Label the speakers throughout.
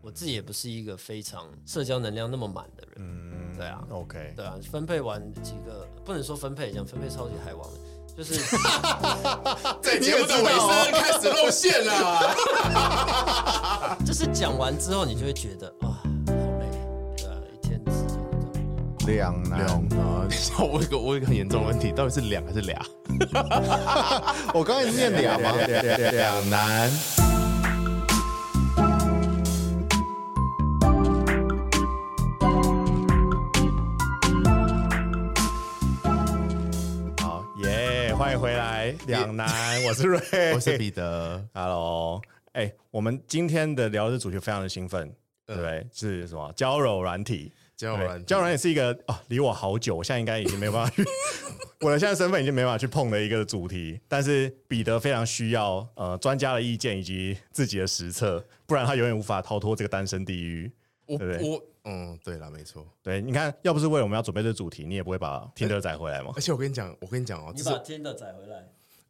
Speaker 1: 我自己也不是一个非常社交能量那么满的人，
Speaker 2: 嗯
Speaker 1: 对啊
Speaker 2: ，OK，
Speaker 1: 对啊，分配完几个不能说分配，讲分配超级海王，就是
Speaker 2: 哦
Speaker 3: 在节目的尾声开始露馅了。
Speaker 1: 就是讲完之后，你就会觉得啊，好累，对啊，一天时间就这样过。
Speaker 2: 两难。
Speaker 3: 两难，我有个我有个很严重的问题，到底是两还是俩？
Speaker 2: 我刚才念两 吗？
Speaker 3: 两难。好，
Speaker 2: 耶欢迎回来，两难。我是瑞，
Speaker 3: 我是彼得。
Speaker 2: Hello，哎、我们今天的聊的主题非常的兴奋，对不对？是什么？交友软体。
Speaker 3: 嗯交友
Speaker 2: 对
Speaker 3: 软体
Speaker 2: 交友软体是一个啊，离我好久，我现在应该已经没有办法去， 我的现在身份已经没办法去碰的一个主题。但是彼得非常需要呃专家的意见以及自己的实测，不然他永远无法逃脱这个单身地狱。
Speaker 3: 我
Speaker 2: 对不对
Speaker 3: 我嗯，对了，没错。
Speaker 2: 对，你看，要不是为了我们要准备这主题，你也不会
Speaker 3: 哎
Speaker 2: 把听德载回 来嘛
Speaker 3: 而。且我跟你讲，我跟你讲哦，
Speaker 1: 你
Speaker 3: 这
Speaker 1: 把
Speaker 3: 是
Speaker 1: 天的载回来，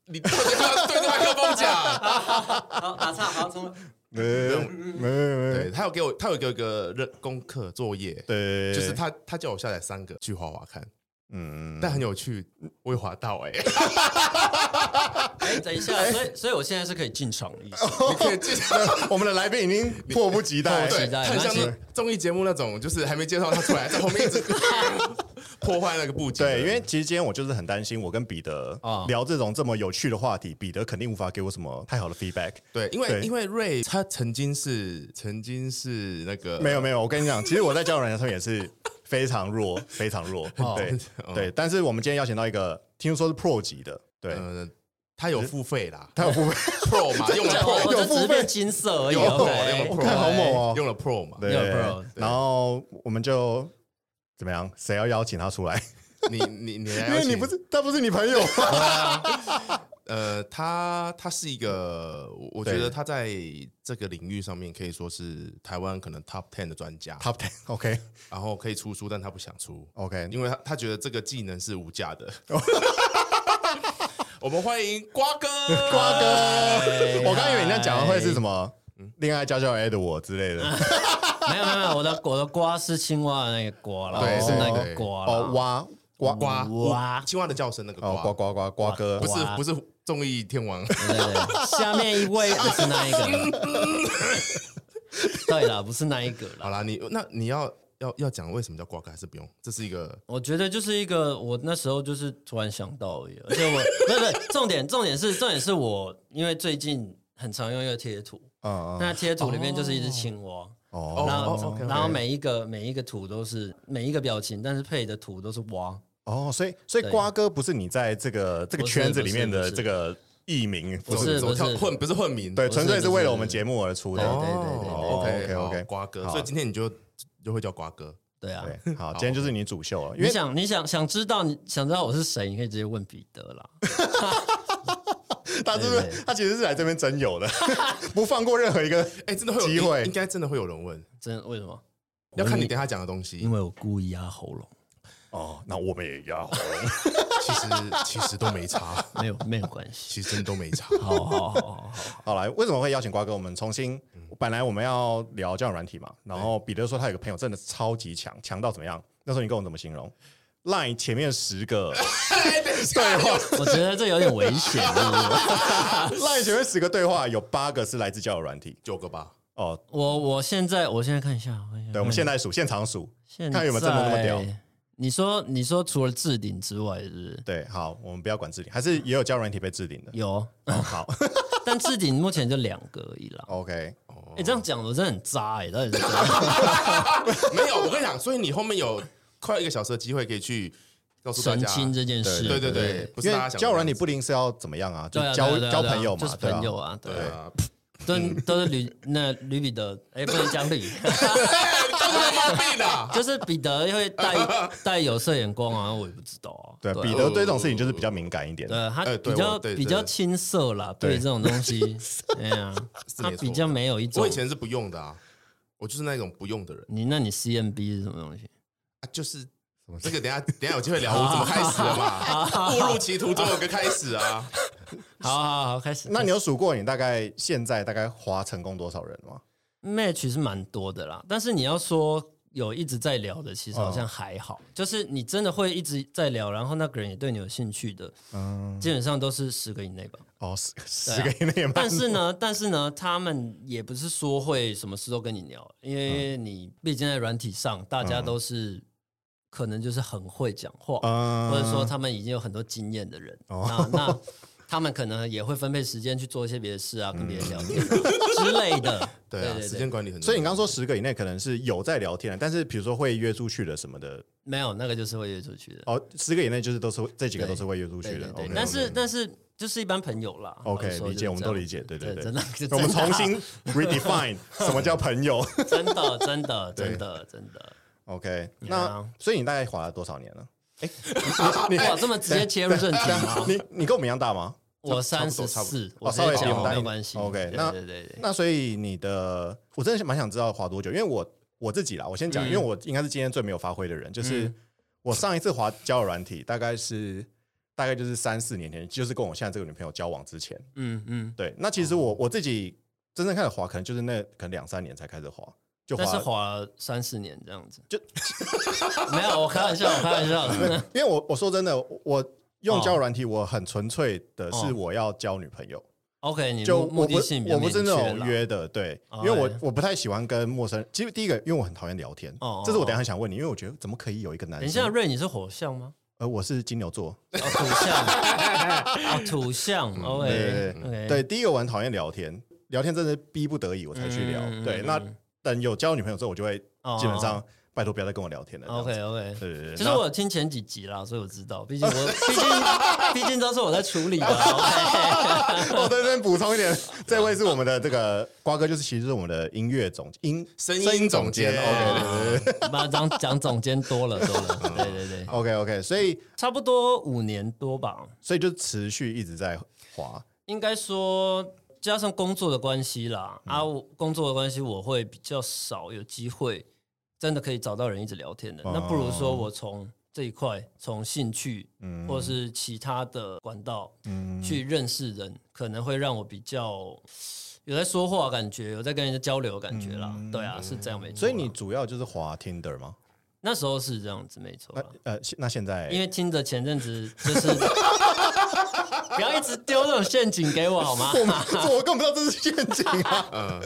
Speaker 3: 你对着麦对着麦克风讲，
Speaker 1: 好打岔，好从
Speaker 2: 没没没
Speaker 3: 对他有给我，他有给我一个任功课作业，
Speaker 2: 对，
Speaker 3: 就是他他叫我下载三个去滑滑看，
Speaker 2: 嗯，
Speaker 3: 但很有趣，我也滑 到哎，
Speaker 1: 哎，等一 下，所以所以我现在是可以进场的意 思。
Speaker 3: 你可以记得。
Speaker 2: 我们的来宾已经迫不及哦
Speaker 1: 迫
Speaker 2: 待，
Speaker 1: 不及
Speaker 3: 对，
Speaker 1: 待
Speaker 3: 他很像
Speaker 1: 蛮期
Speaker 3: 那综艺节目那种，就是还没介绍他出来，在后面 一直破坏那个布景。
Speaker 2: 对，因为其实今天我就是很担心，我跟彼得
Speaker 1: 啊
Speaker 2: 聊这种这么有趣的话题，彼得肯定无法给我什么太好的 feedback。
Speaker 3: 对，因为
Speaker 2: 对
Speaker 3: 因为瑞他曾经是曾经是那个
Speaker 2: 没有没有，我跟你讲，其实我在交友软件上面也是非常弱，非常弱。对对，但是我们今天邀请到一个，听说是 Pro 级的，对，
Speaker 3: 呃，他有付费啦
Speaker 2: 他有付费，
Speaker 3: ，Pro 嘛，用了
Speaker 1: 我啊 我
Speaker 3: Pro，
Speaker 1: 就只是变金色而已。
Speaker 3: 有有
Speaker 1: OK，
Speaker 3: 有
Speaker 2: 我看好猛哦。
Speaker 3: 用了 Pro 嘛，
Speaker 2: 对
Speaker 1: 有 Pro，，
Speaker 2: 然后我们就怎么样？谁要邀请他出来？
Speaker 3: 你你你来
Speaker 2: 因
Speaker 3: 邀
Speaker 2: 为
Speaker 3: 请，
Speaker 2: 你不是他不是你朋友吗？
Speaker 3: 呃，他他是一个，我我觉
Speaker 2: 对
Speaker 3: 得他在这个领域上面可以说是台湾可能 Top Ten 的专家，
Speaker 2: Top Ten，OK
Speaker 3: 然后可以出书，但他不想出，
Speaker 2: OK，
Speaker 3: 因为他他觉得这个技能是无 价的。我们欢迎瓜哥，
Speaker 2: 瓜哥，
Speaker 1: 嗨
Speaker 2: 我刚以为你那讲的会是什么恋爱教教 A 的我之类的。
Speaker 1: 没有没有没有，我的我的瓜是青蛙的那个瓜啦，
Speaker 3: 对
Speaker 1: 不是
Speaker 3: 对
Speaker 1: 那
Speaker 3: 对
Speaker 1: 个瓜啦
Speaker 2: 哦，蛙蛙
Speaker 3: 瓜
Speaker 1: 哇
Speaker 3: 青蛙的叫声那个
Speaker 2: 哦，呱
Speaker 3: 瓜，
Speaker 2: 呱呱呱哥
Speaker 3: 不，是
Speaker 1: 瓜
Speaker 3: 不是综艺天王，
Speaker 1: 对对对，下面一位不是那一个。 对啦，不是那一个啦
Speaker 3: 好。啦，你那你要要要讲为什么叫瓜哥还是不用？这是一个
Speaker 1: 我觉得就是一个，我那时候就是突然想到而已，啊而且我 不是不是重点，重点是重点是我因为最近很常用一个贴图，
Speaker 2: 嗯嗯
Speaker 1: 那贴图里面就是一只青蛙，
Speaker 2: 哦
Speaker 1: 然后、
Speaker 3: 哦，OK，OK
Speaker 1: 然后每一个每一个图都是每一个表情，但是配的图都是蛙，
Speaker 2: 哦，所以所以
Speaker 1: 对
Speaker 2: 瓜哥不是你在这个这个
Speaker 1: 不是
Speaker 2: 圈子里面
Speaker 1: 不
Speaker 2: 的
Speaker 1: 是不是
Speaker 2: 这个艺名，
Speaker 1: 不是
Speaker 3: 走走跳
Speaker 1: 不是
Speaker 3: 混，不是混名，
Speaker 2: 对，
Speaker 1: 不是
Speaker 2: 纯粹是
Speaker 1: 不是
Speaker 2: 为了我们节目而出
Speaker 1: 对
Speaker 2: 的。
Speaker 1: 对对对
Speaker 2: 哦
Speaker 3: ，OK
Speaker 2: OK，OK
Speaker 3: 瓜哥，
Speaker 2: 好啊
Speaker 3: 所以今天你就就会叫瓜哥，
Speaker 1: 对啊。
Speaker 2: 对，好，今天就是你主秀了，因
Speaker 1: 你
Speaker 2: 为
Speaker 1: 想你想想知道你想知道我是谁，你可以直接问彼得啦。
Speaker 2: 他就
Speaker 1: 对
Speaker 2: 是
Speaker 1: 对
Speaker 2: 他其实是来这边真友的， 不放过任何一个
Speaker 3: 哎，真的会有
Speaker 2: 机会
Speaker 3: 应应该真的会有人问，
Speaker 1: 真的为什么？
Speaker 3: 要看你等一下讲的东西
Speaker 1: 因，为我故意压喉咙，
Speaker 2: 哦，那我们也要
Speaker 3: 其实其实都没差，
Speaker 1: 没有没有关系。
Speaker 3: 其实真的都没差。
Speaker 1: 好好好好 好，
Speaker 2: 好来，为什么会邀请瓜哥？我们重新，
Speaker 1: 嗯
Speaker 2: 本来我们要聊交友软体嘛，然后彼得说他有个朋友真的超级强，强到怎么样？那时候你跟我怎么形容？line 前面十个
Speaker 3: 哎等一下
Speaker 2: 对话
Speaker 1: 我觉得这有点危险，是不是？
Speaker 2: ，line 前面十个对话有八个是来自交友软体
Speaker 3: 九个吧，
Speaker 2: 哦。
Speaker 1: 我我现在我现在看一下，我
Speaker 2: 对，我们现
Speaker 1: 在
Speaker 2: 在数现场数，
Speaker 1: 现在
Speaker 2: 看有没有真的那么屌。
Speaker 1: 你说你说除了置顶之外，是不是
Speaker 2: 对，好，我们不要管置顶，还是也有交友软体被置顶的。
Speaker 1: 有？
Speaker 2: 哦好
Speaker 1: 但置顶目前就两个而已啦。
Speaker 2: ，OK，
Speaker 1: 你、这样讲我真的很渣哎、欸，到底是怎样
Speaker 3: 没有。我跟你讲，所以你后面有快一个小时的机会可以去告诉大
Speaker 1: 神
Speaker 3: 家，
Speaker 1: 清这件事？
Speaker 3: 对对
Speaker 1: 对
Speaker 3: 对，，不是
Speaker 2: 因为
Speaker 3: 大家想的
Speaker 2: 交友软体
Speaker 3: 那样子
Speaker 2: 不一定是要怎么样啊，就
Speaker 1: 对啊
Speaker 2: 交
Speaker 1: 对啊对啊
Speaker 2: 交
Speaker 1: 对啊
Speaker 2: 朋友
Speaker 1: 就
Speaker 2: 嘛
Speaker 1: 是，
Speaker 2: 对啊
Speaker 1: 朋友啊，对
Speaker 3: 对
Speaker 1: 啊，
Speaker 3: 啊，
Speaker 1: 都都是吕那吕彼得，哎、不能讲吕，
Speaker 3: 哎 你这是毛病啦。
Speaker 1: 就是彼得会带带有色眼光啊，我也不知道啊。
Speaker 2: 对，
Speaker 1: 啊
Speaker 2: 彼得对这种事情就是比较敏感一点。
Speaker 1: 对啊呃他
Speaker 3: 哎对
Speaker 1: 比较、
Speaker 3: 我对
Speaker 1: 比
Speaker 3: 对
Speaker 1: 较青涩啦，对
Speaker 2: 对
Speaker 1: 这种东 西，哎呀、
Speaker 3: 是
Speaker 1: 他
Speaker 3: 没错
Speaker 1: 比较没有一种。
Speaker 3: 我以前是不用的啊，我就是那种不用的人
Speaker 1: 你那你 CMB 是什么东西？
Speaker 3: 啊，就是。这个等一下等一下有机会 聊，我怎么开始了嘛？误入歧途总有个开始啊！
Speaker 1: 好好好，开始。
Speaker 2: 那你有数过你大概现在大概划成功多少人吗？
Speaker 1: match 是蛮多的啦，但是你要说有一直在聊的，其实好
Speaker 3: 嗯
Speaker 1: 像还好，就是你真的会一直在聊，然后那个人也对你有兴趣的，
Speaker 2: 嗯，
Speaker 1: 基本上都是十个以内吧。
Speaker 2: 哦，十十个以内也
Speaker 1: 啊
Speaker 2: 蛮
Speaker 1: 但是呢，但是呢，他们也不是说会什么事都跟你聊，因为
Speaker 3: 嗯
Speaker 1: 你毕竟在软体上，大家都是、可能就是很会讲话，
Speaker 2: 嗯哦
Speaker 1: 或者说他们已经有很多经验的人，那 那他们可能也会分配时间去做一些别的事啊，跟别人聊天、
Speaker 2: 嗯
Speaker 1: 之类的。
Speaker 3: 对啊，
Speaker 1: 对
Speaker 3: 时间管理很重要。
Speaker 2: 所以你刚刚说十个以内可能是有在聊天的，但是比如说会约出去的什么的，
Speaker 1: 没有那个就是会约出去的。
Speaker 2: 哦，十个以内就是都是会这几个
Speaker 1: 对
Speaker 2: 都是会约出去
Speaker 1: 对
Speaker 2: 的
Speaker 1: 对。
Speaker 2: OK，
Speaker 1: 对，但是但是就是一般朋友啦。
Speaker 2: OK，
Speaker 1: 老实说
Speaker 2: 理解
Speaker 1: 就是这样
Speaker 2: 我们都理解对
Speaker 1: 对
Speaker 2: 对对
Speaker 1: 真的，就真的
Speaker 2: 我们重新 redefine 什么叫朋友。
Speaker 1: 真的真的
Speaker 2: 对
Speaker 1: 真的真的
Speaker 2: OK，那
Speaker 1: 啊
Speaker 2: 所以你大概滑了多少年了？你
Speaker 1: 哎哇，这么啊直接切入正题吗？
Speaker 2: 你你跟我们一样大吗？
Speaker 1: 我
Speaker 3: 差
Speaker 1: 三
Speaker 3: 不多
Speaker 1: 十
Speaker 3: 差不
Speaker 1: 四
Speaker 3: 多，
Speaker 1: 我直
Speaker 2: 哦稍微
Speaker 1: 接
Speaker 2: 比我们
Speaker 1: 讲
Speaker 2: 大一
Speaker 1: 没有
Speaker 2: 点
Speaker 1: 关系。
Speaker 2: OK，
Speaker 1: 对
Speaker 2: 那
Speaker 1: 对对对，
Speaker 2: 那所以你的，我真的是蛮想知道滑多久，因为我我自己啦，我先讲，
Speaker 1: 嗯
Speaker 2: 因为我应该是今天最没有发挥的人，就是
Speaker 1: 嗯
Speaker 2: 我上一次滑交友软体，大概是大概就是三四年前，就是跟我现在这个女朋友交往之前。
Speaker 1: 嗯嗯，
Speaker 2: 对，那其实我我自己真正开始滑，可能就是那可能两三年才开始滑，就
Speaker 1: 但是
Speaker 2: 滑
Speaker 1: 滑了三四年这样子，就 没有，我开玩笑，我开玩 笑，真的
Speaker 2: 因为我我说真的，我用交友软体，我很纯粹的是
Speaker 1: 哦
Speaker 2: 我要交女朋友，
Speaker 1: OK，你
Speaker 2: 就
Speaker 1: 目
Speaker 2: 我
Speaker 1: 目
Speaker 2: 不
Speaker 1: 的性比较
Speaker 2: 我不是
Speaker 1: 明
Speaker 2: 那
Speaker 1: 确
Speaker 2: 种
Speaker 1: 啦
Speaker 2: 约的，对，
Speaker 1: 哦
Speaker 2: 因为我
Speaker 1: 哎
Speaker 2: 我不太喜欢跟陌生人。其实第一个，因为我很讨厌聊天
Speaker 1: 哦哦，
Speaker 2: 这是我等一下想问你，因为我觉得怎么可以有一个
Speaker 1: 等
Speaker 2: 男
Speaker 1: 一下，
Speaker 2: 生，
Speaker 1: 瑞，你是火象吗？
Speaker 2: 呃，我是金牛座，
Speaker 1: 哦，土象， 哦，土象
Speaker 2: 嗯对
Speaker 1: ，OK
Speaker 2: 对
Speaker 1: OK，
Speaker 2: 对，第一个我很讨厌聊天，聊天真的是逼不得已我才去聊
Speaker 1: 嗯，
Speaker 2: 对，
Speaker 1: 嗯
Speaker 2: 那
Speaker 1: 嗯
Speaker 2: 等有交女朋友之后，我就会
Speaker 1: 哦
Speaker 2: 基本上拜托不要再跟我聊天了这样子
Speaker 1: OK OK。
Speaker 2: 对对对，
Speaker 1: 其实
Speaker 2: 那
Speaker 1: 我有听前几集啦，所以我知道，毕竟我毕竟 毕竟都是我在处理的啊。OK
Speaker 2: 我在这边哦补充一点，这位是我们的这个瓜哥，就是其实是我们的音乐总音
Speaker 3: 声音
Speaker 2: 总监
Speaker 3: 总监
Speaker 2: ，OK 对对对
Speaker 1: 把讲讲总监多了多了，对对对，
Speaker 2: ，OK OK，所以
Speaker 1: 差不多五年多吧，
Speaker 2: 所以就持续一直在滑，
Speaker 1: 应该说加上工作的关系啦，
Speaker 2: 嗯
Speaker 1: 啊，我工作的关系我会比较少有机会真的可以找到人一直聊天的，
Speaker 2: 哦
Speaker 1: 那不如说我从这一块从兴趣
Speaker 2: 嗯
Speaker 1: 或是其他的管道
Speaker 2: 嗯
Speaker 1: 去认识人，可能会让我比较有在说话的感觉，有在跟人家交流的感觉啦，对啊，是这样没错啦。
Speaker 2: 嗯所以你主要就是滑 Tinder 吗？
Speaker 1: 那时候是这样子没错啦
Speaker 2: 那。呃，现那现在
Speaker 1: 因为听着前阵子就是， 不要一直丢这种陷阱给我好吗？
Speaker 2: 我根本不知道这是陷阱啊！
Speaker 3: 嗯，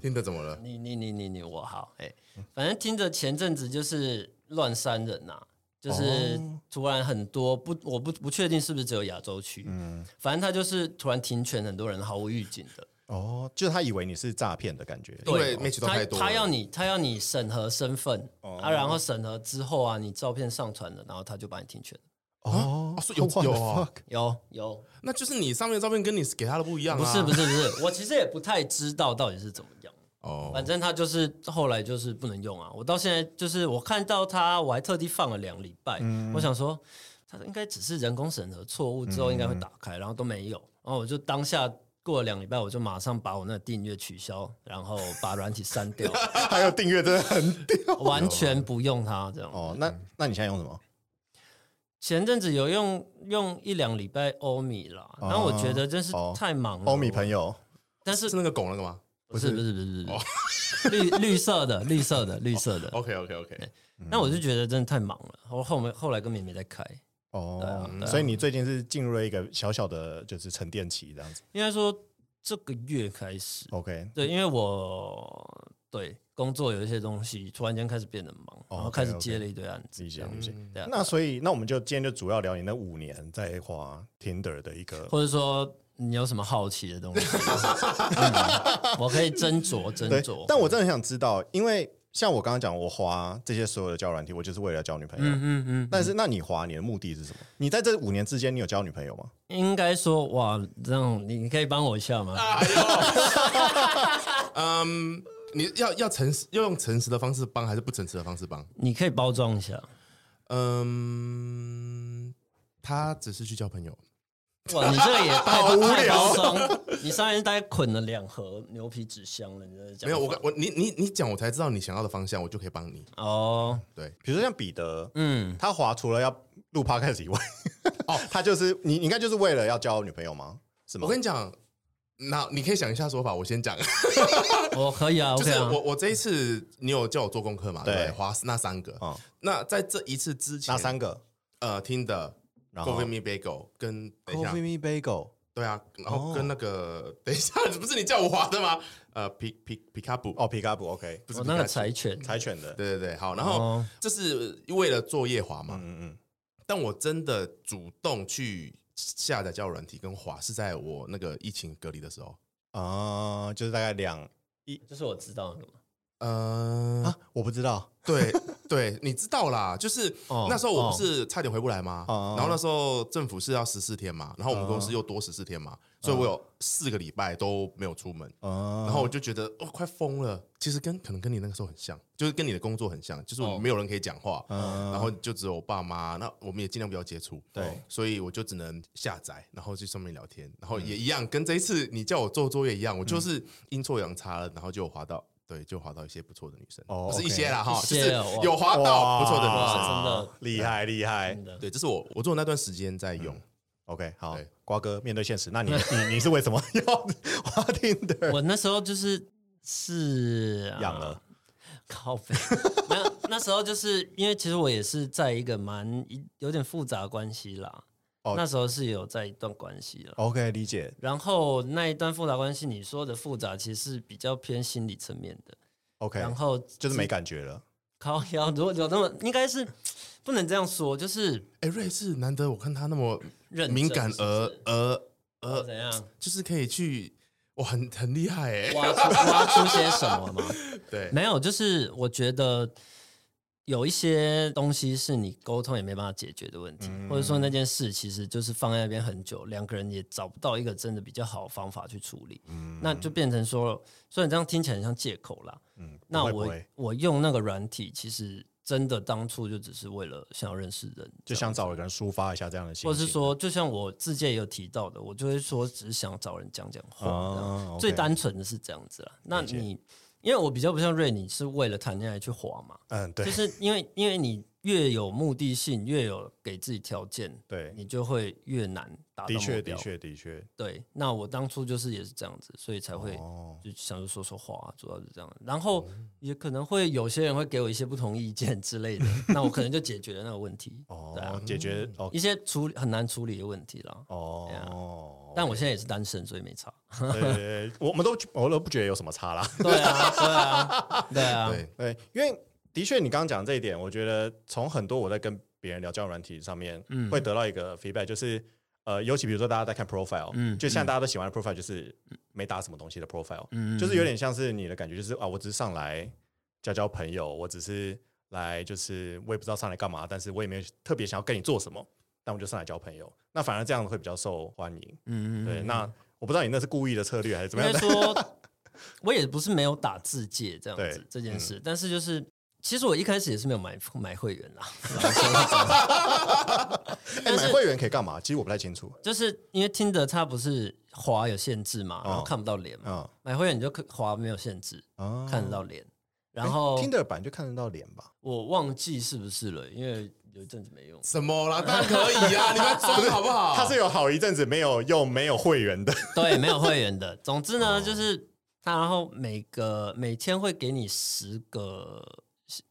Speaker 3: 听得怎么了？
Speaker 1: 你你你你你我好哎、反正听着前阵子就是乱删人呐、就是
Speaker 2: 哦
Speaker 1: 突然很多不我不不确定是不是只有亚洲区，嗯，反正他就是突然停权，很多人毫无预警的，
Speaker 2: 哦，就是他以为你是诈骗的感觉，
Speaker 3: 因
Speaker 1: 对
Speaker 3: 为 match 都
Speaker 1: 他
Speaker 3: 太多了，哦
Speaker 1: 他要你他要你审核身份、啊，然后审核之后啊，你照片上传了，然后他就把你停权。
Speaker 2: 哦
Speaker 3: 啊所以有
Speaker 2: What the
Speaker 3: 有啊
Speaker 2: fuck？
Speaker 1: 有有，
Speaker 3: 那就是你上面的照片跟你给他的不一样啊。
Speaker 1: 不是不是不是，我其实也不太知道到底是怎么样。
Speaker 3: 哦
Speaker 1: 反，正他就是后来就是不能用啊。我到现在就是我看到他，我还特地放了两礼拜。
Speaker 2: 嗯
Speaker 1: 我想说，他应该只是人工审核错误之后应该会打开，然后都没有。然后我就当下过了两礼拜，我就马上把我那个订阅取消，然后把软体删 掉，
Speaker 2: 还有订阅真的很屌
Speaker 1: 完全不用它这样。
Speaker 2: 哦。那那你现在用什么？
Speaker 1: 前阵子有用用一两礼拜欧米啦，然后我觉得真是
Speaker 2: 哦
Speaker 1: 太忙了。
Speaker 2: 欧米朋友
Speaker 1: 但是
Speaker 3: 是那个拱那个吗
Speaker 1: 不是不是不是
Speaker 2: 哦
Speaker 1: 不是绿绿色的绿色的绿色的，
Speaker 3: ？OK OK OK，
Speaker 2: 嗯
Speaker 1: 那我就觉得真的太忙了，我后面后来根本也没在开。
Speaker 2: 哦，所以你最近是进入了一个小小的就是沉淀期这样子。
Speaker 1: 应该说这个月开始，
Speaker 2: OK，
Speaker 1: 对，因为我对工作有一些东西突然间开始变得忙，然后开
Speaker 2: OK，
Speaker 1: 始接了一堆案子，
Speaker 2: 哦理解
Speaker 1: 这样
Speaker 2: 理解。
Speaker 1: 对啊
Speaker 2: 那所以那我们就今天就主要聊你那五年在滑 Tinder 的一个
Speaker 1: 或者说你有什么好奇的东 西，嗯我可以斟酌斟
Speaker 2: 对
Speaker 1: 酌。，
Speaker 3: 嗯
Speaker 2: 但我真的很想知道，因为像我刚刚讲，我滑这些所有的交友软体，我就是为了交女朋友。
Speaker 1: 嗯嗯嗯，
Speaker 2: 但是，那你滑你的目的是什么？你在这五年之间，你有交女朋友吗？
Speaker 1: 应该说哇，这样你可以帮我一下吗？
Speaker 2: 啊
Speaker 3: 嗯，你要要诚实，要用诚实的方式帮，还是不诚实的方式帮？
Speaker 1: 你可以包装一下。
Speaker 3: 嗯，他只是去交朋友，
Speaker 1: 哇，你这个也
Speaker 2: 好
Speaker 1: 太
Speaker 2: 无
Speaker 1: 太包
Speaker 2: 聊
Speaker 1: 装，你上面大概捆了两盒牛皮纸箱了，你在讲
Speaker 3: 没有我
Speaker 1: 法
Speaker 3: 刚我你你你讲，我才知道你想要的方向，我就可以帮你。
Speaker 1: 哦，
Speaker 3: 对，
Speaker 2: 比如说像彼得，
Speaker 1: 嗯，
Speaker 2: 他滑除了要录 podcast 以外，哦，他就是你，你应该就是为了要交女朋友吗？是吗
Speaker 3: 我？跟你讲，那你可以想一下说法，我先
Speaker 2: 啊
Speaker 3: 讲，
Speaker 1: 我可以啊
Speaker 3: 就
Speaker 1: ，OK
Speaker 3: 是
Speaker 1: 啊
Speaker 3: 我，我这一次你有叫我做功课嘛？
Speaker 2: 对
Speaker 3: 对，花那三个
Speaker 2: 嗯，
Speaker 3: 那在这一次之前，
Speaker 2: 那三个，
Speaker 3: 呃听的
Speaker 2: 然
Speaker 3: Go
Speaker 2: 后
Speaker 3: With Me Bagel 跟等一下
Speaker 2: Coffee Me Bagel
Speaker 3: 对啊，然后
Speaker 2: 哦
Speaker 3: 跟那个等一下 不是你叫我划的吗？呃，皮皮皮卡布，
Speaker 2: 哦，皮卡布 OK，
Speaker 3: 不是
Speaker 1: 我
Speaker 3: 皮
Speaker 1: 那个
Speaker 3: 卡
Speaker 1: 柴犬，
Speaker 2: 柴犬的，
Speaker 3: 对对对，好，然后
Speaker 1: 哦
Speaker 3: 这是为了作业滑嘛，
Speaker 2: 嗯嗯
Speaker 3: 但我真的主动去下载交友软体跟滑，是在我那个疫情隔离的时候。
Speaker 2: 嗯，啊，就是大概两
Speaker 1: 就是我知道那个嘛。
Speaker 3: 嗯、
Speaker 2: 啊，我不知道，
Speaker 3: 对对，你知道啦，就是
Speaker 1: 哦
Speaker 3: 那时候我不是差点回不来吗？
Speaker 2: 哦
Speaker 3: 然后那时候政府是要十四天嘛，然后我们公司又多十四天
Speaker 2: 哦
Speaker 3: 嘛，所以我有四个礼拜都没有出门。
Speaker 2: 嗯，
Speaker 3: 然后我就觉得哦，快疯了。其实跟可能跟你那个时候很像，就是跟你的工作很像，就是我
Speaker 1: 哦
Speaker 3: 没有人可以讲话，
Speaker 2: 嗯
Speaker 3: 然后就只有我爸妈。那我们也尽量不要接触，
Speaker 2: 对
Speaker 3: 所以我就只能下载，然后去上面聊天，然
Speaker 2: 嗯
Speaker 3: 后也一样，跟这一次你叫我做作业一样，我就是阴错阳差了，然后就有滑到。对，就滑到一些不错的女生，
Speaker 2: 哦
Speaker 3: 不是
Speaker 2: OK
Speaker 3: 一些啦哈，
Speaker 1: 一
Speaker 3: 就
Speaker 1: 些
Speaker 3: 是
Speaker 1: 哇
Speaker 3: 有滑到
Speaker 2: 哇
Speaker 3: 不错的女生。
Speaker 1: 哇真的
Speaker 2: 厉害厉害
Speaker 1: 真的
Speaker 3: 对，这是我我做的那段时间在
Speaker 2: 嗯
Speaker 3: 用，
Speaker 2: ，OK，好
Speaker 3: 对，
Speaker 2: 瓜哥面对现实，那你你你是为什么要花听的？
Speaker 1: 我那时候就是是啊
Speaker 2: 养了，
Speaker 1: 靠背。没有， 那时候就是因为其实我也是在一个蛮有点复杂的关系啦。
Speaker 2: 哦
Speaker 1: 那时候是有在一段关系了。
Speaker 2: OK，理解，
Speaker 1: 然后那一段复杂关系，你说的复杂其实是比较偏心理层面的。
Speaker 2: OK，
Speaker 1: 然后
Speaker 2: 就是没感觉了。
Speaker 1: 靠腰，如果有那么应该是不能这样说，就是
Speaker 3: 哎，瑞士难得我看他那么
Speaker 1: 认真
Speaker 3: 敏感
Speaker 1: 是不
Speaker 3: 而
Speaker 1: 是
Speaker 3: 而
Speaker 1: 或
Speaker 3: 而
Speaker 1: 怎样
Speaker 3: 就是可以去，哇，很很厉害哎、
Speaker 1: 挖出 挖出些什么吗？
Speaker 3: 对，
Speaker 1: 没有，就是我觉得有一些东西是你沟通也没办法解决的问题，或者说
Speaker 2: 嗯
Speaker 1: 那件事其实就是放在那边很久，两个人也找不到一个真的比较好的方法去处理，那就变成说，虽然这样听起来很像借口啦，
Speaker 2: 嗯，
Speaker 1: 那
Speaker 2: 不会不
Speaker 1: 我
Speaker 2: 会
Speaker 1: 我用那个软体，其实真的当初就只是为了想要认识人，
Speaker 2: 就想找一个人抒发一下这样的心情，
Speaker 1: 或者是说，就像我自己也有提到的，我就会说，只是想找人讲讲话，这样
Speaker 2: 哦，OK
Speaker 1: 最单纯的是这样子啦。那
Speaker 2: 理解
Speaker 1: 你，因为我比较不像瑞，你是为了谈恋爱去滑嘛，
Speaker 2: 嗯，对
Speaker 1: 就是因为 因为你越有目的性，越有给自己条件，
Speaker 2: 对，
Speaker 1: 你就会越难达到
Speaker 2: 的确
Speaker 1: 目
Speaker 2: 的
Speaker 1: 标。
Speaker 2: 确的确，
Speaker 1: 对，那我当初就是也是这样子，所以才会
Speaker 2: 哦，
Speaker 1: 就想着说说话、主要是这样。然后也可能会有些人会给我一些不同意见之类的， 那我可能就解决了那个问题。对啊
Speaker 2: 哦，解决哦
Speaker 1: 一些处理很难处理的问题啦。对啊
Speaker 2: 哦，
Speaker 1: 但我现在也是单身，所以没差。
Speaker 2: 对对对，我们都我都不觉得有什么差啦。
Speaker 1: 对啊，对啊，对啊，
Speaker 3: 对，
Speaker 2: 对，因为的确你刚刚讲这一点，我觉得从很多我在跟别人聊交友软体上面，
Speaker 1: 嗯
Speaker 2: 会得到一个 feedback，就是呃，尤其比如说大家在看 profile，
Speaker 1: 嗯
Speaker 2: 就现在大家都喜欢的 profile 就是没打什么东西的 profile，
Speaker 1: 嗯
Speaker 2: 就是有点像是你的感觉，就是啊，我只是上来交交朋友，我只是来就是我也不知道上来干嘛，但是我也没有特别想要跟你做什么，但我就上来交朋友，那反而这样会比较受欢迎。
Speaker 1: 嗯
Speaker 2: 对，那我不知道你那是故意的策略还是怎么样
Speaker 1: 应该
Speaker 2: 的，
Speaker 1: 说，我也不是没有打字界这样子
Speaker 2: 对嗯
Speaker 1: 这件事，但是就是。其实我一开始也是没有买买会员啦，老实说
Speaker 2: 哎、买会员可以干嘛？其实我不太清楚。
Speaker 1: 就是因为听的它不是滑有限制嘛，然后
Speaker 2: 哦
Speaker 1: 看不到脸嘛，
Speaker 2: 嗯
Speaker 1: 买会员你就可滑没有限制，
Speaker 2: 啊
Speaker 1: 看得到脸。然后
Speaker 2: 听的哎版就看得到脸吧？
Speaker 1: 我忘记是不是了，因为有一阵子没用。
Speaker 3: 什么啦？当然可以啊，你们装好不好？
Speaker 2: 他是有好一阵子没有用没有会员的，
Speaker 1: 对，没有会员的。总之
Speaker 2: 哦
Speaker 1: 呢，就是他，然后每个每天会给你十个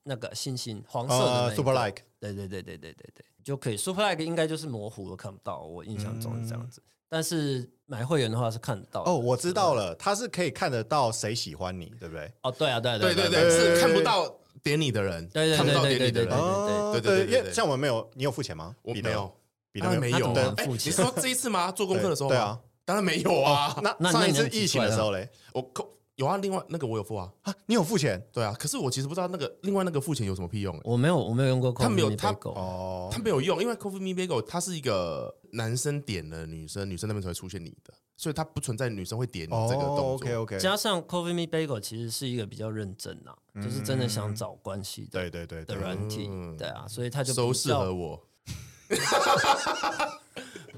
Speaker 1: 那个星星，黄色的那一
Speaker 2: 呃
Speaker 1: 个、
Speaker 2: ，Super Like
Speaker 1: 对对对对对对对，就可以。Super Like 应该就是模糊的看不到，我印象中是这样子。但是买会员的话是看得到的
Speaker 2: 嗯哦，我知道了，他是可以看得到谁喜欢你，对不对？
Speaker 1: 哦，对啊，对啊
Speaker 3: 对对
Speaker 1: 对
Speaker 3: 对，
Speaker 2: 对
Speaker 3: 是
Speaker 2: 对
Speaker 3: 看不到点你的人，
Speaker 1: 对对
Speaker 3: 看不到点你的
Speaker 1: 对对
Speaker 3: 人。
Speaker 2: 哦
Speaker 3: 对对对对对
Speaker 2: 因为像我们没有，你有付钱吗？
Speaker 3: 我
Speaker 2: 彼得
Speaker 3: 没有，，
Speaker 2: 彼
Speaker 3: 当然
Speaker 2: 得
Speaker 3: 没
Speaker 1: 有
Speaker 3: 有
Speaker 1: 他怎
Speaker 3: 啊。
Speaker 1: 么
Speaker 3: 哎，
Speaker 1: 付
Speaker 3: 你
Speaker 1: 钱
Speaker 3: 说这一次吗？做功课的时候吗
Speaker 2: 对啊，
Speaker 3: 当然没有啊。
Speaker 2: 那
Speaker 1: 那
Speaker 2: 上
Speaker 1: 那
Speaker 2: 一次
Speaker 1: 你能
Speaker 2: 疫情的时候嘞，
Speaker 3: 我扣有啊，另外那个我有付啊，
Speaker 2: 啊，你有付钱
Speaker 3: 对啊。可是我其实不知道那个另外那个付钱有什么屁用，哎
Speaker 1: 我没有我没有用过 Coffee
Speaker 3: 他没有
Speaker 1: Mini
Speaker 3: 他
Speaker 1: Bagel
Speaker 2: 哦
Speaker 3: 它没有用，因为 Coffee Me Bagel 它是一个男生点了女生，女生那边才会出现你的，所以它不存在女生会点你
Speaker 2: 哦
Speaker 3: 这个动
Speaker 2: ，OK
Speaker 3: 作。
Speaker 2: OK，
Speaker 1: 加上 Coffee Me Bagel 其实是一个比较认真啊，就是真的想找关系的
Speaker 2: 嗯对对对
Speaker 1: 的
Speaker 2: 对，
Speaker 1: 软体，
Speaker 3: 嗯
Speaker 1: 对啊，所以他就
Speaker 3: 收
Speaker 1: 比
Speaker 3: 适
Speaker 1: 较
Speaker 3: 合我，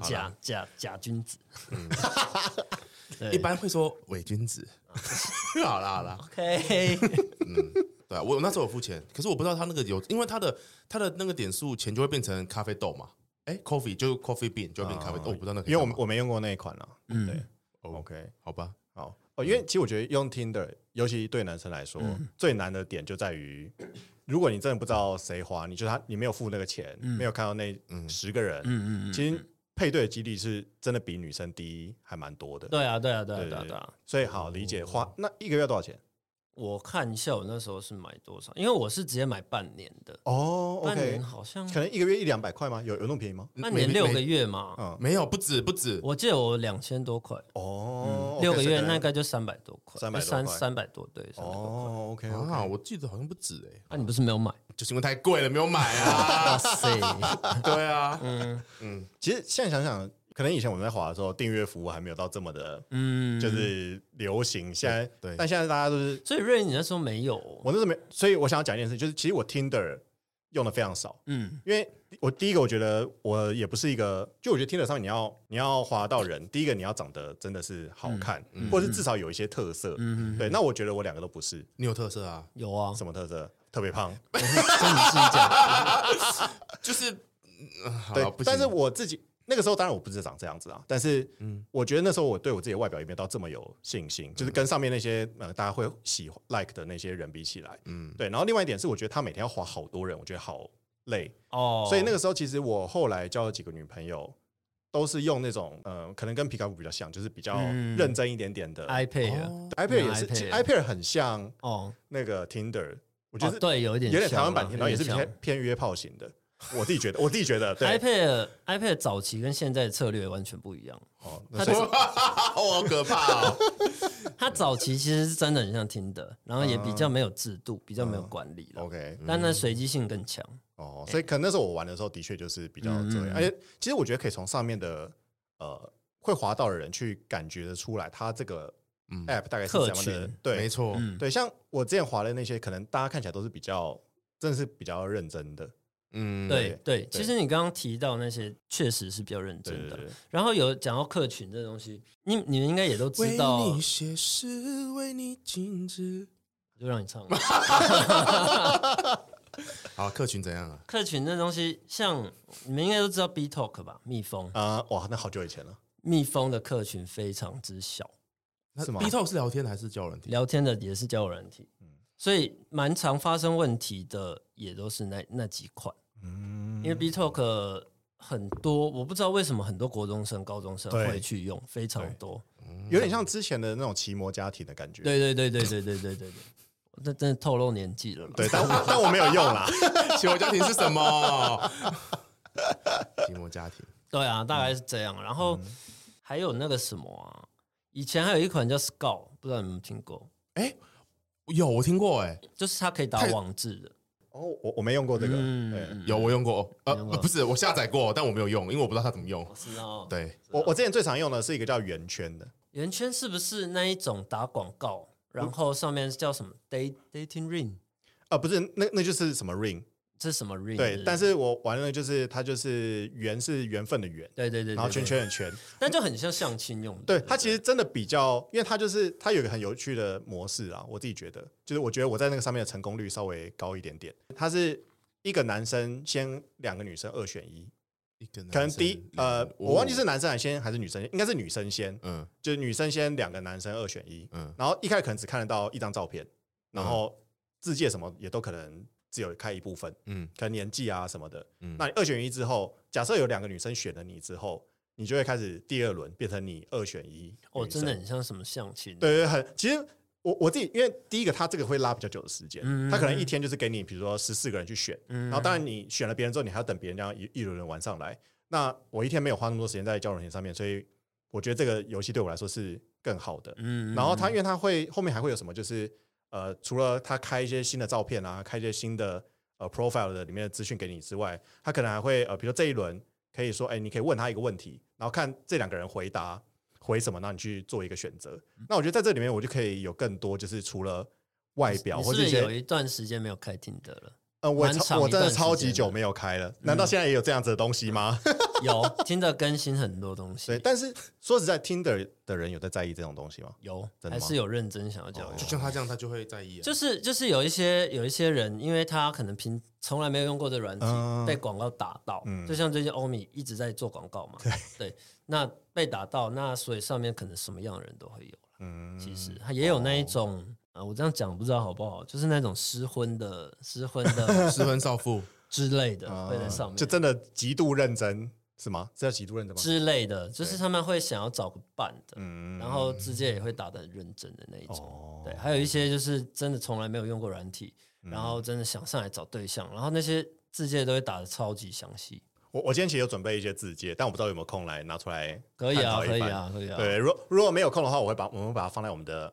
Speaker 1: 假假假君子。
Speaker 2: 嗯
Speaker 1: 对
Speaker 3: 一般会说伪君子。 好啦好啦，
Speaker 1: OK，
Speaker 3: 对啊，我我那时候有付钱，可是我不知道他那个有，因为他的他的那个点数钱就会变成咖啡豆嘛，哎，coffee 就是 coffee bean 就会变咖啡豆，我不知道那个可以
Speaker 2: 哦因为我
Speaker 3: 干嘛
Speaker 2: 我没用过那一款了，啊
Speaker 1: 嗯
Speaker 2: 对
Speaker 3: 哦
Speaker 2: OK，
Speaker 3: 好吧，
Speaker 2: 好哦，因为其实我觉得用 Tinder，尤其对男生来说，
Speaker 1: 嗯
Speaker 2: 最难的点就在于，如果你真的不知道谁花，你就他你没有付那个钱，没有看到那十个人，
Speaker 1: 嗯嗯嗯嗯，
Speaker 2: 其实配对的几率是真的比女生低还蛮多的。
Speaker 1: 对啊对啊对啊
Speaker 2: 对
Speaker 1: 对啊
Speaker 2: 对
Speaker 1: 对啊！
Speaker 2: 所以好理解花那一个月多少钱？
Speaker 1: 我看一下我那时候是买多少，因为我是直接买半年的，
Speaker 2: 哦
Speaker 1: 半
Speaker 2: ，OK，
Speaker 1: 年好像
Speaker 2: 可能一个月一两百块吗？有有那么便宜吗？
Speaker 1: 半年
Speaker 3: 没
Speaker 1: 六个
Speaker 3: 没
Speaker 1: 月嘛，
Speaker 3: 没有，不止不止，
Speaker 1: 我记得我两千多块，
Speaker 2: 哦，
Speaker 1: 嗯六
Speaker 2: OK，
Speaker 1: 个
Speaker 2: 所以
Speaker 1: 月
Speaker 2: 可能
Speaker 1: 那个就三百多块，
Speaker 2: 300多
Speaker 1: 三
Speaker 2: 块
Speaker 1: 三百多对，三百多块。啊
Speaker 2: 哦，OK，
Speaker 3: 啊，我记得好像不止哎、
Speaker 1: 那你不是没有 买？
Speaker 3: 就是因为太贵了没有 买啊。
Speaker 1: 哇塞，嗯
Speaker 3: 对啊，
Speaker 2: 其实现在想想，可能以前我们在滑的时候，订阅服务还没有到这么的，
Speaker 1: 嗯，
Speaker 2: 就是流行。现在，
Speaker 3: 对
Speaker 2: 但现在大家都是
Speaker 1: 所以瑞，你那时候没有，
Speaker 2: 我那时候没，所以我想要讲一件事，就是其实我 Tinder 用的非常少，
Speaker 1: 嗯
Speaker 2: 因为我第一个我觉得我也不是一个，就我觉得 Tinder 上面你要你要滑到人，第一个你要长得真的是好看，或者是至少有一些特色。
Speaker 1: 嗯，
Speaker 2: 对，那我觉得我两个都不是，
Speaker 3: 你有特色啊，
Speaker 1: 有啊，
Speaker 2: 什么特色？特别胖，
Speaker 1: 跟你自己 讲，
Speaker 3: 就是，嗯好
Speaker 2: 对
Speaker 3: 啦不行，
Speaker 2: 但是我自己那个时候当然我不是长这样子啊，但是我觉得那时候我对我自己的外表也没有到这么有信心，就是跟上面那些呃大家会喜欢 like 的那些人比起来，嗯，对。然后另外一点是，我觉得他每天要划好多人，我觉得好累，
Speaker 1: 哦，
Speaker 2: 所以那个时候其实我后来交了几个女朋友。都是用那种，呃，可能跟皮卡布比较像，就是比较
Speaker 1: 嗯
Speaker 2: 认真一点点的。
Speaker 1: iPad 啊
Speaker 3: 哦
Speaker 2: iPad 也是，
Speaker 1: iPad
Speaker 2: 其实 iPad 很像
Speaker 1: 哦，
Speaker 2: 那个 Tinder，我觉
Speaker 1: 哦
Speaker 2: 得
Speaker 1: 对，有一点
Speaker 2: 有点台湾
Speaker 1: 像啊
Speaker 2: 版 Tinder，然后也是
Speaker 1: 有点
Speaker 2: 偏偏约炮型的。我自己觉得，我自己觉得，对
Speaker 1: 像。iPad iPad 早期跟现在的策略完全不一样，
Speaker 2: 哦，
Speaker 1: 它
Speaker 2: 那所以
Speaker 1: 早
Speaker 3: 我 好可怕哦。
Speaker 2: 嗯
Speaker 1: 它早期其实是真的很像听的，然后也比较没有制度，比较没有管理了，
Speaker 2: 啊嗯哦 OK，嗯
Speaker 1: 但那随机性更强，
Speaker 2: 哦，所以可能那时候我玩的时候，的确就是比较这
Speaker 1: 嗯嗯嗯
Speaker 2: 样，而且其实我觉得可以从上面的呃会滑到的人去感觉得出来，他这个
Speaker 3: 嗯
Speaker 2: app 大概是什么
Speaker 1: 客
Speaker 2: 样的
Speaker 1: 群。
Speaker 3: 没
Speaker 2: 对，
Speaker 3: 错，
Speaker 1: 嗯
Speaker 2: 对，像我之前滑的那些，可能大家看起来都是比较，真的是比较认真的，
Speaker 3: 嗯，
Speaker 1: 对对，
Speaker 2: 对
Speaker 1: 其实你刚刚提到那些确实是比较认
Speaker 2: 对
Speaker 1: 真
Speaker 2: 对
Speaker 1: 的
Speaker 2: 对，。
Speaker 1: 然后有讲到客群这东西，你你们应该也都
Speaker 3: 为
Speaker 1: 知道，
Speaker 3: 你写诗，为你静止。
Speaker 1: 就让你唱吧。
Speaker 3: 好，客群怎样啊？
Speaker 1: 客群这东西，像你们应该都知道 B Talk 吧？蜜蜂，
Speaker 2: 啊、哇，那好久以前了，
Speaker 1: 蜜蜂的客群非常之小，
Speaker 3: 那
Speaker 2: 是吗
Speaker 3: B Talk 是聊天还是交友软体？
Speaker 1: 聊天的也是交友软体，所以蛮常发生问题的也都是那那几款。
Speaker 2: 嗯
Speaker 1: 因为 B Talk 很多，我不知道为什么很多国中生、高中生
Speaker 2: 对
Speaker 1: 会去用，非常多。
Speaker 2: 有点像之前的那种奇摩家庭的感觉，
Speaker 1: 对对对对对对对对 对，那真的透露年纪了啦。
Speaker 2: 对，但我但我没有 用啦，
Speaker 3: 奇摩家庭是什么？ 奇摩家庭，
Speaker 1: 对啊，
Speaker 2: 嗯
Speaker 1: 大概是这样。然后还有那个什么啊，以前还有一款叫 Scout，不知道你们有没有听过，
Speaker 3: 有我听过哎，
Speaker 1: 就是它可以打
Speaker 3: 太
Speaker 1: 网志的。
Speaker 2: 哦，我我没用过这个，
Speaker 1: 嗯
Speaker 2: 对，
Speaker 1: 嗯
Speaker 3: 有我用过，呃，
Speaker 1: 你用过
Speaker 3: 不是我下载过，但我没有用，因为我不知哦道它怎么用
Speaker 1: 我。知道。，
Speaker 3: 对，
Speaker 2: 我我之前最常用的是一个叫圆圈的，
Speaker 1: 圆圈是不是那一种打广告，然后上面叫什么 date dating ring？
Speaker 2: 啊、不是，那那就是什么 ring，
Speaker 1: 这是什么 ring？
Speaker 2: 对，但是我玩的就是它就是缘是缘分的缘，
Speaker 1: 对对对，对
Speaker 2: 然后圈，圈的圈，
Speaker 1: 对那就很像相亲用的。
Speaker 2: 对它其实真的比较，因为它就是它有一个很有趣的模式啊，我自己觉得，就是我觉得我在那个上面的成功率稍微高一点点，它是。一个男生先两个女生二选一，
Speaker 3: 一个男
Speaker 2: 可能
Speaker 3: 生
Speaker 2: 第一
Speaker 3: 两
Speaker 2: 呃
Speaker 3: 个，哦
Speaker 2: 我忘记是男生还先还是女生先，应该是女生先，
Speaker 3: 嗯
Speaker 2: 就是女生先两个男生二选一，
Speaker 3: 嗯
Speaker 2: 然后一开始可能只看得到一张照片，然后字界什么也都可能只有看一部分，
Speaker 3: 嗯
Speaker 2: 可能年纪啊什么的。
Speaker 3: 嗯
Speaker 2: 那你二选一之后，假设有两个女生选了你之后，你就会开始第二轮变成你二选一。
Speaker 1: 哦，
Speaker 2: 女生
Speaker 1: 真的很像什么相亲。，
Speaker 2: 对对，对很其实。我我自己，因为第一个，他这个会拉比较久的时间，
Speaker 1: 嗯
Speaker 2: 他可能一天就是给你，比如说十四个人去选，
Speaker 1: 嗯
Speaker 2: 然后当然你选了别人之后，你还要等别人这样一一轮轮玩上来。那我一天没有花那么多时间在交友软件上面，所以我觉得这个游戏对我来说是更好的。
Speaker 1: 嗯
Speaker 2: 然后他因为他会后面还会有什么，就是呃，除了他开一些新的照片啊，开一些新的呃 profile 的里面的资讯给你之外，他可能还会呃，比如说这一轮可以说，哎，你可以问他一个问题，然后看这两个人回答回什么，那你去做一个选择。
Speaker 1: 嗯
Speaker 2: 那我觉得在这里面我就可以有更多，就是除了外表
Speaker 1: 你
Speaker 2: 或
Speaker 1: 是不
Speaker 2: 者一
Speaker 1: 是有
Speaker 2: 些，
Speaker 1: 一段时间没有开听的了？
Speaker 2: 呃，我
Speaker 1: 蛮
Speaker 2: 超
Speaker 1: 长
Speaker 2: 我
Speaker 1: 一
Speaker 2: 真的
Speaker 1: 段时
Speaker 2: 超
Speaker 1: 间
Speaker 2: 级久
Speaker 1: 的
Speaker 2: 没有开了，难道现在也有这样子的东西吗？
Speaker 1: 嗯 有听的更新很多东
Speaker 2: 对，
Speaker 1: 西，
Speaker 2: 但是 说实在，Tinder 的人有在在意这种东西吗？
Speaker 1: 有
Speaker 2: 真的
Speaker 1: 还
Speaker 2: 吗
Speaker 1: 是有认真想要交友
Speaker 3: 就。像他这样，他就会在意啊。
Speaker 1: 就是就是有一些有一些人，因为他可能平从来没有用过的软体
Speaker 2: 嗯，
Speaker 1: 被广告打到，就像最近欧米一直在做广告嘛，对，那被打到，那所以上面可能什么样的人都会有啦。
Speaker 2: 嗯，
Speaker 1: 其实他也有那一种，呃，我这样讲不知道好不好，就是那种失婚的、失婚的
Speaker 3: 失婚少妇，
Speaker 1: 之类的
Speaker 2: 啊
Speaker 1: 会在上面，
Speaker 2: 就真的极度认真是吗？是要极度认真吗？
Speaker 1: 之类的，就是他们会想要找个伴的，
Speaker 2: 嗯
Speaker 1: 然后直接也会打得很认真的那一种。
Speaker 2: 哦
Speaker 1: 对，还有一些就是真的从来没有用过软体，然
Speaker 2: 嗯
Speaker 1: 后真的想上来找对象，然后那些字界都会打得超级详细。
Speaker 2: 我我今天其实有准备一些字节，但我不知道有没有空来拿出来
Speaker 1: 可以
Speaker 2: 探
Speaker 1: 啊，
Speaker 2: 讨一
Speaker 1: 可以
Speaker 2: 番。
Speaker 1: 啊，可以啊。
Speaker 2: 对，如果如果没有空的话，我会把我们会把它放在我们的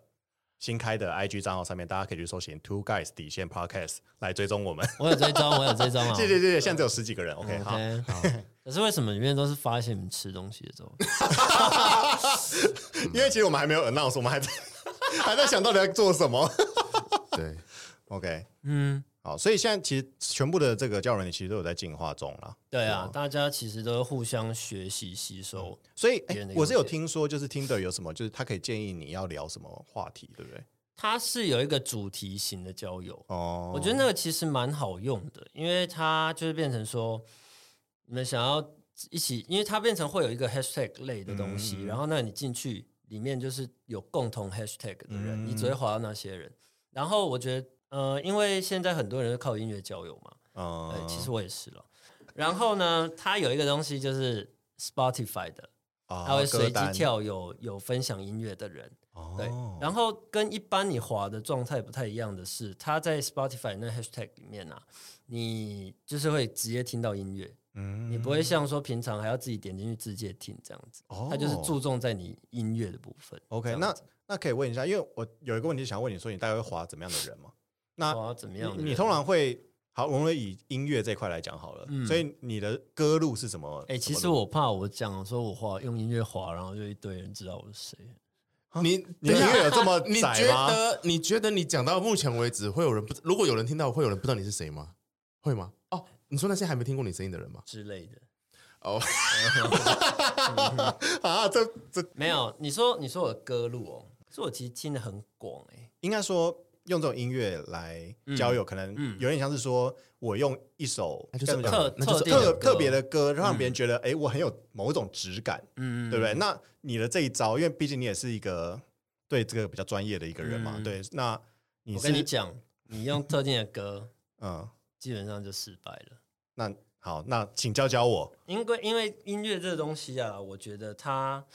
Speaker 2: 新开的 IG 账号上面，大家可以去搜寻 Two Guys 底线 Podcast 来追踪我们。
Speaker 1: 我有这一张，我有这一张 啊。
Speaker 2: 谢谢谢谢，现在只有十几个人，OK，
Speaker 1: 嗯
Speaker 2: 好，
Speaker 1: OK，好。 可是为什么里面都是发现你们吃东西的时候？
Speaker 2: 因为其实我们还没有 announce，我们还在 还在想到底要做什么。
Speaker 3: 对，
Speaker 2: OK，
Speaker 1: 嗯，
Speaker 2: 好，所以现在其实全部的这个教软体其实都有在进化中啦。
Speaker 1: 对啊，大家其实都互相学习吸收。
Speaker 2: 所以，
Speaker 1: 别
Speaker 2: 哎
Speaker 1: 人的，
Speaker 2: 我是有
Speaker 1: 优点
Speaker 2: 听说，就是听的有什么，就是他可以建议你要聊什么话题，对不对？
Speaker 1: 它是有一个主题型的交友，
Speaker 2: 哦，
Speaker 1: 我觉得那个其实蛮好用的，因为它就是变成说，你们想要一起，因为它变成会有一个 hashtag 类的东西，
Speaker 2: 嗯
Speaker 1: 然后那你进去里面就是有共同 hashtag 的人，你
Speaker 2: 嗯
Speaker 1: 只会滑到那些人。然后我觉得，呃，因为现在很多人是靠音乐交友嘛，
Speaker 2: 嗯，
Speaker 1: 呃，其实我也是了。然后呢，它有一个东西就是 Spotify 的，
Speaker 2: 啊
Speaker 1: 它会随机，
Speaker 2: 歌单
Speaker 1: 跳有有分享音乐的人，对
Speaker 2: 哦，
Speaker 1: 然后跟一般你滑的状态不太一样的是，它在 Spotify 那 hashtag 里面啊，你就是会直接听到音乐，
Speaker 2: 嗯
Speaker 1: 你不会像说平常还要自己点进去直接听这样子，
Speaker 2: 哦
Speaker 1: 它就是注重在你音乐的部分。
Speaker 2: OK，
Speaker 1: 这样
Speaker 2: 那
Speaker 1: 子
Speaker 2: 那可以问一下，因为我有一个问题想问你说，你大概会划怎么样的人吗？那
Speaker 1: 滑怎么样的
Speaker 2: 你
Speaker 1: 人？
Speaker 2: 你通常会好，我们以音乐这块来讲好了，
Speaker 1: 嗯
Speaker 2: 所以你的歌路是什么？
Speaker 1: 哎、其实
Speaker 2: 什么路
Speaker 1: 我怕我讲说我滑用音乐滑，然后就一堆人知道我是谁。
Speaker 3: 你
Speaker 2: 你的音乐有这 么
Speaker 3: 你
Speaker 2: 窄
Speaker 3: 觉
Speaker 2: 吗？
Speaker 3: 得你觉得你讲到目前为止会有人不？如果有人听到，会有人不知道你是谁吗？会吗？哦，你说那些还没听过你声音的人吗？
Speaker 1: 之类的，
Speaker 3: 哦，
Speaker 2: 啊，这这
Speaker 1: 没有。你说你说我的歌路哦，可是我其实听的很广哎、
Speaker 2: 应该说用这种音乐来交友，可能
Speaker 1: 嗯
Speaker 2: 有点像是说我用一首
Speaker 3: 那就是
Speaker 2: 该怎么讲
Speaker 1: 特
Speaker 3: 那就是
Speaker 1: 特定
Speaker 2: 特
Speaker 1: 的歌
Speaker 2: 特别的歌，让别人觉得哎、诶我很有某种质感，
Speaker 1: 嗯，
Speaker 2: 对不对？那你的这一招，因为毕竟你也是一个对这个比较专业的一个人嘛，
Speaker 1: 嗯
Speaker 2: 对，那你
Speaker 1: 我
Speaker 2: 是
Speaker 1: 跟你讲，你用特定的歌，
Speaker 2: 嗯，
Speaker 1: 基本上就失败了。
Speaker 2: 那好，那请教教我，
Speaker 1: 因为因为音乐这个东西啊，我觉得它，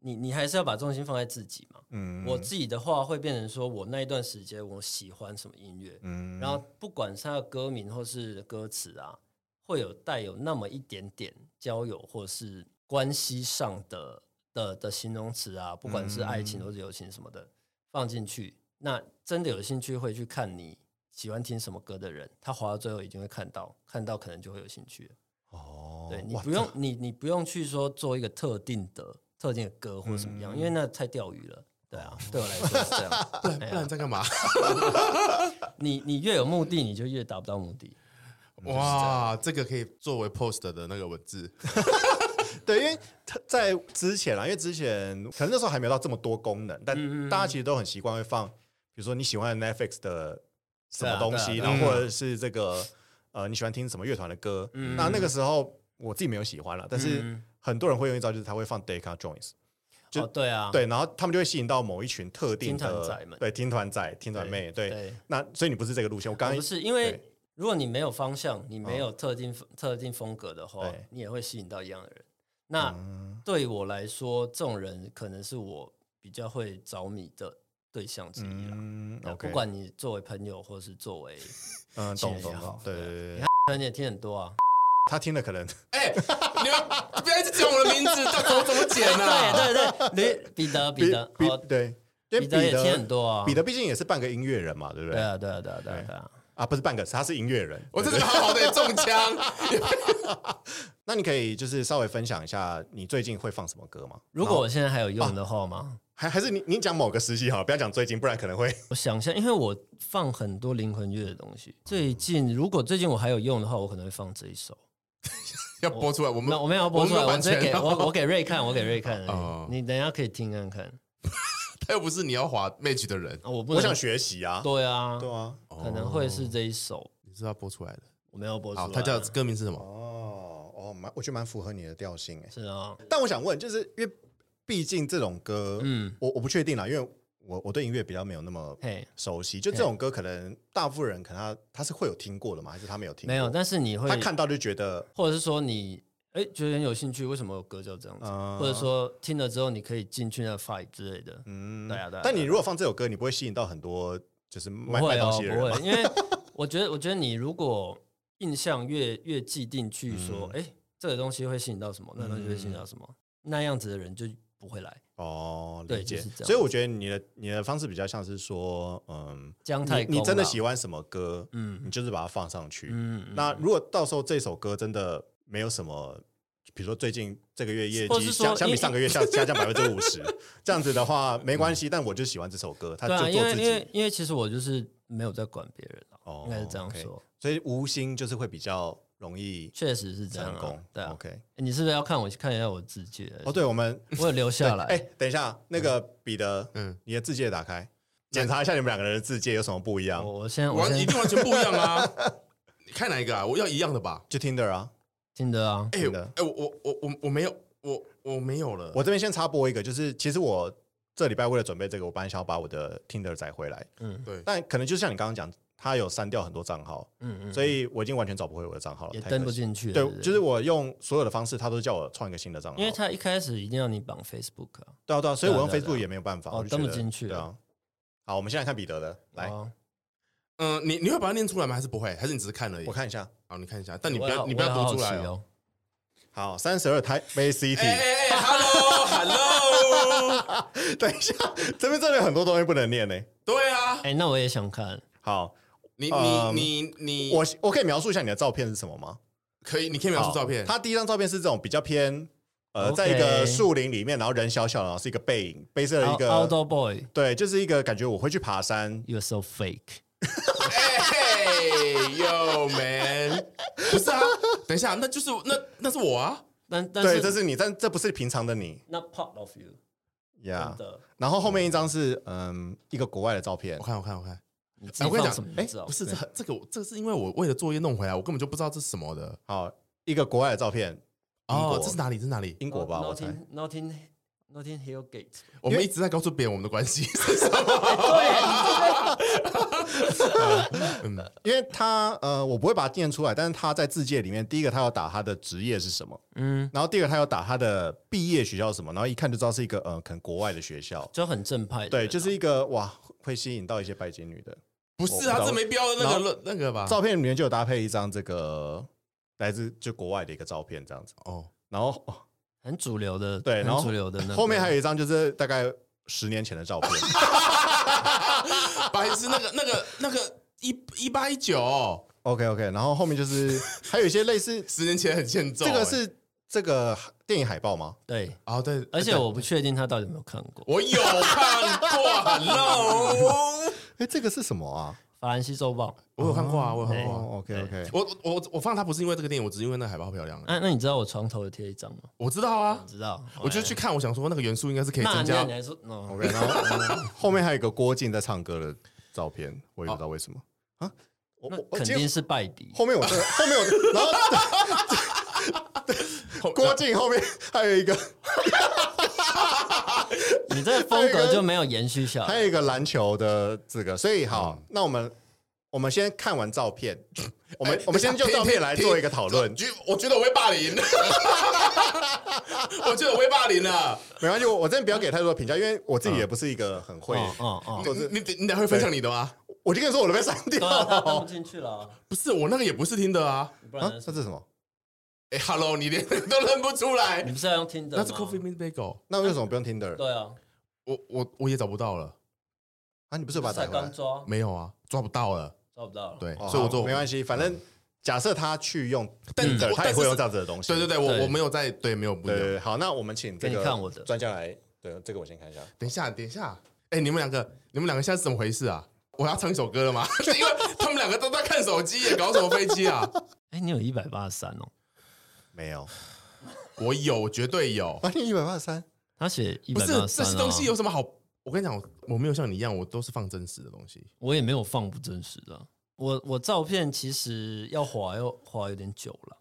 Speaker 1: 你你还是要把重心放在自己嘛。
Speaker 2: 嗯，
Speaker 1: 我自己的话会变成说，我那一段时间我喜欢什么音乐，
Speaker 2: 嗯
Speaker 1: 然后不管是它的歌名或是歌词啊，会有带有那么一点点交友或是关系上的的的形容词啊，不管是爱情或是友情什么的、
Speaker 2: 嗯
Speaker 1: 放进去，那真的有兴趣会去看你喜欢听什么歌的人，他滑到最后一定会看到，看到可能就会有兴趣了。
Speaker 2: 哦，
Speaker 1: 对你
Speaker 2: 哇
Speaker 1: 不用你你不用去说做一个特定的特定的歌或什么
Speaker 2: 嗯
Speaker 1: 样，因为那太钓鱼了。对啊，对我来说是这样。
Speaker 3: 不然 不然在干 嘛？
Speaker 1: 你你越有目的，你就越达不到目的。
Speaker 3: 哇，这个可以作为 post 的那个文字，
Speaker 2: 对，因为它在之前啊啦，因为之前可能那时候还没有到这么多功能，
Speaker 1: 嗯
Speaker 2: 但大家其实都很习惯会放，比如说你喜欢的 Netflix 的什么东西，
Speaker 1: 对啊对啊
Speaker 2: 然后或者是这个呃你喜欢听什么乐团的歌。
Speaker 1: 嗯
Speaker 2: 那那个时候我自己没有喜欢了，但是
Speaker 1: 嗯
Speaker 2: 很多人会用一招，就是他会放 Deca Joins，就
Speaker 1: 哦，对啊，
Speaker 2: 对，然后他们就会吸引到某一群特定
Speaker 1: 听团
Speaker 2: 的
Speaker 1: 仔们
Speaker 2: 对听团仔、听团妹，对。
Speaker 1: 对，
Speaker 2: 那所以你不是这个路线，我刚
Speaker 1: 哦
Speaker 2: 刚
Speaker 1: 不是因为
Speaker 2: 对嗯
Speaker 1: 如果你没有方向，你没有特定、特定风格的话
Speaker 2: 对，
Speaker 1: 你也会吸引到一样的人。那
Speaker 2: 嗯
Speaker 1: 对我来说，这种人可能是我比较会着迷的对象之一啦。
Speaker 2: 嗯
Speaker 1: 那
Speaker 2: ，OK，
Speaker 1: 啊不管你作为朋友，或是作为，
Speaker 2: 嗯，懂
Speaker 1: 亲
Speaker 2: 懂
Speaker 1: 人也
Speaker 2: 懂
Speaker 1: 好，
Speaker 2: 对对对
Speaker 1: 啊你
Speaker 2: 对
Speaker 1: 看，，你也听很多啊。
Speaker 2: 他听了可能
Speaker 3: 哎，你们不要一直讲我的名字，到底我怎么剪啊？
Speaker 1: 对对对，你彼得彼得
Speaker 2: 比
Speaker 1: 哦，
Speaker 2: 对，因为
Speaker 1: 彼得也听很多啊。
Speaker 2: 彼得毕竟也是半个音乐人嘛，对不
Speaker 1: 对
Speaker 2: 对？
Speaker 1: 啊对啊对啊对啊对啊。
Speaker 2: 啊，不是半个，他是音乐人。
Speaker 3: 我
Speaker 2: 对
Speaker 3: 这是好好的中 枪，
Speaker 2: 那你可以就是稍微分享一下你最近会放什么歌吗？
Speaker 1: 如果我现在还有用的话嘛，
Speaker 2: 还还是你你讲某个时期好了，不要讲最近，不然可能会
Speaker 1: 我想一下，因为我放很多灵魂乐的东西。最近如果最近我还有用的话，我可能会放这一首。
Speaker 3: 要播出来，我
Speaker 1: 那
Speaker 3: 们
Speaker 1: 我没有要播出来，
Speaker 3: 我
Speaker 1: 我
Speaker 3: 们
Speaker 1: 直
Speaker 3: 没有
Speaker 1: 接
Speaker 3: 版
Speaker 1: 给
Speaker 3: 权哦
Speaker 1: 我我给瑞看，我给瑞看而已
Speaker 3: 哦
Speaker 1: 你等一下可以听看看。
Speaker 3: 他又不是你要滑 match 的人，哦
Speaker 1: 啊我不
Speaker 2: 我想
Speaker 1: 能
Speaker 2: 学习啊。
Speaker 1: 对啊，
Speaker 2: 对啊，
Speaker 1: 可能会是这一首，
Speaker 3: 你是要播出来的。
Speaker 1: 我没有播出
Speaker 3: 好，
Speaker 1: 来。啊
Speaker 3: 他叫歌名是什么？
Speaker 2: 哦哦，哦，蛮我觉得蛮符合你的调性哎。
Speaker 1: 是啊，
Speaker 2: 但我想问，就是因为毕竟这种歌，
Speaker 1: 嗯，
Speaker 2: 我我不确定啦，因为我我对音乐比较没有那么
Speaker 1: 嘿，
Speaker 2: 熟悉，就这种歌可能大部分人可能他他是会有听过的吗？还是他没有听过？
Speaker 1: 没有，但是你会
Speaker 2: 他看到就觉得
Speaker 1: 或者是说你哎觉得很有兴趣，为什么有歌叫这样子？
Speaker 2: 嗯
Speaker 1: 或者说听了之后你可以进去那个 fight 之类的，
Speaker 2: 嗯
Speaker 1: 对啊对啊
Speaker 2: 但
Speaker 1: 对啊
Speaker 2: 你如果放这首歌，你不会吸引到很多就是
Speaker 1: 不
Speaker 2: 卖卖
Speaker 1: 会
Speaker 2: 东
Speaker 1: 哦，
Speaker 2: 西的人
Speaker 1: 不
Speaker 2: 吗？
Speaker 1: 会，因为我觉得我觉得你如果印象越越既定去说，
Speaker 2: 嗯
Speaker 1: 哎、这个东西会吸引到什么，那个东西会吸引到什么，那样子的人就不会来。
Speaker 2: 哦，
Speaker 1: 对
Speaker 2: 理解
Speaker 1: 就是这。样
Speaker 2: 所以我觉得你的你的方式比较像是说，嗯，
Speaker 1: 姜太
Speaker 2: 你你
Speaker 1: 公
Speaker 2: 真的
Speaker 1: 啦
Speaker 2: 喜欢什么歌，
Speaker 1: 嗯
Speaker 2: 你就是把它放上去。
Speaker 1: 嗯，嗯
Speaker 2: 那如果到时候这首歌真的没有什么，比如说最近这个月业
Speaker 1: 或是
Speaker 2: 绩
Speaker 1: 说
Speaker 2: 相相比
Speaker 1: 因嗯
Speaker 2: 上个月下下 降百分之五十，这样子的话没关系，但我就喜欢这首歌，他
Speaker 1: 对啊，
Speaker 2: 就
Speaker 1: 因
Speaker 2: 做
Speaker 1: 为
Speaker 2: 自
Speaker 1: 因为
Speaker 2: 己。
Speaker 1: 因为其实我就是没有在管别人啊，
Speaker 2: 哦
Speaker 1: 应该是这样
Speaker 2: OK
Speaker 1: 说，
Speaker 2: 所以无心就是会比较容易
Speaker 1: 确实是这样
Speaker 2: 成
Speaker 1: 啊
Speaker 2: 功。。
Speaker 1: 对啊，
Speaker 2: OK，
Speaker 1: 诶你是不是要看我看一下我字句？
Speaker 2: 哦，对，我们
Speaker 1: 我有留下来。
Speaker 2: 哎，等一下，那个彼得，嗯
Speaker 3: 嗯，
Speaker 2: 你的字界打开，检查一下你们两个人的字界有什么不一样
Speaker 1: 我。我现在我
Speaker 3: 完一
Speaker 1: 现在
Speaker 3: 定完全不一样啊！你看哪一个啊？我要一样的吧？
Speaker 2: 就 Tinder 啊，
Speaker 1: 听得啊，
Speaker 3: 哎、
Speaker 2: 真的
Speaker 3: 哎、我我我我我没有，我我没有了。
Speaker 2: 我这边先插播一个，就是其实我这礼拜为了准备这个，我本来想要把我的 Tinder 载回来，
Speaker 1: 嗯
Speaker 3: 对，
Speaker 2: 但可能就像你刚刚讲，他有删掉很多账号，
Speaker 1: 嗯嗯，
Speaker 2: 所以我已经完全找不回我的账号了，
Speaker 1: 也
Speaker 2: 太
Speaker 1: 登不
Speaker 2: 可惜。
Speaker 1: 进去了。
Speaker 2: 对
Speaker 1: 不，
Speaker 2: 就是我用所有的方式，他都叫我创一个新的账号，
Speaker 1: 因为他一开始一定要你绑 Facebook 啊。
Speaker 2: 对啊对啊，所以我用
Speaker 1: 对啊对啊
Speaker 2: Facebook 也没有办法，
Speaker 1: 哦
Speaker 2: 我就觉得
Speaker 1: 登不进去
Speaker 2: 对啊。好，我们现在看彼得的，来，
Speaker 1: 哦
Speaker 3: 嗯、你你会把它念出来吗？还是不会？还是你只是看而已
Speaker 2: 我？看一下。
Speaker 3: 好，你看一下，但你不
Speaker 1: 我也
Speaker 3: 要
Speaker 1: 好
Speaker 3: 你不要
Speaker 1: 我也好
Speaker 3: 读出来
Speaker 1: 好奇
Speaker 3: 哦。
Speaker 1: 哦。
Speaker 2: 好，三十二台 v c
Speaker 3: 哎
Speaker 2: t
Speaker 3: 哎哎，hello hello，
Speaker 1: 哎
Speaker 2: 等一下，这边真的有很多东西不能念呢。
Speaker 3: 对啊，
Speaker 1: 哎，那我也想看。
Speaker 2: 好，
Speaker 3: 你
Speaker 2: 嗯
Speaker 3: 你你你，
Speaker 2: 我我可以描述一下你的照片是什么吗？
Speaker 3: 可以，你可以描述照片。
Speaker 2: 他第一张照片是这种比较偏呃，
Speaker 1: OK
Speaker 2: 在一个树林里面，然后人小小的，然后是一个背影，背着一
Speaker 1: Out-
Speaker 2: 个
Speaker 1: Outdoor Boy。
Speaker 2: 对，就是一个感觉我会去爬山。
Speaker 1: You're so fake。
Speaker 3: 哎呦 man，不是啊，等一下，那就是那那是我啊，
Speaker 1: 但但
Speaker 2: 对，
Speaker 1: 是
Speaker 2: 这是你，但这不是平常的你
Speaker 1: not part of you。
Speaker 2: 呀
Speaker 3: 啊
Speaker 1: 真。的，
Speaker 2: 然后后面一张是嗯一个国外的照片
Speaker 3: 我，看我看我看，
Speaker 1: 你自
Speaker 3: 哎
Speaker 1: 己
Speaker 3: 我跟你
Speaker 1: 放
Speaker 3: 讲
Speaker 1: 什么
Speaker 3: 哎
Speaker 1: 你知道？
Speaker 3: 不是这这个这是因为我为了作业弄回来，我根本就不知道这是什么的。
Speaker 2: 好，一个国外的照片，英
Speaker 3: 哦
Speaker 2: 国，
Speaker 3: 这是哪里？这是哪里？
Speaker 2: 英国吧，我猜。
Speaker 1: Notting Notting Notting Hill Gate。
Speaker 3: 我们一直在告诉别人我们的关系。哦嗯，
Speaker 2: 因为他呃，我不会把它念出来，但是他在字界里面，第一个他要打他的职业是什么，
Speaker 1: 嗯，
Speaker 2: 然后第二个他要打他的毕业学校是什么，然后一看就知道是一个呃，可能国外的学校。
Speaker 1: 就很正派的人啊。
Speaker 2: 对，就是一个哇，会吸引到一些拜金女的。
Speaker 3: 不是啊，这没必要那个那个吧？
Speaker 2: 照片里面就有搭配一张这个来自就国外的一个照片这样子，
Speaker 3: 哦，
Speaker 2: 然后、哦
Speaker 1: 很主流的，
Speaker 2: 对，然后
Speaker 1: 很主流的那个。
Speaker 2: 后面还有一张就是大概十年前的 照片，
Speaker 3: 白痴，那个那个那个一一八一九，
Speaker 2: OK OK，然后后面就是还有一些类似，
Speaker 3: 十年前很欠揍。
Speaker 2: 这欸个是这个电影海报吗？
Speaker 1: 对，
Speaker 3: 哦，对，
Speaker 1: 而且我不确定他到底有没有看过。
Speaker 3: 我有看过，Hello，
Speaker 2: 哎，这个是什么啊？
Speaker 1: 法兰西周报。
Speaker 3: 哦我有看过啊，我有看过啊。
Speaker 2: 哦，OK OK，
Speaker 3: 我我我放它不是因为这个电影，我只是因为那个海报漂亮。
Speaker 1: 啊那那你知道我床头有贴一张吗？
Speaker 3: 我知道啊
Speaker 1: 我，知道，
Speaker 3: 我就去看，我想说那个元素应该是可以
Speaker 1: 哎那那
Speaker 3: 增加
Speaker 1: 你。还说哦
Speaker 2: OK，然后后面还有一个郭靖在唱歌的照片，我也不知道为什么啊，我
Speaker 1: 那
Speaker 2: 我我
Speaker 1: 肯
Speaker 2: 结
Speaker 1: 定
Speaker 2: 果
Speaker 1: 是败笔。
Speaker 2: 后
Speaker 3: 呃
Speaker 2: 面我这个后面我，然 后郭靖后面还有一个
Speaker 1: 你这个风格就没有延续
Speaker 3: 呃
Speaker 1: 下
Speaker 2: 还
Speaker 1: 来。
Speaker 2: 有一个篮球的这个，所以好，
Speaker 3: 嗯
Speaker 2: 那我们我们先看完照 片，我
Speaker 3: 哎
Speaker 2: 们我们先就照片来做一个讨论
Speaker 3: 我，觉我觉得我会霸 凌，我觉得我会霸凌啊了。
Speaker 2: 没关系，我我真的不要给太多的评价，因为我自
Speaker 3: 嗯
Speaker 2: 己也不是一个很会。
Speaker 1: 哦哦哦，
Speaker 2: 就是
Speaker 3: 你你你等下会分享你的吗？
Speaker 2: 我就跟你说我都被删掉
Speaker 1: 对啊，他登
Speaker 2: 了
Speaker 1: 不。进去了啊，
Speaker 3: 不是，我那个也不是听的啊。
Speaker 1: 不
Speaker 2: 啊
Speaker 1: 然呢，
Speaker 2: 那这是什么？
Speaker 3: 哎，Hello，你连都认不出
Speaker 1: 你
Speaker 3: 来，
Speaker 1: 不是要用听的
Speaker 3: 那
Speaker 1: 吗？
Speaker 3: 是 Coffee Mint Bagel。
Speaker 2: 那为什么不用 Tinder？
Speaker 1: 对啊，
Speaker 3: 我我我也找不到了，
Speaker 2: 啊，你不是有把它
Speaker 1: 才
Speaker 2: 载回来
Speaker 1: 刚？抓，
Speaker 3: 没有啊，抓不到了。
Speaker 1: 抓不到了。，
Speaker 3: 对，
Speaker 2: 哦
Speaker 3: 所以我做
Speaker 2: 好没关
Speaker 3: 系。
Speaker 2: 系，反正假设他去用
Speaker 3: 但
Speaker 2: Tinder，
Speaker 3: 我
Speaker 2: 他也会用这样子的东西。
Speaker 3: 对对
Speaker 1: 对
Speaker 3: 对，我我没有在，对，没有不一
Speaker 2: 对对
Speaker 3: 样。
Speaker 2: 对好，那我们请这
Speaker 1: 给
Speaker 2: 个
Speaker 1: 你看我的
Speaker 2: 专家来。对，这个我先看一下。
Speaker 3: 等一下，等一下，哎，你们两个，你们两个现在是怎么回事啊？我要唱一首歌了吗？ 因为他们两个都在看手机耶，搞什么飞机啊？
Speaker 1: 哎，你有一百八十三哦，
Speaker 2: 没有，
Speaker 3: 我有，我绝对有。
Speaker 2: 啊，你一百八十三，
Speaker 1: 他写一
Speaker 3: 不
Speaker 1: 百
Speaker 3: 是
Speaker 1: 八十
Speaker 3: 这
Speaker 1: 三啊哦
Speaker 3: 些东西有什么好？我跟你讲，我我没有像你一样，我都是放真实的东西。
Speaker 1: 我也没有放不真实的啊。我我照片其实要滑要滑有点久了，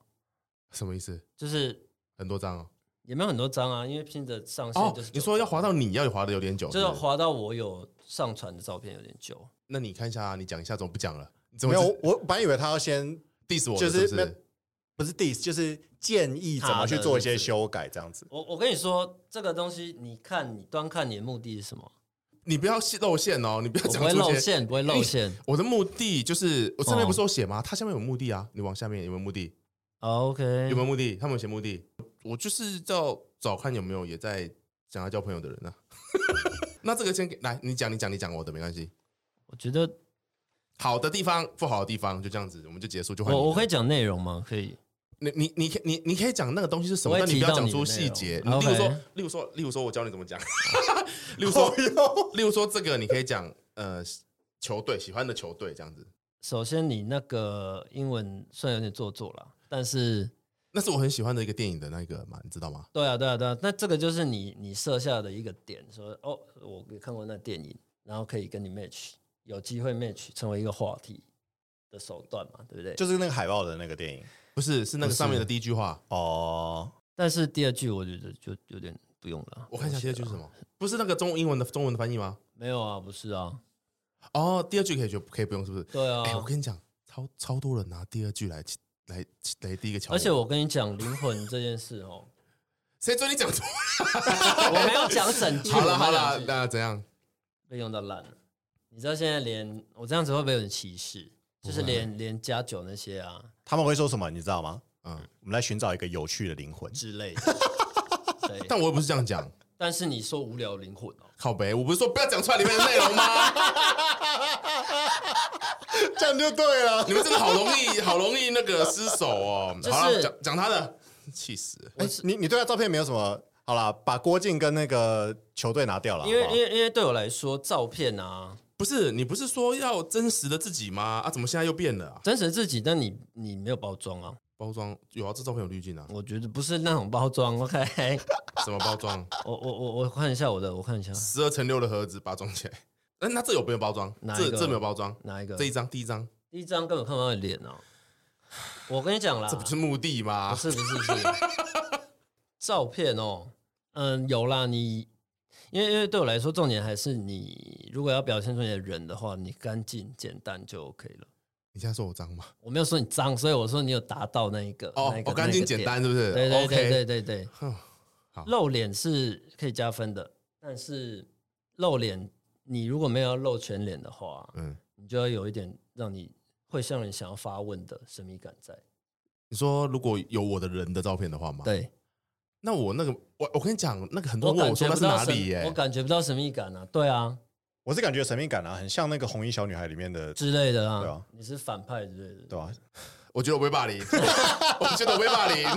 Speaker 3: 什么意思？
Speaker 1: 就是
Speaker 3: 很多张哦。
Speaker 1: 也没有很多张啊，因为拼的上限
Speaker 3: 哦
Speaker 1: 就是、，
Speaker 3: 你说要滑到，你要滑的有点久，
Speaker 1: 就是是
Speaker 3: 不是
Speaker 1: 滑到我有上传的照片有点久。
Speaker 3: 那你看一下啊，你讲一下，怎么不讲了？你怎
Speaker 2: 没
Speaker 3: 么
Speaker 2: 有，我我本来以为他要先
Speaker 3: diss 我了？
Speaker 2: 就是
Speaker 3: 不
Speaker 2: 没有
Speaker 3: 是？
Speaker 2: 不是 diss，就是建议怎么去做一些修改这样子。
Speaker 1: 我我跟你说，这个东西，你看你端看你的目的是什 么？
Speaker 3: 你不要露馅哦，你不要
Speaker 1: 我
Speaker 3: 讲
Speaker 1: 不会
Speaker 3: 出
Speaker 1: 露
Speaker 3: 一些。
Speaker 1: 馅，不会露馅。
Speaker 3: 我的目的就是，我上面
Speaker 1: 哦
Speaker 3: 不是有写吗？它下面有目的啊，你往下面有没有目的？
Speaker 1: 哦 OK，
Speaker 3: 有没有目的？他们有写目的，我就是要找看有没有也在想要交朋友的人啊。 那这个先给来，你讲，你讲，你讲我的没关系。
Speaker 1: 我觉得
Speaker 3: 好的地方，不好的地方，就这样子，我们就结束，就换你
Speaker 1: 我我可以
Speaker 3: 以，
Speaker 1: 讲内容吗？可以。
Speaker 3: 你你你可以你你可以讲那个东西是什
Speaker 1: 我
Speaker 3: 么，
Speaker 1: 会
Speaker 3: 但
Speaker 1: 提
Speaker 3: 你不要
Speaker 1: 到
Speaker 3: 讲
Speaker 1: 你的
Speaker 3: 出
Speaker 1: 内
Speaker 3: 细
Speaker 1: 容
Speaker 3: 节。你
Speaker 1: OK
Speaker 3: 例如说，例如说，例如说，我教你怎 么讲。例如说，
Speaker 2: 哦
Speaker 3: 例如说，这个你可以讲呃，球队喜欢的球队这样子。
Speaker 1: 首先，你那个英文虽然有点做作了，但是
Speaker 3: 那是我很喜欢的一个电影的那个嘛，你知道吗？
Speaker 1: 对啊，对啊，对啊，那这个就是你你设下的一个点，说哦，我也看过那电影，然后可以跟你 match，有机会 match 成为一个话题的手段嘛，对不对？
Speaker 2: 就是那个海报的那个电影
Speaker 3: 不是，是那个上面的第一句话。
Speaker 2: 哦，
Speaker 1: 但是第二句我觉得就有点不用了。
Speaker 3: 我看一下第二句
Speaker 1: 就是
Speaker 3: 什么？不是那个中英文的中文的翻译吗？
Speaker 1: 没有啊，不是啊，
Speaker 3: 哦，第二句可以就可以不用，是不是？
Speaker 1: 对啊
Speaker 3: 哎、，我跟你讲，超超多人拿第二句来来来第一个桥，
Speaker 1: 而且我跟你讲灵魂这件事哦，
Speaker 3: 谁准你讲错？
Speaker 1: 我没有讲整句，
Speaker 3: 好了
Speaker 1: 我
Speaker 3: 好
Speaker 1: 没有
Speaker 3: 了，
Speaker 1: 讲整句
Speaker 3: 那怎样？
Speaker 1: 被用到烂了。你知道现在连我这样子会不会有点歧视？就是连连加酒那些啊
Speaker 2: 他们会说什么你知道吗？
Speaker 3: 嗯，
Speaker 2: 我们来寻找一个有趣的灵魂。
Speaker 1: 之 类的。对，
Speaker 3: 但我又不是这样讲，
Speaker 1: 但是你说无聊灵魂哦，
Speaker 3: 靠北，我不是说不要讲出来里面的内容吗？
Speaker 2: 这样就对了。
Speaker 3: 你们真的好容易，好容易那个失手哦。
Speaker 1: 就是
Speaker 3: 好了，讲讲他的，气死了。
Speaker 1: 我是
Speaker 2: 你你对他照片没有什么？好啦，把郭靖跟那个球队拿掉了，
Speaker 1: 因为
Speaker 2: 好不好
Speaker 1: 因为因为对我来说，照片啊，
Speaker 3: 不是你不是说要真实的自己吗？啊，怎么现在又变了、啊？
Speaker 1: 真实自己，但你你没有包装啊，
Speaker 3: 包装有啊，这照片有滤镜啊，
Speaker 1: 我觉得不是那种包装。OK，
Speaker 3: 什么包装？
Speaker 1: 我我我我看一下我的，我看一下
Speaker 3: 十二乘六的盒子把它装起来。哎，那这有没有包装？
Speaker 1: 哪一
Speaker 3: 这
Speaker 1: 个
Speaker 3: 这没有包装。
Speaker 1: 哪一个？
Speaker 3: 这一张，第一张，
Speaker 1: 第一张根本看不到你脸啊！我跟你讲啦，
Speaker 3: 这不是目的吗
Speaker 1: 啊不？啊是不是 不是，照片哦，嗯，有啦，你因为因为对我来说，重点还是你如果要表现出你的人的话，你干净简单就 OK 了。
Speaker 3: 你现在说我脏吗？
Speaker 1: 我没有说你脏，所以我说你有达到 那一个
Speaker 3: 哦
Speaker 1: 那一，个
Speaker 3: 我干净
Speaker 1: 那一个点
Speaker 3: 简单是不是？
Speaker 1: 对对
Speaker 3: OK
Speaker 1: 对对对对
Speaker 3: 哼好
Speaker 1: 露脸是可以加分的，但是露脸你如果没有要露全脸的话，
Speaker 3: 嗯，
Speaker 1: 你就要有一点让你会让人想要发问的神秘感在。
Speaker 3: 你说如果有我的人的照片的话吗？，
Speaker 1: 对，
Speaker 3: 那我那个我我跟你讲，那个很多
Speaker 1: 我
Speaker 3: 人问
Speaker 1: 感觉不
Speaker 3: 我说那是
Speaker 1: 到
Speaker 3: 哪
Speaker 1: 神
Speaker 3: 里
Speaker 1: 我
Speaker 3: 耶？
Speaker 1: 感觉不到神秘感啊。对啊，
Speaker 2: 我是感觉神秘感啊，很像那个红衣小女孩里面的，
Speaker 1: 之类的啊。
Speaker 2: 对啊
Speaker 1: 你是反派之类的。
Speaker 2: 对吧、
Speaker 3: 我觉得我被霸凌， 我觉得我被霸凌。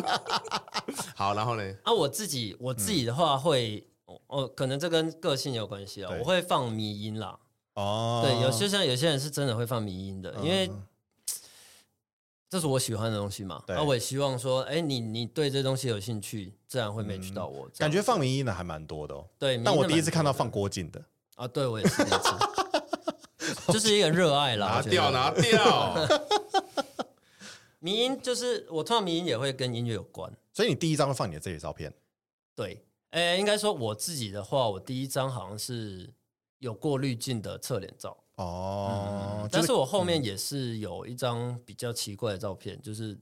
Speaker 3: 好，然后呢？
Speaker 1: 啊，我自己我自己的话会，哦、哦可能这跟个性有关系啊。
Speaker 2: 嗯对
Speaker 1: 我会放迷音啦。
Speaker 2: 哦，
Speaker 1: 对，有些像有些人是真的会放迷音的，因为
Speaker 2: 嗯
Speaker 1: 这是我喜欢的东西嘛。
Speaker 2: 对
Speaker 1: 那、我也希望说，哎，你你对这东西有兴趣，自然会 match 到我。这样
Speaker 2: 嗯感觉放迷音的还蛮多的哦。
Speaker 1: 对，迷
Speaker 2: 但
Speaker 1: 音
Speaker 2: 我
Speaker 1: 嗯的
Speaker 2: 第一次
Speaker 1: 蛮
Speaker 2: 看到
Speaker 1: 多的
Speaker 2: 放郭靖的，
Speaker 1: 啊，对我也是第一次， 就是一个热爱啦。
Speaker 3: 拿
Speaker 1: 我觉
Speaker 3: 掉，
Speaker 1: 得
Speaker 3: 拿掉。
Speaker 1: 迷音就是我通常迷音也会跟音乐有关。
Speaker 2: 所以你第一张会放你的这些照片，
Speaker 1: 对，诶，应该说我自己的话，我第一张好像是有过滤镜的侧脸照，嗯
Speaker 2: 哦，就
Speaker 1: 但是我后面也是有一张比较奇怪的照片，就是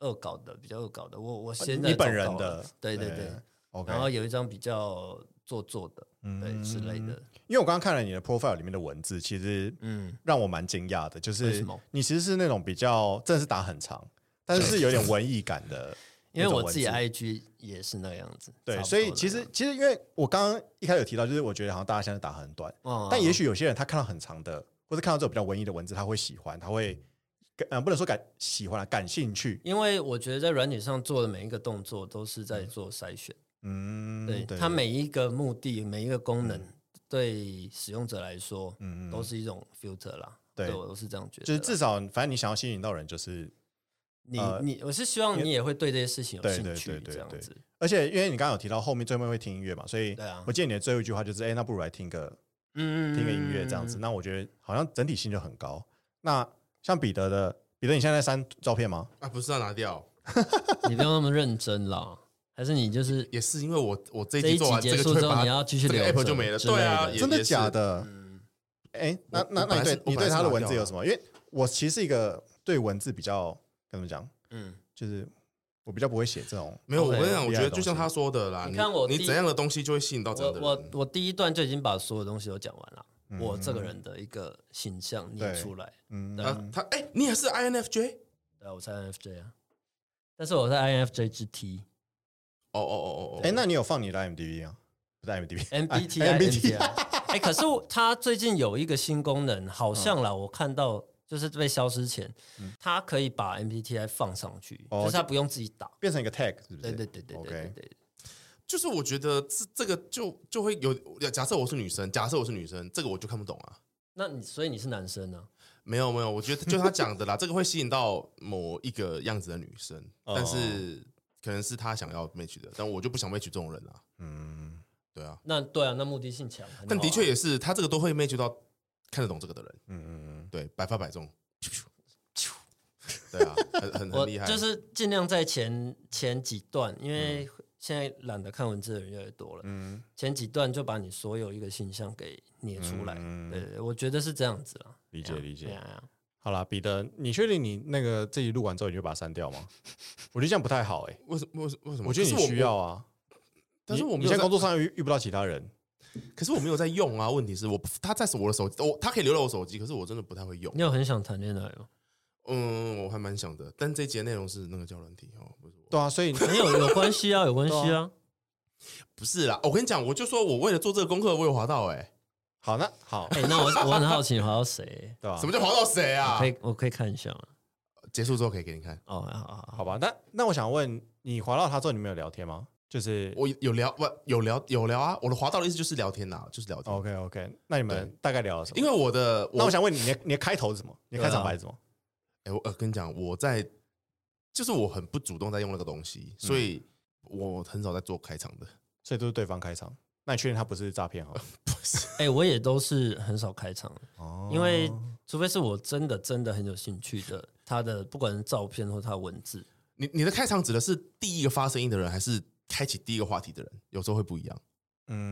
Speaker 1: 恶搞的，比较恶搞的。我我现在
Speaker 2: 哦你本
Speaker 1: 找
Speaker 2: 人
Speaker 1: 到了
Speaker 2: 的，哎
Speaker 1: 对对对。
Speaker 2: ，OK，嗯
Speaker 1: 然后有一张比较做作的，对之类的。
Speaker 2: 因为我刚刚看了你的 profile 里面的文字，其实
Speaker 1: 嗯，
Speaker 2: 让我蛮惊讶的，就
Speaker 1: 为
Speaker 2: 是
Speaker 1: 什么
Speaker 2: 你其实是那种比较真的是打很长，但是是有点文艺感 的
Speaker 1: 因为
Speaker 2: 那种文字，
Speaker 1: 我自己 IG 也是那样子。差
Speaker 2: 对，
Speaker 1: 不多啊
Speaker 2: 所以其
Speaker 1: 那
Speaker 2: 实
Speaker 1: 样，
Speaker 2: 其实因为我刚刚一开始有提到，就是我觉得好像大家现在打很短，
Speaker 1: 嗯
Speaker 2: 但也许有些人他看到很长的，或者看到这种比较文艺的文字，他会喜欢，他
Speaker 1: 嗯
Speaker 2: 会感呃不能说感喜欢啊，感兴趣。
Speaker 1: 因为我觉得在软体上做的每一个动作都是在做筛选，
Speaker 2: 嗯，
Speaker 1: 对它每一个目的、每一个功能，对使用者来说，
Speaker 2: 嗯
Speaker 1: 都是一种 filter 啦。
Speaker 2: 对
Speaker 1: 对我都是这样觉得啦。
Speaker 2: 就是至少反正你想要吸引到人，就是
Speaker 1: 你
Speaker 2: 呃
Speaker 1: 你，我是希望你也会对这些事情有
Speaker 2: 对
Speaker 1: 兴
Speaker 2: 对对
Speaker 1: 趣，
Speaker 2: 对
Speaker 1: 这样
Speaker 2: 对
Speaker 1: 子。
Speaker 2: 而且因为你刚刚有提到后面最后面会听音乐嘛，所以
Speaker 1: 对啊
Speaker 2: 我记得你的最后一句话就是，哎、那不如来听个
Speaker 1: 嗯
Speaker 2: 听个音乐这样子。。那我觉得好像整体性就很高。那像彼得的，彼得你现在在删照片吗？
Speaker 3: 啊，不是要拿掉，
Speaker 1: 你不用那么认真啦。还是你就是
Speaker 3: 也是因为我我这一
Speaker 1: 这一
Speaker 3: 集做
Speaker 1: 集
Speaker 3: 完
Speaker 1: 结
Speaker 3: 这个
Speaker 1: 束
Speaker 3: 退
Speaker 1: 之后，
Speaker 3: 吧
Speaker 1: 你要继续
Speaker 3: 这
Speaker 1: 留
Speaker 3: 个
Speaker 1: 着
Speaker 3: app 就没了。对啊，
Speaker 1: 之类的
Speaker 3: 也
Speaker 2: 真的假？的？
Speaker 1: 嗯，
Speaker 2: 哎、那那
Speaker 3: 我
Speaker 2: 那你
Speaker 3: 本来是
Speaker 2: 对你
Speaker 3: 我本
Speaker 2: 对
Speaker 3: 来是
Speaker 2: 他的
Speaker 3: 拿
Speaker 2: 文
Speaker 3: 掉
Speaker 2: 字有
Speaker 3: 了
Speaker 2: 什么？因为我其实是一个对文字比较跟他们讲，
Speaker 1: 嗯，
Speaker 2: 就是我比较不会写这种，
Speaker 3: 也是没有，我
Speaker 1: OK，
Speaker 3: 跟你讲，我
Speaker 2: 厉害
Speaker 3: 觉
Speaker 2: 的东
Speaker 3: 得就像
Speaker 2: 西
Speaker 3: 他说的啦，
Speaker 1: 你
Speaker 3: 你
Speaker 1: 看我
Speaker 3: 你
Speaker 1: 第一
Speaker 3: 怎样的东西就会吸引到这
Speaker 1: 我
Speaker 3: 样的
Speaker 1: 我
Speaker 3: 人。
Speaker 1: 我第一段就已经把所有东西都讲完了，
Speaker 2: 嗯
Speaker 1: 我这个人的一个形象捏出来，
Speaker 2: 嗯，
Speaker 1: 对
Speaker 3: 啊，他哎，你也是 INFJ？
Speaker 1: 对啊，我在 INFJ 啊，但是我在 INFJ 之 T
Speaker 3: 哦哦哦哦哦，
Speaker 2: 哎、那你有放你的 MDB 啊？不是 MDB，
Speaker 1: MBTI
Speaker 2: MBTI
Speaker 1: 哎、可是我他最近有一个新功能，好像啦，我看到就是被消失前，它可以把 MBTI 放上去，
Speaker 2: 嗯哦
Speaker 1: 就是它不用自己打。
Speaker 2: 变成一个 tag 是不
Speaker 1: 对
Speaker 2: 是？
Speaker 1: 对对对对
Speaker 2: OK
Speaker 1: 对对，
Speaker 3: 就是我觉得这这个就就会有，假设我是女生，假设我是女生，这个我就看不懂啊。
Speaker 1: 那你所以你是男生啊呢、
Speaker 3: 没有没有，我觉得就他 讲的啦，这个会吸引到某一个样子的女生，
Speaker 2: 哦
Speaker 3: 但是可能是他想要 match 的，但我就不想 match 这种人啊。
Speaker 2: 嗯，
Speaker 3: 对啊，
Speaker 1: 那对啊，那目的性强，很好啊
Speaker 3: 但的确也是，他这个都会 match 到看得懂这个的人，
Speaker 2: 嗯嗯
Speaker 3: 对，百发百中。对啊，很很
Speaker 1: 我
Speaker 3: 很厉害，
Speaker 1: 就是尽量在前前几段，因为现在懒得看文字的人越来越多了，
Speaker 2: 嗯
Speaker 1: 前几段就把你所有一个形象给捏出来。
Speaker 2: 嗯
Speaker 1: 对对对，我觉得是这样子啦。
Speaker 2: 理解
Speaker 1: 对啊
Speaker 2: 理解
Speaker 1: 对啊对啊
Speaker 2: 好啦，彼得，你确定你那个这集录完之后你就把它删 掉吗？我觉得这样不太好哎、
Speaker 3: 为什么为什么为什么？
Speaker 2: 我觉得
Speaker 3: 可
Speaker 2: 你
Speaker 3: 是
Speaker 2: 需要，啊。
Speaker 3: 但是
Speaker 2: 你
Speaker 3: 我
Speaker 2: 你
Speaker 3: 没有
Speaker 2: 在
Speaker 3: 在
Speaker 2: 工作上遇遇不到其他 人，
Speaker 3: 可是我没有在用啊。问题是我他在我的手机，我他可以留在我手机，可是我真的不太会用。
Speaker 1: 你有很想谈恋爱吗？
Speaker 3: 嗯，我还蛮想的，但这一节内容是那个教软体哦，不是我，
Speaker 2: 对啊，所以
Speaker 1: 没有有关系啊，有关系
Speaker 2: 对
Speaker 1: 啊。
Speaker 3: 不是啦。我跟你讲，我就说我为了做这个功课，我有滑到哎、
Speaker 2: 好那 好
Speaker 1: 哎、那我我很好奇你滑到 谁、
Speaker 2: 对吧、
Speaker 3: 什么叫滑到谁啊
Speaker 1: 可？以我可以看一下吗？
Speaker 3: 结束之后可以给你看，
Speaker 1: 哦，好好好，
Speaker 2: 好吧，那那我想问你，滑到他之后你们有聊天吗？就是
Speaker 3: 我有聊不有聊有聊啊。我的滑到的意思就是聊天呐、啊就是聊天。
Speaker 2: OK OK，那你们大概聊了什么？
Speaker 3: 因为我的，
Speaker 2: 哦那我
Speaker 3: 我
Speaker 2: 想问你，你的你的开头 是什么？你的开场白是什么？
Speaker 3: 哎、我呃跟你讲，我在就是我很不主动在用那个东西，
Speaker 2: 嗯
Speaker 3: 所以我很少在做开场的。
Speaker 2: 所以都是对方开场。那你确定他不是诈骗哈？
Speaker 1: 哎、我也都是很少开场的，
Speaker 2: 哦
Speaker 1: 因为除非是我真的真的很有兴趣的，他的不管是照片或他的文字，
Speaker 3: 你你的开场指的是第一个发声音的人，还是开启第一个话题的人？有时候会不一样，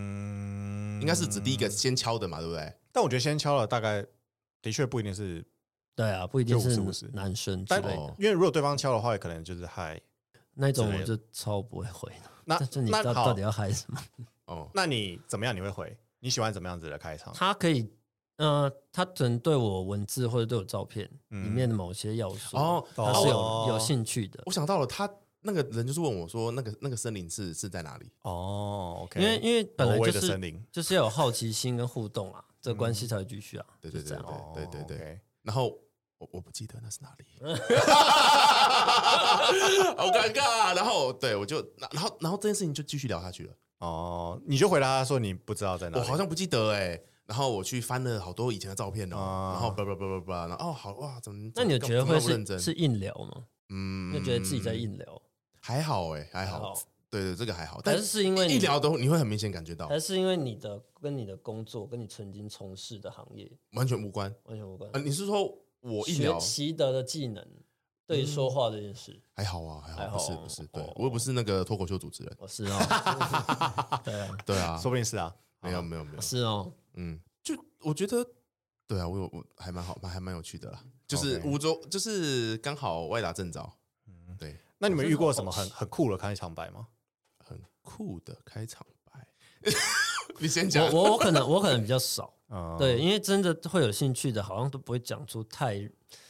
Speaker 2: 嗯
Speaker 3: 应该是指第一个，先敲的嘛，对不对？
Speaker 2: 但我觉得先敲了，大概的确不一定是，
Speaker 1: 对啊，不一定
Speaker 2: 就五
Speaker 1: 是
Speaker 2: 十五十
Speaker 1: 男生之
Speaker 2: 但
Speaker 1: 类的、
Speaker 3: 哦
Speaker 2: 因为如果对方敲的话，也可能就是嗨。
Speaker 1: 那种，
Speaker 2: 之
Speaker 1: 我
Speaker 2: 类的
Speaker 1: 就超不会回的。
Speaker 2: 那
Speaker 1: 但是你知
Speaker 2: 那
Speaker 1: 道到
Speaker 2: 好
Speaker 1: 底，要嗨什么？
Speaker 3: 哦，
Speaker 2: 那你怎么样？你会回？你喜欢怎么样子的开场？
Speaker 1: 他可以，呃，他可能对我文字或者对我照片里面的某些要素，
Speaker 3: 哦
Speaker 1: 他是有、
Speaker 2: 哦
Speaker 1: 有兴趣的。
Speaker 3: 我想到了，他那个人就是问我说，那个那个森林是是在哪里？
Speaker 2: 哦，OK，
Speaker 1: 因为哦因为本来
Speaker 2: 挪威
Speaker 1: 就
Speaker 2: 的森
Speaker 1: 是
Speaker 2: 林，
Speaker 1: 就是要有好奇心跟互动啊，这关系才会继续啊。
Speaker 3: 嗯对
Speaker 1: 就
Speaker 3: 对
Speaker 1: 是这
Speaker 3: 对
Speaker 1: 样。
Speaker 3: 对对对对。
Speaker 2: 对，
Speaker 3: 然后我我不记得那是 哪里，好尴尬。啊然后对我就，然然后然后这件事情就继续聊下去了。
Speaker 2: 哦，你就回答他说你不知道在哪
Speaker 3: 我
Speaker 2: 里，
Speaker 3: 好像不记得哎、然后我去翻了好多以前的照片哦，
Speaker 2: 啊
Speaker 3: 然后叭叭叭叭叭，然后哦好哇，怎么？
Speaker 1: 那你有觉得
Speaker 3: 怎么
Speaker 1: 会
Speaker 3: 那么认
Speaker 1: 是
Speaker 3: 真？
Speaker 1: 是硬聊吗？
Speaker 3: 嗯
Speaker 1: 你有觉得自己在硬聊，
Speaker 3: 还好哎、还
Speaker 1: 还
Speaker 3: 好
Speaker 1: 好，
Speaker 3: 对对，这个还好，
Speaker 1: 还
Speaker 3: 但
Speaker 1: 是是因为
Speaker 3: 一
Speaker 1: 你
Speaker 3: 一聊都你会很明显感觉到
Speaker 1: 还是因为你的跟你的工作跟你曾经从事的行业
Speaker 3: 完全无关。
Speaker 1: 完全无关
Speaker 3: 呃，？你是说我一
Speaker 1: 学
Speaker 3: 聊
Speaker 1: 习得的技能对于说话这件事，
Speaker 3: 还好啊，还
Speaker 1: 还
Speaker 3: 好，
Speaker 1: 好
Speaker 3: 不是不是，对
Speaker 1: 哦
Speaker 3: 我又不是那个脱口秀主持人，
Speaker 1: 我是 哦，对啊，
Speaker 3: 对 啊，
Speaker 2: 说不定是啊，
Speaker 3: 没有没有没有，
Speaker 1: 是 哦，
Speaker 3: 嗯，就我觉得，对啊，我有我还蛮好，还蛮有趣的啦。就是
Speaker 2: OK
Speaker 3: 五洲，就是刚好外打正着，对，
Speaker 2: 那你们遇过什么
Speaker 1: 我
Speaker 2: 很
Speaker 1: 真的
Speaker 2: 很酷的开场白吗？
Speaker 3: 很酷的开场白。 你先讲
Speaker 1: 我，我我可能我可能比较少，
Speaker 2: 嗯，
Speaker 3: 哦
Speaker 1: 对，，因为真的会有兴趣的，好像都不会讲出太。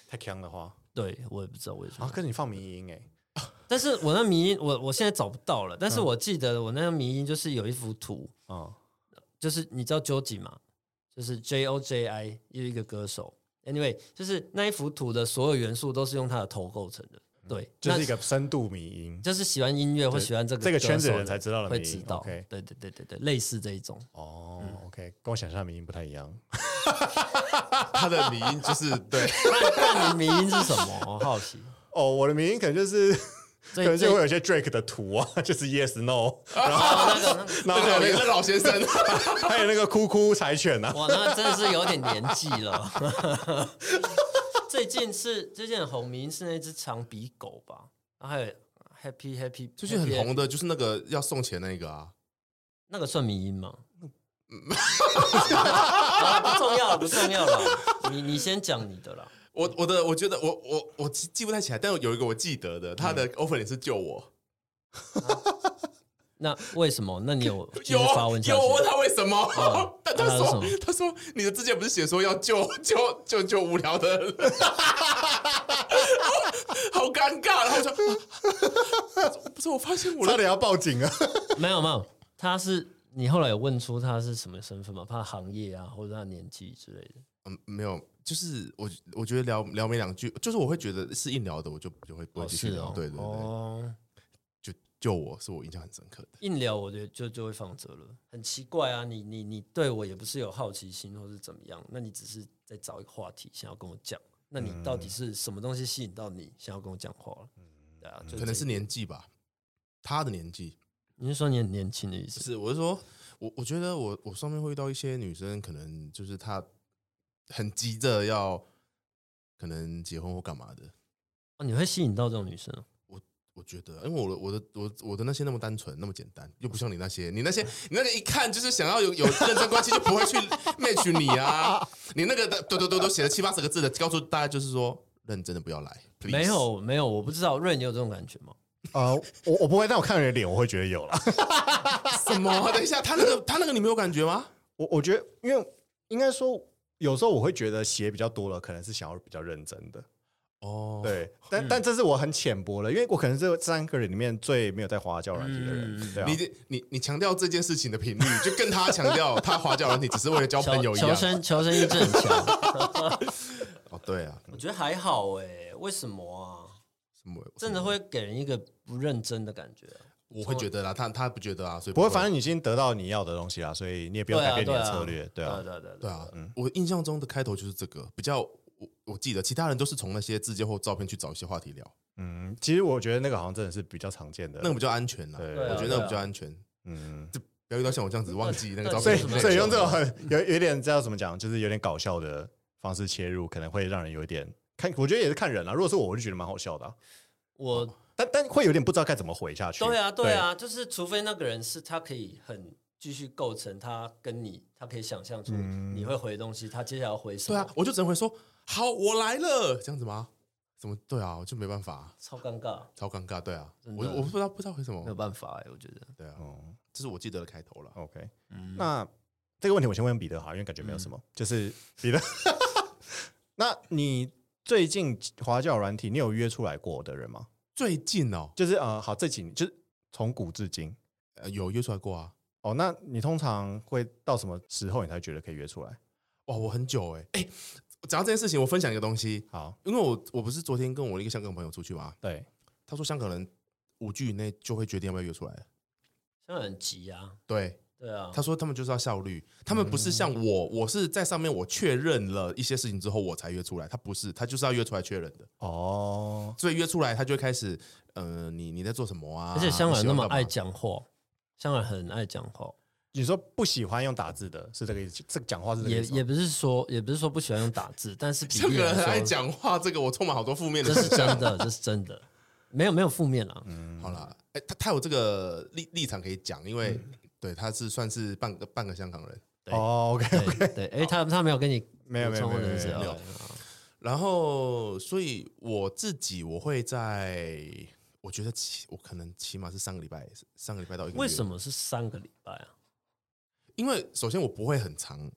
Speaker 2: 太强的话
Speaker 1: 对，我也不知道为什
Speaker 2: 啊，
Speaker 1: 么，
Speaker 2: 跟你放迷音哎，
Speaker 1: 但是我那迷音，我我现在找不到了。但
Speaker 3: 嗯
Speaker 1: 是我记得我那个迷音就是有一幅图，
Speaker 2: 嗯，
Speaker 1: 就是你知道 Joji 吗？就是 J O J I 又一个歌手。Anyway，就是那一幅图的所有元素都是用他的头构成的。对，
Speaker 2: 嗯就是
Speaker 1: 那
Speaker 2: 一个深度迷音，
Speaker 1: 就是喜欢音乐或
Speaker 2: 对
Speaker 1: 喜欢这个
Speaker 2: 这个圈子
Speaker 1: 歌手
Speaker 2: 人才知道的
Speaker 1: 会
Speaker 2: 迷
Speaker 1: 知
Speaker 2: 因
Speaker 1: 道。
Speaker 2: ，OK
Speaker 1: 对对对对对，类似这一种。
Speaker 2: 哦，OK，跟
Speaker 1: 嗯
Speaker 2: 我想象的迷音不太一样，
Speaker 3: 他的迷音就是对，
Speaker 1: 那你迷音是什么？我好奇。
Speaker 2: 哦，我的迷音可能就是。可
Speaker 1: 最
Speaker 2: 能就
Speaker 1: 最
Speaker 2: 会有一些 Drake 的图啊， 就是 Yes No，
Speaker 1: 哦那个那个
Speaker 2: 然
Speaker 3: 那
Speaker 2: 后还有
Speaker 3: 个
Speaker 2: 那
Speaker 3: 那个老先生，
Speaker 2: 个还有那个哭哭柴犬啊，
Speaker 1: 哇，那真的是有点年纪了。 最近是最近很红名是那只长鼻狗吧？然后还有 Happy Happy，
Speaker 3: 最近很
Speaker 1: Happy
Speaker 3: 红的就是那个要送钱那个啊，
Speaker 1: 那个算迷音吗？啊不重要了，不重要了。你你先讲你的啦。
Speaker 3: 我我的我觉得我我我记记不太起来，但有一个我记得的，他的 offer 也是救我，
Speaker 1: 那为什么？那你有继续
Speaker 3: 有啊
Speaker 1: 发问下
Speaker 3: 有我问
Speaker 1: 去？
Speaker 3: 他为什么，
Speaker 1: 嗯
Speaker 3: 但 他
Speaker 1: 那他
Speaker 3: 说
Speaker 1: 是什
Speaker 3: 他说你的之前不是写说要救 救救救无聊的人， 好尴尬，然后我就、啊 不是我发现我
Speaker 2: 差
Speaker 3: 的
Speaker 2: 点要报警 啊！
Speaker 1: 没有没有，他是你后来有问出他是什么身份吗？他的行业啊，或者他的年纪之类的。
Speaker 3: 嗯没有。就是我，我觉得聊聊没两句，就是我会觉得是硬聊的，我就就会不会
Speaker 1: 哦，
Speaker 3: 继续
Speaker 1: 是
Speaker 3: 聊。
Speaker 1: 哦，
Speaker 3: 对对对，
Speaker 1: 哦，
Speaker 3: 就救我是我印象很深刻的。
Speaker 1: 硬聊我觉得就就会放着了，很奇怪啊。你你你对我也不是有好奇心，或是怎么样？那你只是在找一个话题想要跟我讲。那你到
Speaker 3: 嗯
Speaker 1: 底是什么东西吸引到你想要跟我讲话了？对啊，就
Speaker 3: 可能
Speaker 1: 这
Speaker 3: 是年纪吧，他的年纪
Speaker 1: 你是说你很年轻的意思？
Speaker 3: 是，我是说，我我觉得我我上面会遇到一些女生，可能就是她很急着要可能结婚或干嘛的。
Speaker 1: 哦，你会吸引到这种女生哦、
Speaker 3: 我觉得，因为我的我的我我的那些那么单纯，那么简单，又不像你那些，你那些你那个一看就是想要有有认真关系，就不会去 match 你啊。你那个的都都都都写了七八十个字的，告诉大家就是说，认真的不要来，please。
Speaker 1: 没， 有没有，我不知道瑞，你有这种感觉吗？
Speaker 2: 啊，我我不会，但我看你的脸，我会觉得有了。
Speaker 3: 什么？等一下，他那个他那个你没有感觉吗？
Speaker 2: 我我觉得，因为应该说，有时候我会觉得写比较多了，可能是想要比较认真的。
Speaker 3: 哦，
Speaker 2: 对，但、但这是我很浅薄了，因为我可能是三个人里面最没有在花教软体的人。
Speaker 1: 嗯
Speaker 2: 对啊，
Speaker 3: 你这你你强调这件事情的频率， 就跟他强调他滑教软体只是为了交朋友 一
Speaker 1: 乔
Speaker 3: 样。
Speaker 1: 生乔生意志很强，
Speaker 3: 哦，对啊，
Speaker 1: 我觉得还好哎、为什么啊？
Speaker 3: 什么
Speaker 1: 真的会给人一个不认真的感觉啊、
Speaker 3: 我会觉得啦，他他不觉得啊，所以
Speaker 2: 不
Speaker 3: 会
Speaker 2: 过反正你已经得到你要的东西啦，所以你也不用
Speaker 1: 对
Speaker 2: 改
Speaker 1: 啊，
Speaker 2: 变你
Speaker 1: 对
Speaker 2: 的
Speaker 1: 啊，
Speaker 2: 策略。对啊，
Speaker 1: 对啊，对啊，
Speaker 3: 对
Speaker 1: 对啊。
Speaker 3: 啊。我印象中的开头就是这个，比较我我记得其他人都是从那些字节或照片去找一些话题聊，
Speaker 2: 嗯，其实我觉得那个好像真的是比较常见的。
Speaker 3: 那个比较安全啦。
Speaker 2: 对
Speaker 3: 我觉
Speaker 1: 对
Speaker 3: 得那个
Speaker 1: 啊
Speaker 3: 比较安全，
Speaker 2: 嗯，
Speaker 3: 不要遇到像我这样子忘记那个照
Speaker 2: 所以
Speaker 1: 对
Speaker 3: 片。
Speaker 1: 什么
Speaker 2: 所以用这种很有有点知道怎么讲，就是有点搞笑的方式切入，可能会让人有一点看，我觉得也是看人啦。啊如果是我，我就觉得蛮好笑的啊、
Speaker 1: 我
Speaker 2: 但但会有点不知道该怎么回下去。
Speaker 1: 对啊，对啊，就是除非那个人是他可以很继续构成他跟你，他可以想象出你会回的东西，他接下来要回什
Speaker 3: 对
Speaker 1: 么？
Speaker 3: 啊，我就只能会说好，我来了，这样子吗？怎么对啊？我就没办法啊，
Speaker 1: 超尴尬，
Speaker 3: 超尴尬。对啊，
Speaker 1: 真的
Speaker 3: 我我不知道不知道回什
Speaker 1: 没有
Speaker 2: 啊
Speaker 3: 么。
Speaker 1: 办法哎、我觉得。
Speaker 3: 对啊，
Speaker 2: 哦
Speaker 3: 这是我记得的开头了。
Speaker 2: ，OK，那这个问题我先问彼得哈，因为感觉没有什
Speaker 1: 嗯
Speaker 2: 么，就是彼得， 那你最近华教软体，你有约出来过的人吗？
Speaker 3: 最近哦，
Speaker 2: 就是呃，好，这几年就是从古至今。
Speaker 3: 呃有约出来过啊。
Speaker 2: 哦，那你通常会到什么时候你才觉得可以约出来？
Speaker 3: 哇，我很久哎、欸、哎、讲到这件事情，我分享一个东西，
Speaker 2: 好，
Speaker 3: 因为我我不是昨天跟我一个香港朋友出去嘛，
Speaker 2: 对，
Speaker 3: 他说香港人五句以内就会决定要不要约出来，
Speaker 1: 现在很急啊，
Speaker 3: 对，
Speaker 1: 对啊，
Speaker 3: 他说他们就是要效率，他们不是像
Speaker 1: 嗯
Speaker 3: 我，我是在上面我确认了一些事情之后我才约出来，他不是，他就是要约出来确认的，
Speaker 2: 哦，
Speaker 3: 所以约出来他就会开始，呃，你你在做什么啊？
Speaker 1: 而且香港人那么爱
Speaker 3: 你喜欢
Speaker 1: 讲
Speaker 3: 干嘛
Speaker 1: 话，香港很爱讲话，
Speaker 2: 你说不喜欢用打字的，是这个意思？这个讲话是这个
Speaker 1: 也
Speaker 2: 意思吗？
Speaker 1: 也不是说也不是说不喜欢用打字，但是比
Speaker 3: 香
Speaker 1: 例
Speaker 3: 港人很
Speaker 1: 来
Speaker 3: 爱
Speaker 1: 说，
Speaker 3: 讲话，这个我充满好多负面的
Speaker 1: 这
Speaker 3: 思
Speaker 1: 是真的， 这是真的，没有没有负面啦。
Speaker 3: 好啦，哎、他他有这个立立场可以讲，因为、对他是算是半个半个香港人。
Speaker 1: 对
Speaker 2: 哦，OK，
Speaker 1: 对对，哎，他他没有跟你
Speaker 2: 没有没有
Speaker 1: 补充
Speaker 2: 没有
Speaker 1: 的是
Speaker 2: 没有
Speaker 1: 啊
Speaker 3: 哦
Speaker 2: 没有
Speaker 3: 然后，所以我自己我会在，我觉得起我可能起码是三个礼拜，三个礼拜到一个月。
Speaker 1: 为什？么是三个礼拜啊？
Speaker 3: 因为首先我不会很长，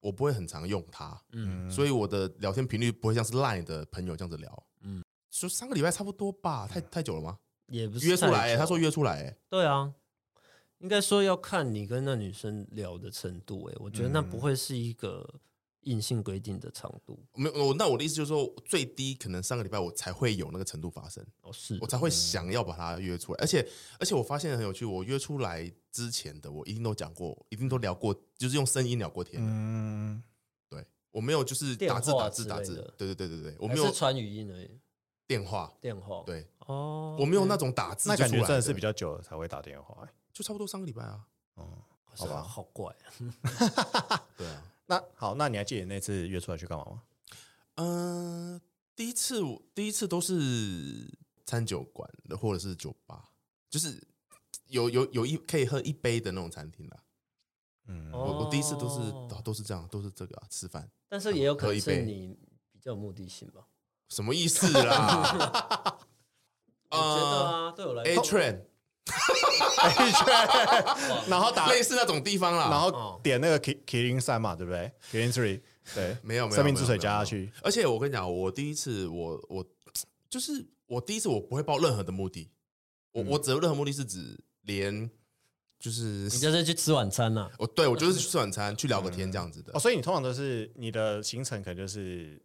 Speaker 3: 我不会很常用它，
Speaker 1: 嗯，
Speaker 3: 所以我的聊天频率不会像是 Line 的朋友这样子聊。嗯
Speaker 1: 嗯，
Speaker 3: 说三个礼拜差不多吧，太太久了吗？
Speaker 1: 也不是
Speaker 3: 约出来、
Speaker 1: 太久
Speaker 3: 他说约出来、欸，
Speaker 1: 对啊，应该说要看你跟那女生聊的程度。哎，我觉得
Speaker 3: 嗯
Speaker 1: 那不会是一个硬性规定的长度。
Speaker 3: 没有。我那我的意思就是说，最低可能三个礼拜我才会有那个程度发生。
Speaker 1: 哦，是
Speaker 3: 我才会想要把它约出来。而且而且我发现很有趣，我约出来之前的我一定都讲过，一定都聊过，就是用声音聊过天。
Speaker 2: 嗯，
Speaker 3: 对我没有就是
Speaker 1: 电
Speaker 3: 打字
Speaker 1: 话
Speaker 3: 打字
Speaker 1: 之
Speaker 3: 打
Speaker 1: 类
Speaker 3: 字
Speaker 1: 的，
Speaker 3: 对对对对对，我
Speaker 1: 我
Speaker 3: 没有
Speaker 1: 是传语音而已，
Speaker 3: 电话，
Speaker 1: 电话。
Speaker 3: 对
Speaker 1: 哦，
Speaker 3: 我没有那种打字
Speaker 2: 那
Speaker 3: 就
Speaker 2: 感
Speaker 3: 出
Speaker 2: 觉
Speaker 3: 来
Speaker 2: 真的是比
Speaker 3: 较
Speaker 2: 较久了才会打电话、欸。
Speaker 3: 就差不多三个礼拜啊。
Speaker 2: 哦，
Speaker 1: 好
Speaker 2: 吧
Speaker 1: 好怪啊。
Speaker 3: 对啊，
Speaker 2: 那好，那你还记得你那次约出来去干嘛吗？
Speaker 3: 呃嗯、第一次我第一次都是餐酒馆的或者是酒吧，就是有有有一可以喝一杯的那种餐厅啦。
Speaker 2: 嗯，
Speaker 1: 哦
Speaker 3: 我我第一次都是
Speaker 1: 哦
Speaker 3: 都都是这样，都是这个、啊、吃饭，
Speaker 1: 但是也有可
Speaker 3: 喝
Speaker 1: 能
Speaker 3: 一
Speaker 1: 是
Speaker 3: 杯
Speaker 1: 你比较有目的性吧。
Speaker 3: 什么意思啦？ 呃
Speaker 1: 我觉得啊，对我来
Speaker 3: A
Speaker 1: 说，
Speaker 3: train
Speaker 2: 然后打，
Speaker 3: 类似那种地方啦，
Speaker 2: 然后点那个 Ki- Killing 三嘛，对不对？Killing Three，对，
Speaker 3: 哦 没有没有
Speaker 2: 生命
Speaker 3: 没有
Speaker 2: 之水
Speaker 3: 没有
Speaker 2: 加下
Speaker 3: 没有
Speaker 2: 去，
Speaker 3: 而且我跟你讲，我第一次我我就是我第一次我不会抱任何的目的，我、
Speaker 2: 嗯
Speaker 3: 我指的任何目的是指连就是
Speaker 1: 你就是去吃晚餐啊呐、
Speaker 3: 我对我就是去吃晚餐去聊个天这样子的、
Speaker 2: 哦，所以你通常都是你的行程可能就是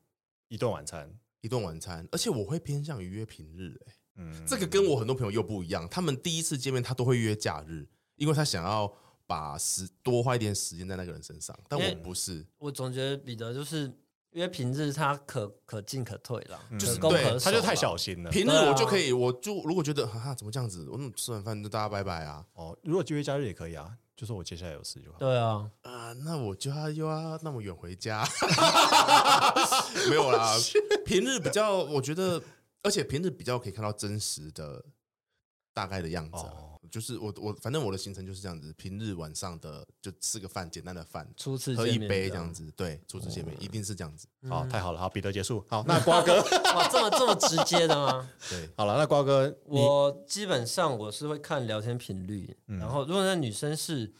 Speaker 2: 一顿晚餐，
Speaker 3: 一顿晚餐，而且我会偏向于约平日、欸，
Speaker 2: 嗯，
Speaker 3: 这个跟我很多朋友又不一样，他们第一次见面他都会约假日，因为他想要把时多花一点时间在那个人身上，但
Speaker 1: 因
Speaker 3: 我
Speaker 1: 为
Speaker 3: 不是，
Speaker 1: 我总觉得彼得就是因为平日他可可进可退啦，
Speaker 3: 嗯就是
Speaker 1: 可攻
Speaker 3: 对
Speaker 1: 可守啦
Speaker 2: 嗯他就太小心了。
Speaker 3: 平日
Speaker 1: 对啊
Speaker 3: 我就可以，我就如果觉得哈哈怎么这样子，我嗯吃完饭就大家拜拜啊，
Speaker 2: 哦，如果就业假日也可以啊，就说我接下来有事就好。
Speaker 1: 对啊，
Speaker 3: 啊、那我就要又要那么远回家， 没 有啦。平日比较，我觉得，而且平日比较可以看到真实的大概的样子
Speaker 2: 哦
Speaker 1: 哦
Speaker 3: 啊、就是我我反正我的行程就是这样子，平日晚上的就吃个饭，简单的饭，
Speaker 1: 初次
Speaker 3: 喝一
Speaker 1: 见面哦
Speaker 3: 杯这样子，对，初次见面、一定是这样子。
Speaker 1: 嗯
Speaker 2: 好，太好了，好，彼得结束。好，那瓜哥，
Speaker 1: 哇，这么这么直接的吗？
Speaker 3: 对，
Speaker 2: 好了，那瓜哥，你嗯
Speaker 1: 我基本上我是会看聊天频率，然后如果那女生是，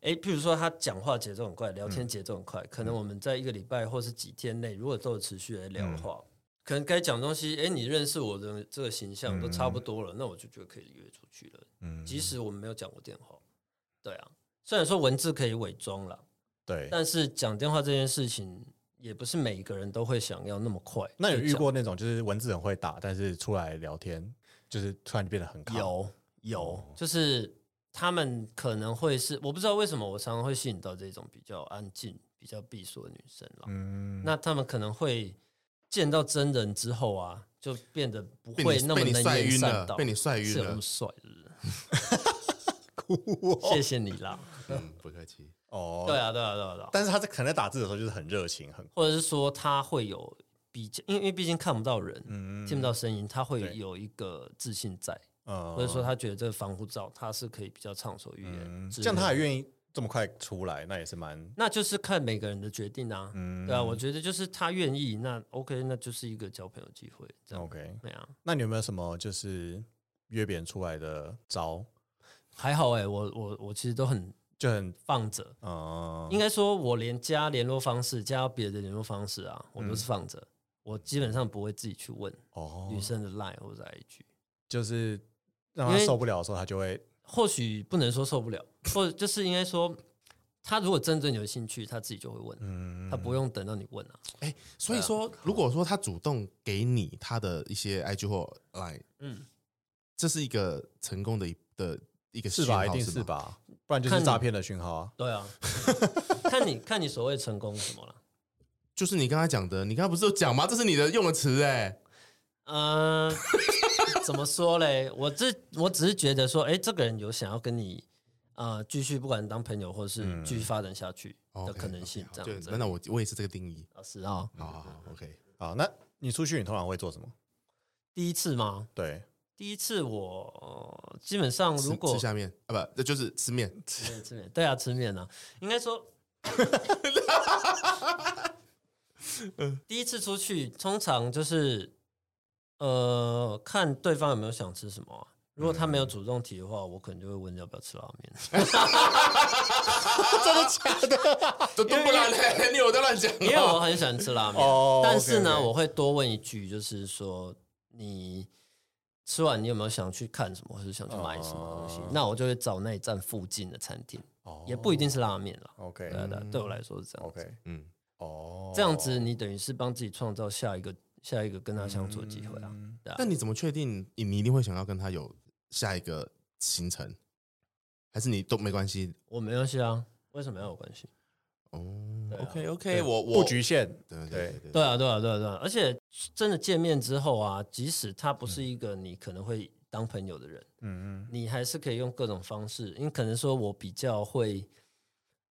Speaker 1: 诶，譬如说她讲话节奏很快，聊天节奏很
Speaker 2: 嗯
Speaker 1: 快，可能我们在一个礼拜或是几天内，如果都有持续来聊的
Speaker 2: 嗯
Speaker 1: 话，可能该讲的东西，诶，你认识我的这个形象都差不多了，那我就觉得可以约出去了。
Speaker 2: 嗯，
Speaker 1: 即使我们没有讲过电话，对啊，虽然说文字可以伪装了，
Speaker 2: 对，
Speaker 1: 但是讲电话这件事情，也不是每一个人都会想要那么快。
Speaker 2: 那有遇过那种就是文字很会打，但是出来聊天就是突然就变得很卡？
Speaker 1: 有有，就是他们可能会是我不知道为什么我常常会吸引到这种比较安静、比较闭锁的女生了。
Speaker 2: 嗯，
Speaker 1: 那他们可能会见到真人之后啊，就变得不
Speaker 3: 被
Speaker 1: 会
Speaker 3: 你
Speaker 1: 那么
Speaker 3: 被你
Speaker 1: 能
Speaker 3: 晒
Speaker 1: 言
Speaker 3: 晕
Speaker 1: 善
Speaker 3: 了
Speaker 1: 道，，
Speaker 3: 被你晒晕
Speaker 1: 是有那
Speaker 3: 了
Speaker 1: 么。帅的人。
Speaker 3: 哦
Speaker 1: 谢谢你啦。
Speaker 3: 嗯，不客气。
Speaker 2: 哦，
Speaker 1: 对。啊，对啊，对啊，对啊。
Speaker 2: 但是他在可能在打字的时候就是很热情，很
Speaker 1: 或者是说他会有比较，因为因为毕竟看不到人，
Speaker 2: 嗯
Speaker 1: 听不到声音，他会
Speaker 2: 对
Speaker 1: 有一个自信在，
Speaker 2: 呃
Speaker 1: 或者说他觉得这个防护罩他是可以比较畅所欲言
Speaker 2: 嗯，
Speaker 1: 之
Speaker 2: 这
Speaker 1: 类的。
Speaker 2: 样他还愿意这么快出来，那也是蛮
Speaker 1: 那就是看每个人的决定啊。
Speaker 2: 嗯
Speaker 1: 对啊，我觉得就是他愿意，那 OK，那就是一个交朋友机会。这样
Speaker 2: OK。
Speaker 1: 对啊，
Speaker 2: 那你有没有什么就是约别人出来的招，
Speaker 1: 还好哎、我我我其实都很
Speaker 2: 就很
Speaker 1: 放着。
Speaker 2: 呃，
Speaker 1: 应该说，我连加联络方式、加别的联络方式啊，我都是放着。我基本上不会自己去问
Speaker 2: 嗯哦
Speaker 1: 女，生的 line 或者 IG，
Speaker 2: 就是让他
Speaker 1: 因为
Speaker 2: 受不了的时候，他就会
Speaker 1: 或许不能说受不了，或者就是应该说，他如果真正有兴趣，他自己就会问，
Speaker 2: 嗯
Speaker 1: 他不用等到你问啊。
Speaker 3: 哎，所以说，如果说他主动给你他的一些 IG 或 Line，
Speaker 1: 嗯，
Speaker 3: 这是一个成功的一的一个
Speaker 2: 是
Speaker 3: 讯
Speaker 2: 吧？
Speaker 3: 号
Speaker 2: 一定
Speaker 3: 是
Speaker 2: 是？吧？不然就是
Speaker 1: 看你
Speaker 2: 诈骗的讯号啊。
Speaker 1: 对啊，看你看你所谓成功是什么了。
Speaker 3: 就是你刚才讲的，你刚才不是有讲吗？这是你的用的词哎、
Speaker 1: 嗯， 怎么说嘞？我这我只是觉得说，哎，这个人有想要跟你呃继续，不管当朋友或是继续发展下去的
Speaker 3: 哦 OK，
Speaker 1: 可能性
Speaker 3: OK，，
Speaker 1: 这
Speaker 3: 对
Speaker 1: 样子。
Speaker 3: 那那我我也是这个定义。
Speaker 1: 老师啊，
Speaker 3: 好好好，OK。
Speaker 2: 好，那你出去你通常会做什么？
Speaker 1: 第一次吗？
Speaker 2: 对，
Speaker 1: 第一次我呃基本上
Speaker 3: 吃
Speaker 1: 如果
Speaker 3: 吃下面啊，不，那就是 吃面。
Speaker 1: 吃面吃面，对啊，吃面啊，应该 说。第一次出去，通常就是呃，看对方有没有想吃什么啊、如果他
Speaker 2: 嗯
Speaker 1: 没有主动提的话，我可能就会问要不要吃拉 面。
Speaker 3: 啊都都不然嘞，你有在乱 讲
Speaker 1: 因为我很喜欢吃拉面，
Speaker 2: 哦
Speaker 1: 但是呢
Speaker 2: OK，OK
Speaker 1: 我会多问一句，就是说你吃完你有没有想去看什么，或者想去买什么东西？
Speaker 2: 哦
Speaker 1: 那我就会找那一站附近的餐厅，
Speaker 2: 哦
Speaker 1: 也不一定是拉面啦。
Speaker 2: OK
Speaker 1: 对啊对啊，对我来说是这样子。
Speaker 2: OK
Speaker 3: 嗯，
Speaker 2: 哦，
Speaker 1: 这样子你等于是帮自己创造下一个下一个跟他相处的机会啊。
Speaker 2: 嗯
Speaker 1: 对啊
Speaker 3: 那你怎么确定你你一定会想要跟他有呃下一个行程？还是你都没关系？
Speaker 1: 我没关系啊，为什么要有关系？
Speaker 3: 哦
Speaker 1: 对啊
Speaker 3: ，OK
Speaker 2: 对
Speaker 3: OK，我我
Speaker 2: 不局限，
Speaker 3: 对对对
Speaker 1: 对啊，对啊，对啊，对啊！而且真的见面之后啊，即使他不是一个你可能会当朋友的人，
Speaker 2: 嗯嗯
Speaker 1: 你还是可以用各种方式，因为可能说我比较会，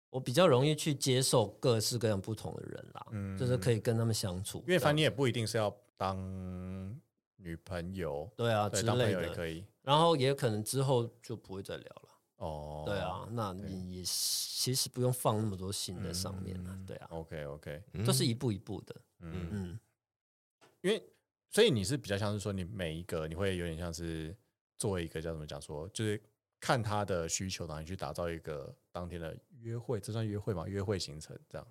Speaker 1: 我比较容易去接受各式各样不同的人啦，
Speaker 2: 嗯
Speaker 1: 就是可以跟他们相处。
Speaker 2: 因为反正
Speaker 1: 正
Speaker 2: 你也不一定是要当女朋友，
Speaker 1: 对啊
Speaker 2: 对，
Speaker 1: 之
Speaker 2: 当朋
Speaker 1: 类
Speaker 2: 友也
Speaker 1: 的。
Speaker 2: 可以。
Speaker 1: 然后也可能之后就不会再聊了。
Speaker 2: 哦，
Speaker 1: 对啊，那你也其实不用放那么多心在上面
Speaker 2: 嗯
Speaker 1: 啊。对啊，
Speaker 2: ，OK OK，
Speaker 3: 嗯
Speaker 1: 都是一步一步的。
Speaker 2: 嗯，
Speaker 1: 嗯，
Speaker 2: 因为所以你是比较像是说，你每一个你会有点像是作为一个叫怎么讲说，就是看他的需求，然后你去打造一个当天的约会，这算约会吗？约会行程这样。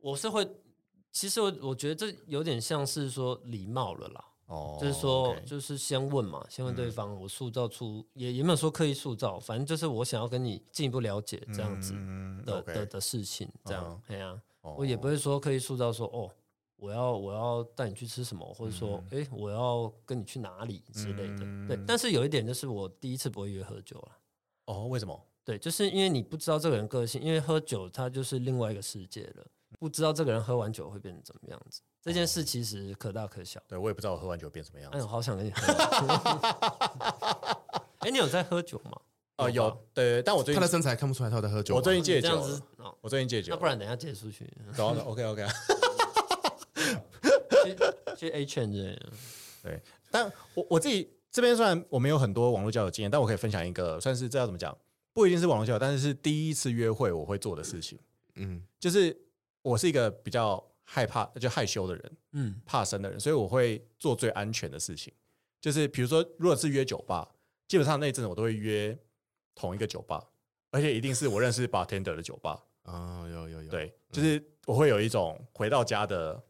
Speaker 1: 我是会，其实我我觉得这有点像是说礼貌了啦。
Speaker 2: 哦，
Speaker 1: 就是说
Speaker 2: OK，嗯
Speaker 1: 就是先问嘛，先问对方，我塑造出也也没有说刻意塑造，反正就是我想要跟你进一步了解这样子
Speaker 2: 嗯
Speaker 1: 的
Speaker 2: OK
Speaker 1: 的的事情，这
Speaker 2: 嗯
Speaker 1: 样，哎呀，
Speaker 2: 哦
Speaker 1: 我也不会说刻意塑造说哦，我要我要带你去吃什么，或者说诶，我要跟你去哪里之类的，对
Speaker 2: 嗯。
Speaker 1: 但是有一点就是我第一次不会约喝酒了。
Speaker 2: 哦，为什么？
Speaker 1: 对，就是因为你不知道这个人个性，因为喝酒它就是另外一个世界了，不知道这个人喝完酒会变成怎么样子。这件
Speaker 2: 哦
Speaker 1: 事其实可大可小。
Speaker 2: 对我也不知道我喝完酒变什么样
Speaker 1: 哎，
Speaker 2: 子。
Speaker 1: 我好想跟你喝啊。 哎，你有在喝酒吗？
Speaker 2: 哦，有
Speaker 1: 吧
Speaker 2: 对，对但我最
Speaker 3: 他的
Speaker 2: 近
Speaker 3: 身材看不出来他有在喝酒吗。
Speaker 2: 我最近戒
Speaker 1: 这
Speaker 2: 酒
Speaker 1: 样子
Speaker 2: 了，
Speaker 1: 哦，
Speaker 2: 我最近戒酒
Speaker 1: 那
Speaker 2: 了，
Speaker 1: 不然等一下借出去，
Speaker 2: 然后 OK OK，
Speaker 1: 去去 A 圈之类的。
Speaker 2: 对，但我我自己这边虽然我没有很多网络交友经验，但我可以分享一个，算是这要怎么讲，不一定是网络交友，但是是第一次约会我会做的事情，
Speaker 3: 嗯，
Speaker 2: 就是我是一个比较害怕就害羞的人，
Speaker 1: 嗯，
Speaker 2: 怕生的人，所以我会做最安全的事情，就是比如说，如果是约酒吧，基本上那一阵子我都会约同一个酒吧，而且一定是我认识 bartender 的酒吧，
Speaker 3: 啊，有有有，
Speaker 2: 对，就是我会有一种回到家的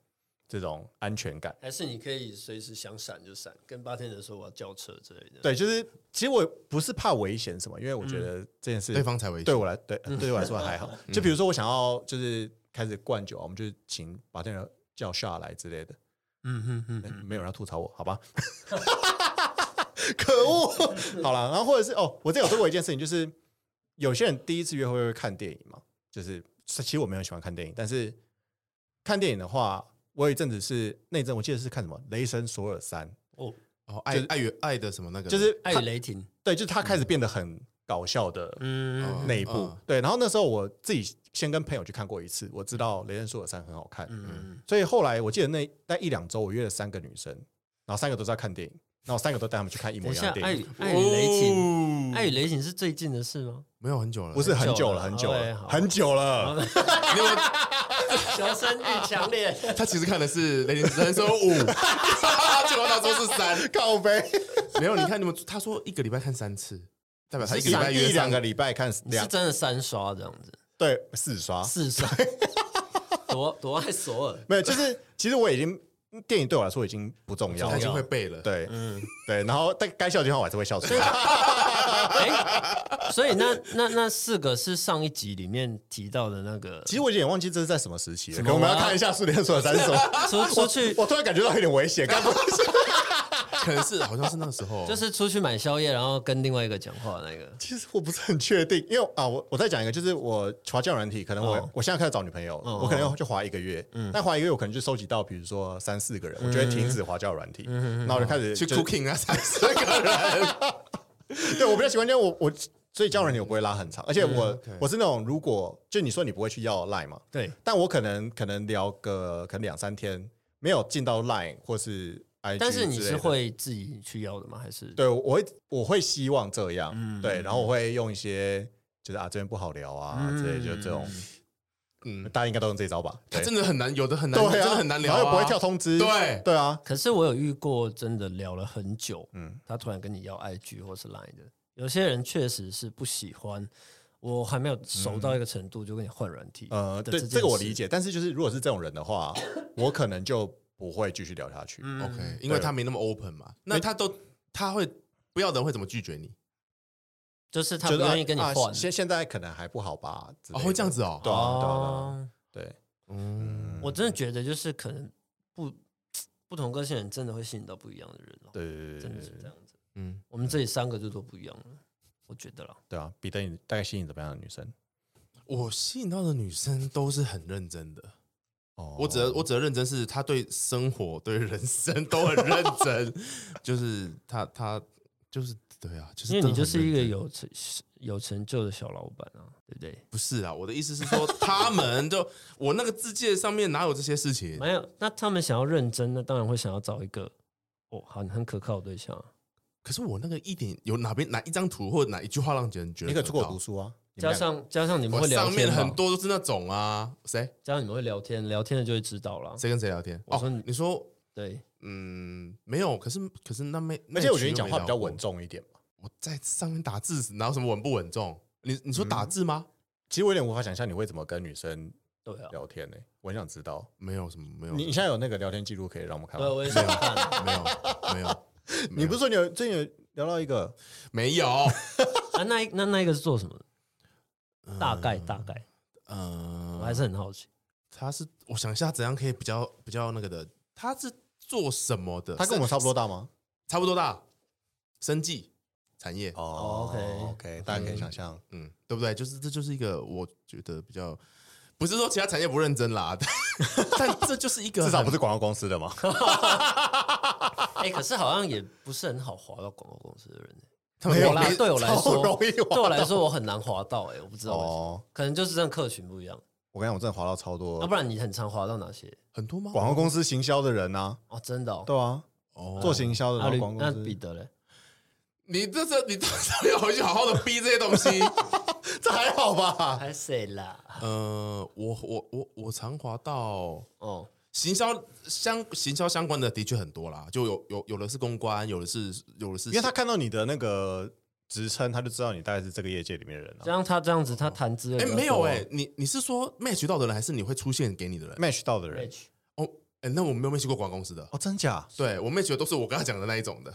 Speaker 2: 这种安全感。
Speaker 1: 还是你可以随时想闪就闪，跟八天的说我要叫车之类的。
Speaker 2: 对，就是其实我不是怕危险什么，因为我觉得这件事
Speaker 3: 嗯对方才危险嗯
Speaker 2: 对。我来对对我来说还 好。就比如说我想要就是开始灌酒啊，我们就请把这人叫下来之类的，
Speaker 1: 嗯哼哼，
Speaker 2: 哎没有人要吐槽我，好吧？可恶！好了，然后或者是哦，我之前有做过一件事情，就是有些人第一次约会会看电影嘛，就是其实我没有很喜欢看电影，但是看电影的话，我有一阵子是那一阵我记得是看什么《雷神索尔三
Speaker 1: 哦，
Speaker 3: 哦，爱爱与爱的什么那》，个，
Speaker 2: 就是
Speaker 1: 爱与哎雷霆，
Speaker 2: 对，就是他开始变得很搞笑的
Speaker 1: 嗯
Speaker 2: 那一部。
Speaker 3: 嗯
Speaker 2: 对，然后那时候我自己先跟朋友去看过一次，我知道《雷神索尔三》很好看，
Speaker 1: 嗯，
Speaker 2: 所以后来我记得那那一两周，我约了三个女生，然后三个都在看电影，然后三个都带他们去看一
Speaker 1: 等
Speaker 2: 模
Speaker 1: 一
Speaker 2: 一哎
Speaker 1: 下
Speaker 2: 样的，电
Speaker 1: 爱
Speaker 2: 影。
Speaker 1: 与爱与雷霆，
Speaker 3: 哦
Speaker 1: 爱与雷霆是最近的事吗？
Speaker 3: 没有很久了，
Speaker 2: 不是很久了，很
Speaker 1: 很
Speaker 2: 久
Speaker 1: 久了
Speaker 2: 了，很久了。
Speaker 3: 没有
Speaker 1: 求生欲强烈。
Speaker 3: 他其实看的是《雷霆人生五》， 结果他说是三。
Speaker 2: 靠背，
Speaker 3: 没有，你看你们，他说一个礼拜看三次，代表他一个礼拜约
Speaker 2: 一两
Speaker 3: 三
Speaker 2: 个。礼拜看
Speaker 1: 你是
Speaker 2: 两啊
Speaker 1: 真的三刷这样子，
Speaker 2: 对四刷，
Speaker 1: 四 刷，多多爱索尔，
Speaker 2: 没有，就是其实我已经电影对我来说已经嗯不重要
Speaker 3: 他已
Speaker 2: 了，
Speaker 3: 经会背了，
Speaker 2: 对，对，然后但该笑的地方我还是会笑出来。
Speaker 1: 哎，所以那那那四个是上一集里面提到的那个，
Speaker 2: 其实我有点忘记这是在什么时期了，
Speaker 1: 么
Speaker 2: 可我们要
Speaker 1: 啊
Speaker 2: 看一下《苏联所有三》 是什么。
Speaker 1: 出出去
Speaker 2: 我突然感觉到有点危 险，该不会是？，
Speaker 3: 可能是好像是那个时候，
Speaker 1: 就是出去买宵夜，然后跟另外一个讲话那个
Speaker 2: 其实我不是很确定，因为啊，我我再讲一个，就是我滑交友软体，可能我、
Speaker 1: 哦
Speaker 2: 我现在开始找女朋友，
Speaker 1: 哦嗯
Speaker 2: 我可能要就滑一个月，但滑一个月我可能就收集到，比如说三四个人，我就会停止滑交友软
Speaker 1: 嗯
Speaker 2: 体，然后我就开始
Speaker 3: 去
Speaker 2: 就
Speaker 3: cooking 啊，三十个人，
Speaker 2: 对我比较喜欢，因为我我所以交友软体我不会拉很长，而且我、
Speaker 1: 嗯
Speaker 3: OK
Speaker 2: 我是那种如果就你说你不会去要 line 嘛，
Speaker 1: 对，
Speaker 2: 但我可能可能聊个可能两三天没有进到 line 或是 IG，
Speaker 1: 但是你
Speaker 2: 之类
Speaker 1: 是
Speaker 2: 的
Speaker 1: 会自己去要的吗？还是
Speaker 2: 对，我会我会希望这样，
Speaker 3: 嗯
Speaker 2: 对，然后我会用一些就是啊这边不好聊啊、之类，就这种，
Speaker 3: 嗯，
Speaker 2: 大家应该都用这一招吧？
Speaker 3: 他
Speaker 2: 对，
Speaker 3: 真的很难，有的很难，
Speaker 2: 对啊，
Speaker 3: 真的很难聊
Speaker 2: 然
Speaker 3: 啊，
Speaker 2: 后又不会跳通知，
Speaker 3: 对
Speaker 2: 对啊，
Speaker 1: 可是我有遇过，真的聊了很久，
Speaker 2: 嗯
Speaker 1: 嗯，他突然跟你要 IG 或是 Line 的，有些人确实是不喜欢。我还没有熟
Speaker 2: 嗯
Speaker 1: 到一个程度，就跟你换软体。
Speaker 2: 呃，对，这个我理。解，但是就是如果是这种人的话，我可能就不会继续聊下去。
Speaker 1: 嗯
Speaker 3: OK，因为他没那么 open 嘛，那他都他会不要的人会怎么拒绝你？
Speaker 1: 就是他
Speaker 2: 觉
Speaker 1: 不
Speaker 2: 得啊
Speaker 1: 愿意跟你
Speaker 2: 啊
Speaker 1: 换。
Speaker 2: 现、现在可能还不好吧？之类
Speaker 3: 哦，
Speaker 2: 的
Speaker 3: 会这样，子哦，
Speaker 2: 对啊对啊对啊
Speaker 1: 哦
Speaker 2: 对，
Speaker 3: 嗯，
Speaker 1: 我真的觉得就是可能不不同个性的人真的会吸引到不一样的人哦，
Speaker 2: 对对对
Speaker 1: 真的
Speaker 2: 对
Speaker 1: 是
Speaker 2: 对
Speaker 1: 这样子。
Speaker 3: 嗯，
Speaker 1: 我们这里三个就都不一样了，我觉得啦。
Speaker 2: 对啊！彼得，你大概吸引怎么样的女生？
Speaker 3: 我吸引到的女生都是很认真的，
Speaker 2: 哦
Speaker 3: 我指的我指的认真是他对生活、对人生都很认 真，就是他他就是对啊，就是
Speaker 1: 因为你就
Speaker 3: 真的很
Speaker 1: 是一个
Speaker 3: 认真
Speaker 1: 有成有成就的小老板啊，对不对？
Speaker 3: 不是啊，我的意思是说他 们就我那个字界上面哪有这些事情？
Speaker 1: 没有，那他们想要认真，那当然会想要找一个哦，好，你很可靠的对象啊，
Speaker 3: 可是我那个一点有哪边哪一张图或者哪一句话让别人觉得
Speaker 2: 你可以出国
Speaker 3: 靠
Speaker 2: 读书啊，你们
Speaker 1: 加
Speaker 2: 两个
Speaker 1: 上加上你们
Speaker 3: 我
Speaker 1: 会聊
Speaker 3: 上面
Speaker 1: 天吧
Speaker 3: 很，多都是那种啊，谁
Speaker 1: 加上你们会聊天，聊天的就会知道啦。
Speaker 3: 谁跟谁聊天？
Speaker 1: 我说
Speaker 3: 哦
Speaker 1: 你，
Speaker 3: 你说
Speaker 1: 对，
Speaker 3: 嗯，没有，可是可是那没，
Speaker 2: 而且我觉得你讲话比较
Speaker 3: 那群又没聊过
Speaker 2: 稳。重一点嘛。
Speaker 3: 我在上面打字，哪有什么稳不稳重？你你说打
Speaker 2: 嗯
Speaker 3: 字吗？
Speaker 2: 其实我有点无法想象你会怎么跟女生
Speaker 1: 对啊，
Speaker 2: 聊天呢、欸我很想知道。
Speaker 3: 没有什么，没有，
Speaker 2: 你你现在有那个聊天记录可以让嗯
Speaker 1: 对，啊
Speaker 2: 呃我们看吗？
Speaker 1: 我也想看。
Speaker 3: 没有，没有，
Speaker 2: 你不是说你有最近有聊到一个
Speaker 3: 没有，
Speaker 1: 啊，那一那那一个是做什么的？大概大概，
Speaker 3: 嗯，
Speaker 1: 我还是很好奇。
Speaker 3: 他是我想一下怎样可以比较比较那个的，他是做什么的？
Speaker 2: 他跟我们差不多大吗？
Speaker 3: 差不多大，生计产业，
Speaker 2: 哦
Speaker 1: OK
Speaker 2: OK，大家可以想象，
Speaker 3: 嗯，对不对？就是这就是一个我觉得比较，不是说其他产业不认真啦，但 但这就是一个
Speaker 2: 至少不
Speaker 3: 很
Speaker 2: 是广告公司的嘛。
Speaker 1: 哎，可是好像也不是很好滑到广告公司的人欸。
Speaker 3: 他们
Speaker 1: 有
Speaker 3: 没
Speaker 1: 啦，对我来
Speaker 2: 超
Speaker 1: 说，
Speaker 2: 容易滑
Speaker 1: 对我来说我很难滑到哎，我不知道为什么，
Speaker 2: 哦，
Speaker 1: 可能就是这样客群不一样。
Speaker 2: 我跟你讲，我真的滑到超多
Speaker 1: 要不然你很常滑到哪些？
Speaker 3: 很多吗？
Speaker 2: 广告公司行销的人啊，
Speaker 1: 哦，真的哦。
Speaker 2: 对啊，
Speaker 3: 哦
Speaker 2: 做行销的
Speaker 1: 那
Speaker 2: 然后
Speaker 1: 吕
Speaker 2: 广告
Speaker 1: 那
Speaker 2: 公
Speaker 1: 彼
Speaker 2: 司，
Speaker 1: 得嘞？
Speaker 3: 你这这你到底要回去好好的逼这些东西。
Speaker 2: 这还好吧？
Speaker 1: 还谁啦？
Speaker 3: 呃，我我我我常滑到
Speaker 1: 哦，
Speaker 3: 行销相行销相关的的确很多啦，就有有有的是公关，有的是有的是，
Speaker 2: 因为他看到你的那个职称，他就知道你大 概是这个业界里面的人啊
Speaker 1: 这
Speaker 2: 了。
Speaker 1: 样他这样子，他谈资源
Speaker 3: 哎
Speaker 1: 比较
Speaker 3: 没
Speaker 2: 嗯
Speaker 3: 有
Speaker 2: 哦
Speaker 1: 多啊
Speaker 3: 哎、你你是说 match 到的人，还是你会出现给你的人？
Speaker 2: match 到的人
Speaker 1: Rich
Speaker 3: 哦，哎，那我没有 match 过广告公司的，
Speaker 2: 哦，真假？嗯
Speaker 3: 对我 match 的都是我刚才讲的那一种的，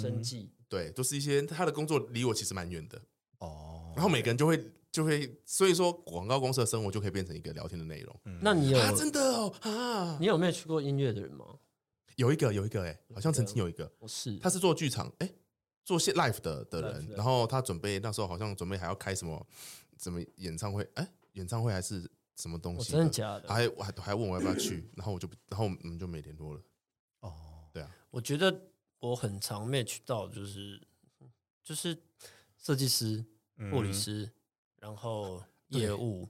Speaker 1: 生计
Speaker 3: 对，都是一些他的工作离我其实蛮远的，
Speaker 2: 哦，
Speaker 3: 然后每个人就会就会，所以说广告公司的生活就可以变成一个聊天的内容。
Speaker 2: 嗯
Speaker 1: 那你有
Speaker 3: 啊，真的哦啊，
Speaker 1: 你有没有去过音乐的人吗？
Speaker 3: 有一个有一个哎、好像曾经有一个，
Speaker 1: 我是，
Speaker 3: 他是做剧场哎、做现 live 的的
Speaker 1: Live
Speaker 3: 人，
Speaker 1: 的
Speaker 3: 然后他准备那时候好像准备还要开什么什么演唱会哎、演唱会还是什么东
Speaker 1: 我
Speaker 3: 西，
Speaker 1: 真的假的？
Speaker 3: 还还还问我要不要去，然后我就不然后我们就没联络了。
Speaker 2: 哦，
Speaker 3: 对啊，
Speaker 1: 我觉得我很常 match 到，就是就是设计师、
Speaker 2: 嗯
Speaker 1: 护理师，然后业务，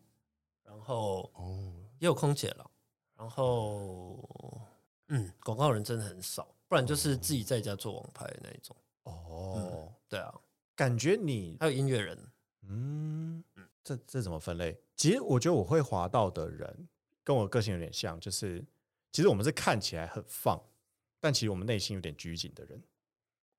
Speaker 1: 然后
Speaker 3: 哦，
Speaker 1: 也有空姐了，然后嗯，广告人真的很少，不然就是自己在家做网拍的那一种。
Speaker 2: 哦，
Speaker 1: 对啊，
Speaker 2: 感觉你
Speaker 1: 还有音乐人，
Speaker 2: 嗯，这这怎么分类？其实我觉得我会滑到的人跟我个性有点像，就是其实我们是看起来很放，但其实我们内心有点拘谨的人。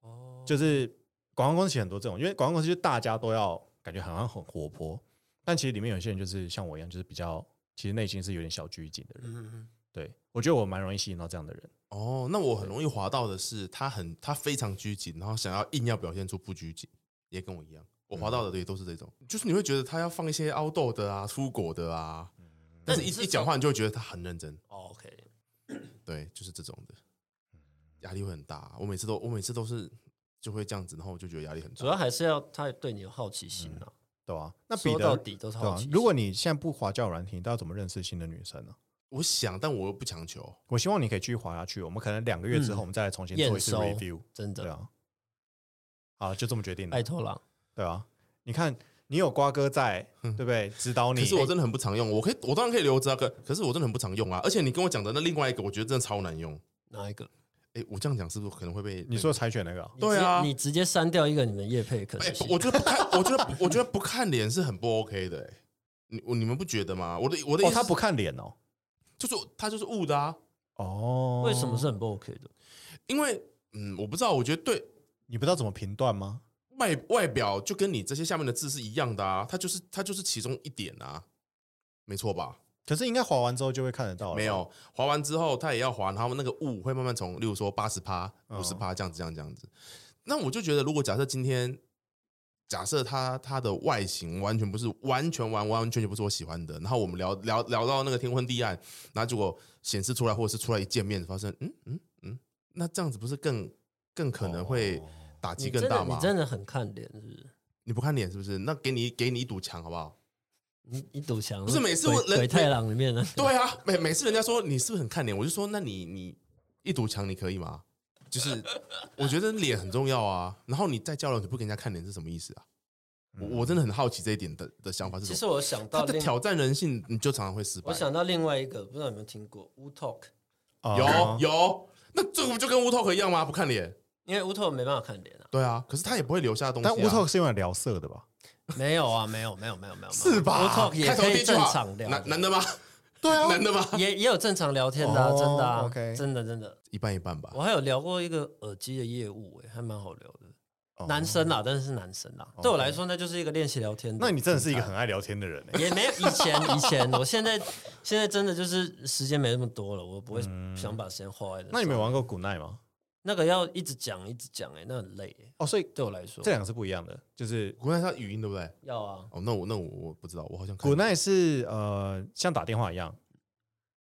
Speaker 1: 哦，
Speaker 2: 就是广告公司其实很多这种，因为广告公司就大家都要感觉好像很活泼，但其实里面有些人就是像我一样，就是比较其实内心是有点小拘谨的人。
Speaker 1: 嗯嗯嗯
Speaker 2: 对我觉得我蛮容易吸引到这样的人。
Speaker 3: 哦，那我很容易滑到的是，他很他非常拘谨，然后想要硬要表现出不拘谨，也跟我一样，我滑
Speaker 1: 嗯
Speaker 3: 到的也都是这种，就是你会觉得他要放一些凹豆的啊、出国的啊，但是
Speaker 1: 嗯
Speaker 3: 一
Speaker 1: 那你是
Speaker 3: 一讲话你就会觉得他很认真，
Speaker 1: 哦，OK，
Speaker 3: 对，就是这种的，
Speaker 2: 嗯
Speaker 3: 压力会很大。啊我每次都我每次都是就会这样子，然后我就觉得压力很大。
Speaker 1: 主要还是要他对你有好奇心啊。
Speaker 2: 对啊，那彼
Speaker 1: 说到
Speaker 2: 得
Speaker 1: 底都是
Speaker 2: 对
Speaker 1: 好
Speaker 2: 啊
Speaker 1: 奇心。，
Speaker 2: 如果你现在不滑交友软体，你到底怎么认识新的女生呢、
Speaker 3: 我想，但我又不强求。
Speaker 2: 我希望你可以继续滑下去。我们可能两个月之后，
Speaker 1: 嗯
Speaker 2: 我们再来重新做
Speaker 1: 验
Speaker 2: 一次
Speaker 1: 收
Speaker 2: review。
Speaker 1: 真
Speaker 2: 对
Speaker 1: 的，
Speaker 2: 啊，好，就这么决定了
Speaker 1: 拜。托啦，
Speaker 2: 对啊，你看你有瓜 哥在，对
Speaker 3: 嗯
Speaker 2: 不对？指导你。哎
Speaker 3: 可是我真的很不常用，我可以，我当然可以留着啊，可可是我真的很不常用啊。而且你跟我讲的那另外一个，我觉得真的超难用。
Speaker 1: 哪一个？
Speaker 3: 哎，我这样讲是不是可能会被
Speaker 2: 你说柴犬那个啊、
Speaker 3: 对
Speaker 1: 你
Speaker 3: 啊
Speaker 1: 直你直接删掉一个你们叶配可
Speaker 3: 哎、
Speaker 1: 能性。
Speaker 3: 我觉得不看，我觉得我觉得不看脸是很不 OK 的、哎，你我你们不觉得吗？我的我的意
Speaker 2: 哦，
Speaker 3: 思是、
Speaker 2: 他不看脸哦。
Speaker 3: 就是他就是误的啊，
Speaker 2: 哦，
Speaker 1: 为什么是很不 OK 的？
Speaker 3: 因为嗯，我不知道，我觉得对
Speaker 2: 你不知道怎么评断吗？
Speaker 3: 外外表就跟你这些下面的字是一样的啊，它就是它就是其中一点啊，没错吧？
Speaker 2: 可是应该划完之后就会看得到了。
Speaker 3: 没，有划完之后，它也要划，然后那个雾会慢慢从，例如说八十趴、
Speaker 2: 嗯
Speaker 3: 五十趴这样子，这样这样子。那我就觉得，如果假设今天，假设他他的外形完全不是完全完完全全不是我喜欢的，然后我们聊聊聊到那个天昏地暗，然后结果显示出来，或者是出来一见面发现，嗯嗯嗯，那这样子不是更更可能会
Speaker 2: 哦
Speaker 3: 打击
Speaker 1: 你
Speaker 3: 更
Speaker 1: 真
Speaker 3: 大
Speaker 1: 的
Speaker 3: 吗
Speaker 1: 你？真的很看脸，是不是？
Speaker 3: 你不看脸是不是？那给你给你一堵墙好 不好？
Speaker 1: 你你赌强
Speaker 3: 不是每次我
Speaker 1: 鬼
Speaker 3: 人
Speaker 1: 鬼太郎里面呢？
Speaker 3: 对啊，每每次人家说你是不是很看脸，我就说那你你一堵墙你可以吗？就是我觉得脸很重要啊。然后你再交流你不给人家看脸是什么意思啊？
Speaker 2: 嗯
Speaker 3: 我我真的很好奇这一点的的想法 是
Speaker 1: 其
Speaker 3: 什
Speaker 1: 实
Speaker 3: 么。
Speaker 1: 我想
Speaker 3: 他
Speaker 1: 到
Speaker 3: 的
Speaker 1: 另，
Speaker 3: 挑战人性，你就常常会失败
Speaker 1: 我。想到另外一个，不知道有没有听过 Wu Talk，
Speaker 2: 啊
Speaker 3: 有有，那这个不就跟乌头壳一样吗？不看脸，
Speaker 1: 因为乌头没办法看脸啊，
Speaker 3: 对啊，可是他也不会留下东西、啊。
Speaker 2: 但乌托克是用来聊色的吧？
Speaker 1: 没有啊，没有没有没有没有，
Speaker 2: 是吧
Speaker 1: 乌头也
Speaker 3: 开头
Speaker 1: 可
Speaker 3: 第
Speaker 1: 以
Speaker 3: 一句
Speaker 1: 正
Speaker 3: 话
Speaker 1: 常，聊，
Speaker 3: 男男的吗？
Speaker 2: 对啊
Speaker 3: 男的吗？
Speaker 1: 也也有正常聊天的啊，
Speaker 2: 哦
Speaker 1: 真的啊
Speaker 2: OK
Speaker 1: 真的真的，
Speaker 3: 一半一半吧。
Speaker 1: 我还有聊过一个耳机的业务，哎，还蛮好聊的，
Speaker 2: 哦
Speaker 3: 哦
Speaker 1: 男生啦，但是是男生啦，对我来说那就是一个练习聊天的。
Speaker 2: 那你真的是一个很爱聊天的人、欸，
Speaker 1: 也 没有以前以前，我现在 现在真的就是时间没那么多了，我不会想把时间花在。
Speaker 2: 那你没有玩过古奈吗？
Speaker 1: 那个要一直讲一直讲，哎，那很累哎，
Speaker 2: 哦，所以
Speaker 1: 对我来说
Speaker 2: 这两个是不一样的，就是
Speaker 3: 古奈他语音对不对？
Speaker 1: 要啊，
Speaker 3: 哦，那我那我我不知道，我好像看
Speaker 2: 古奈是呃像打电话一样，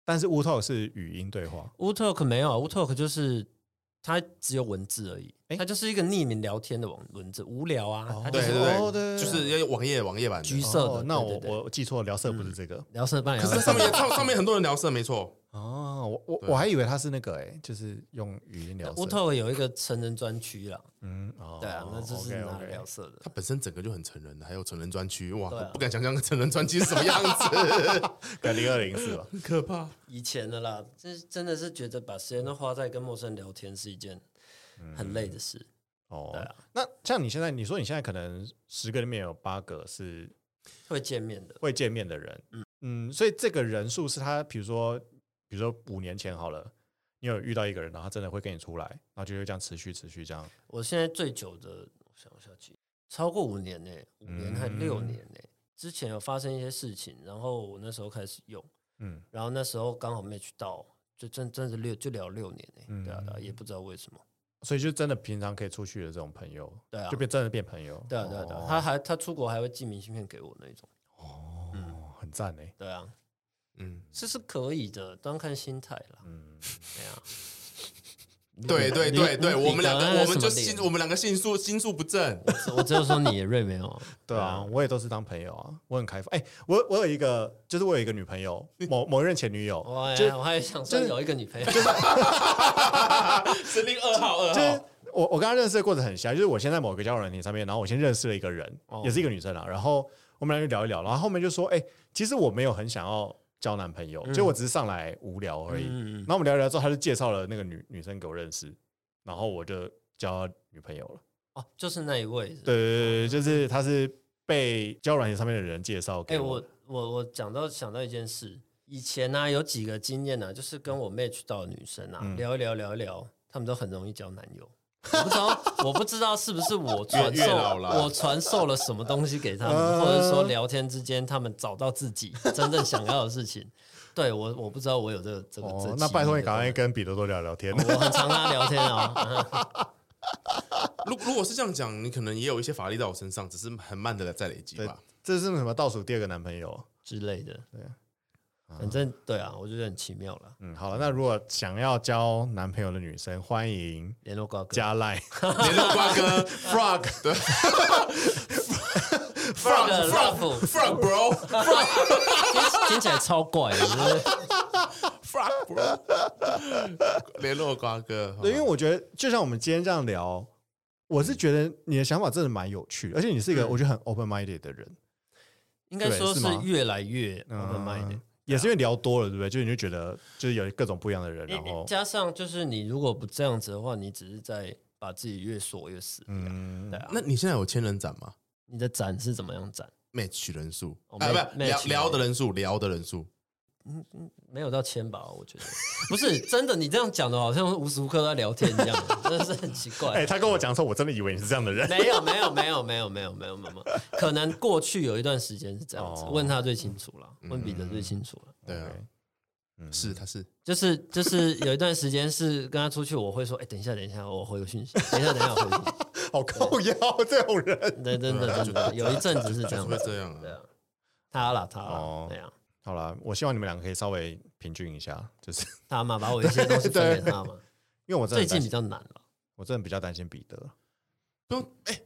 Speaker 2: 但是乌托克是语音对话。
Speaker 1: 乌 talk 没有啊，乌 talk 就是它只有文字而已，
Speaker 2: 诶
Speaker 1: 它就是一个匿名聊天的网文字，无聊啊，它就
Speaker 3: 对
Speaker 1: 是呃
Speaker 3: 对对，
Speaker 2: 哦对
Speaker 3: 就是要网页网页版
Speaker 1: 橘
Speaker 3: 的。
Speaker 1: 色的。
Speaker 2: 哦那
Speaker 1: 对
Speaker 2: 我
Speaker 1: 对对嗯
Speaker 2: 我记错了，聊色不是这个
Speaker 1: 聊色半聊
Speaker 3: 可是
Speaker 1: 色
Speaker 3: 上，面上上面很多人聊色，没错。
Speaker 2: 哦，我我我还以为他是那个哎，就是用语音聊
Speaker 1: 乌
Speaker 2: 色。
Speaker 1: talk 有一个成人专区啦，
Speaker 2: 嗯，哦，
Speaker 1: 对啊，那就是拿来
Speaker 2: OK，OK
Speaker 1: 聊色的。
Speaker 3: 它本身整个就很成人的，还有成人专区，哇，
Speaker 1: 对啊
Speaker 3: 不敢想象成人专区是什么样子，
Speaker 2: 改零二零 四吧。
Speaker 3: 很可怕。
Speaker 1: 以前的啦，这真的是觉得把时间都花在跟陌生人聊天是一件很累的事。
Speaker 2: 哦
Speaker 1: 对啊，
Speaker 2: 那像你现在，你说你现在可能十个里面有八个是
Speaker 1: 会见面的，
Speaker 2: 会见面的人，嗯，所以这个人数是他，比如说，比如说五年前好了，你有遇到一个人，然后他真的会跟你出来，然后就会这样持续持续这样，
Speaker 1: 我现在最久的，我想一下记，超过五年呢、五年还
Speaker 2: 嗯
Speaker 1: 六年呢、之前有发生一些事情，然后我那时候开始用，
Speaker 2: 嗯，
Speaker 1: 然后那时候刚好 match 到，就真真的是六就聊六年呢、
Speaker 2: 嗯
Speaker 1: 对啊，对啊，也不知道为什么。
Speaker 2: 所以就真的平常可以出去的这种朋友，
Speaker 1: 对啊
Speaker 2: 就变真的变朋友，
Speaker 1: 对啊，对啊，对啊
Speaker 2: 哦，
Speaker 1: 他还他出国还会寄明信片给我那种。
Speaker 2: 哦，很赞哎，
Speaker 1: 对啊，
Speaker 3: 嗯，
Speaker 1: 这是可以的，当看心态啦。
Speaker 2: 嗯，
Speaker 1: 对啊，
Speaker 3: 对对
Speaker 1: 你
Speaker 3: 对
Speaker 1: 你
Speaker 3: 对，
Speaker 1: 你
Speaker 3: 我们两
Speaker 1: 刚刚
Speaker 3: 个我
Speaker 1: 什
Speaker 3: 们
Speaker 1: 么
Speaker 3: 就
Speaker 1: 脸
Speaker 3: 心我们两个心术心术不正，
Speaker 1: 我只有说你瑞没有啊，
Speaker 2: 对啊，我也都是当朋友啊，我很开放，哎，我我有一个，就是我有一个女朋友，
Speaker 1: 嗯
Speaker 2: 某某任前女友，
Speaker 1: 我
Speaker 2: 就
Speaker 1: 我还想说
Speaker 2: 就是
Speaker 1: 有一个女朋友，
Speaker 3: 指令二号二
Speaker 2: 就是
Speaker 3: 号，
Speaker 2: 我我跟他认识的过程很像，就是我先在某个交友软件上面，然后我先认识了一个人，
Speaker 1: 哦
Speaker 2: 也是一个女生啊，然后我们俩就聊一聊，然后后面就说，哎、其实我没有很想要交男朋友，就我只是上来无聊而已。
Speaker 1: 嗯嗯嗯嗯
Speaker 2: 然后我们聊一聊之后，他就介绍了那个女女生给我认识，然后我就交女朋友了。
Speaker 1: 哦，就是那一位是不是
Speaker 2: 对
Speaker 1: 哦
Speaker 2: 对对对，就是他是被交友软件上面的人介绍
Speaker 1: 哎、
Speaker 2: 给我
Speaker 1: 我
Speaker 2: 的。
Speaker 1: 我我讲到想到一件事，以前呢、有几个经验呢、啊就是跟我 match 到的女生
Speaker 2: 嗯
Speaker 1: 啊，聊一聊聊一聊，她们都很容易交男友。我不知道，我不知道是不是我传
Speaker 3: 越
Speaker 1: 授
Speaker 3: 老了
Speaker 1: 我传授了什么东西给他们，
Speaker 2: 呃
Speaker 1: 或者说聊天之间他们找到自己真正想要的事情。对我，我不知道我有这个这个。这
Speaker 2: 哦
Speaker 1: 个，
Speaker 2: 那拜托你
Speaker 1: 技能
Speaker 2: 赶快跟彼得多聊聊天。
Speaker 1: 我很常跟他聊天啊，
Speaker 3: 如如果是这样讲，你可能也有一些法力在我身上，只是很慢的在累积
Speaker 2: 对
Speaker 3: 吧。，
Speaker 2: 这是什么倒数第二个男朋友？
Speaker 1: 之类的。对，反正对啊，我觉得很奇妙了。
Speaker 2: 嗯，好了，那如果想要交男朋友的女生，欢迎
Speaker 1: 联络高哥
Speaker 2: 加赖。
Speaker 3: 联络瓜哥
Speaker 2: Frog
Speaker 3: frog frog
Speaker 1: love
Speaker 3: frog bro
Speaker 1: 听听起来超怪的，就是。
Speaker 3: frog bro，联络瓜哥，
Speaker 2: 对，因为我觉得就像我们今天这样聊，我是觉得你的想法真的蛮有趣，而且你是一个我觉得很 open minded 的人，
Speaker 1: 应该说
Speaker 2: 对
Speaker 1: 是
Speaker 2: 是吗
Speaker 1: 越来越
Speaker 2: 嗯
Speaker 1: open minded，、
Speaker 2: 也是因为聊多了，对不对？就是你就觉得就是有各种不一样的人，
Speaker 1: 啊你
Speaker 2: 然后
Speaker 1: 加上就是你如果不这样子的话，你只是在把自己越锁越死。
Speaker 2: 嗯
Speaker 1: 对，啊，
Speaker 3: 那你现在有千人斩吗
Speaker 1: 你的展是怎么样展？
Speaker 3: ？match 人数
Speaker 1: 哦
Speaker 3: 啊，
Speaker 1: match-
Speaker 3: 不聊
Speaker 1: match
Speaker 3: 聊的人数，聊的人数，
Speaker 1: 没有到千吧，我觉得不是真的。你这样讲的，好像无时无刻都在聊天一样，真的是很奇
Speaker 2: 哎、
Speaker 1: 怪。
Speaker 2: 他跟我讲的时候，我真的以为你是这样的人。
Speaker 1: 没有没有没有没有没有没有没有，没有可能过去有一段时间是这样子。
Speaker 2: 哦
Speaker 1: 问他最清楚了，问彼得最清楚了。
Speaker 3: 对啊，
Speaker 2: 嗯
Speaker 3: 是他是
Speaker 1: 就是就是有一段时间是跟他出去，我会说，哎、等一下等一下，我回个讯息，等一下等一下我回讯息。
Speaker 2: 好靠腰这种人。
Speaker 1: 对，真的真的，有一阵子是这样
Speaker 3: 会
Speaker 1: 的。
Speaker 3: 这样
Speaker 1: 对
Speaker 3: 啊
Speaker 1: 啊，他啦他啦
Speaker 2: 嗯哦，
Speaker 1: 对啊，
Speaker 2: 好了，我希望你们两个可以稍微平均一下，就是
Speaker 1: 他嘛，把我一些东西分给他嘛。
Speaker 2: 因为 我真的
Speaker 1: 最近
Speaker 2: 很担
Speaker 1: 比
Speaker 2: 心，
Speaker 1: 较难了，
Speaker 2: 我真的比较担心彼得，
Speaker 3: 不用哎，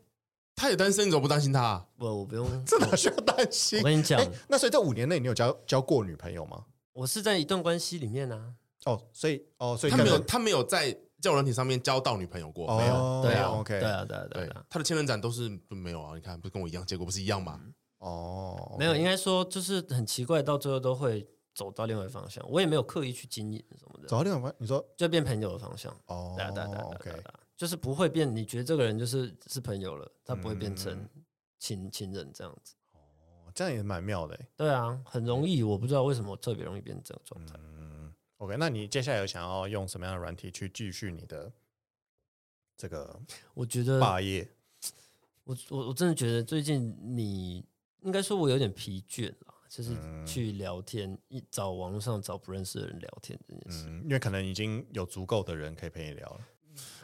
Speaker 3: 他也单身，你怎么不担心他啊？
Speaker 1: 我我不用，
Speaker 2: 这哪需要担心？
Speaker 1: 我跟你讲
Speaker 2: 哎那所以在五年内，你有交交过女朋友吗？
Speaker 1: 我是在一段关系里面啊，
Speaker 2: 哦，所以哦，所以
Speaker 3: 他没有，
Speaker 2: 根本
Speaker 3: 他没有在交友软体上面交到女朋友过，没有。
Speaker 2: 哦
Speaker 1: 对啊
Speaker 2: ，OK，
Speaker 1: 对啊，对啊，对
Speaker 3: 对
Speaker 1: 啊，，
Speaker 3: 他的千人斩都是没有啊！你看，不是跟我一样，结果不是一样嘛？
Speaker 2: 哦，
Speaker 1: 没有，应该说就是很奇怪，到最后都会走到另外一个方向，我也没有刻意去经营什么的，
Speaker 2: 走到另外一方，你说
Speaker 1: 就变朋友的方向。
Speaker 2: 哦
Speaker 1: 对啊对啊对啊对啊对啊
Speaker 2: ，OK，
Speaker 1: 对啊就是不会变。你觉得这个人就是是朋友了，他不会变成
Speaker 2: 嗯
Speaker 1: 亲亲人这样子。
Speaker 2: 哦这样也蛮妙的欸。
Speaker 1: 对啊，很容易，我不知道为什么特别容易变成这种状态。
Speaker 2: 嗯，OK，那你接下来有想要用什么样的软体去继续你的这个
Speaker 1: 我觉得，
Speaker 2: 霸业？
Speaker 1: 我我我真的觉得最近你应该说我有点疲倦了，就是去聊天，一找网络上找不认识的人聊天这件事。
Speaker 2: 嗯，因为可能已经有足够的人可以陪你聊了。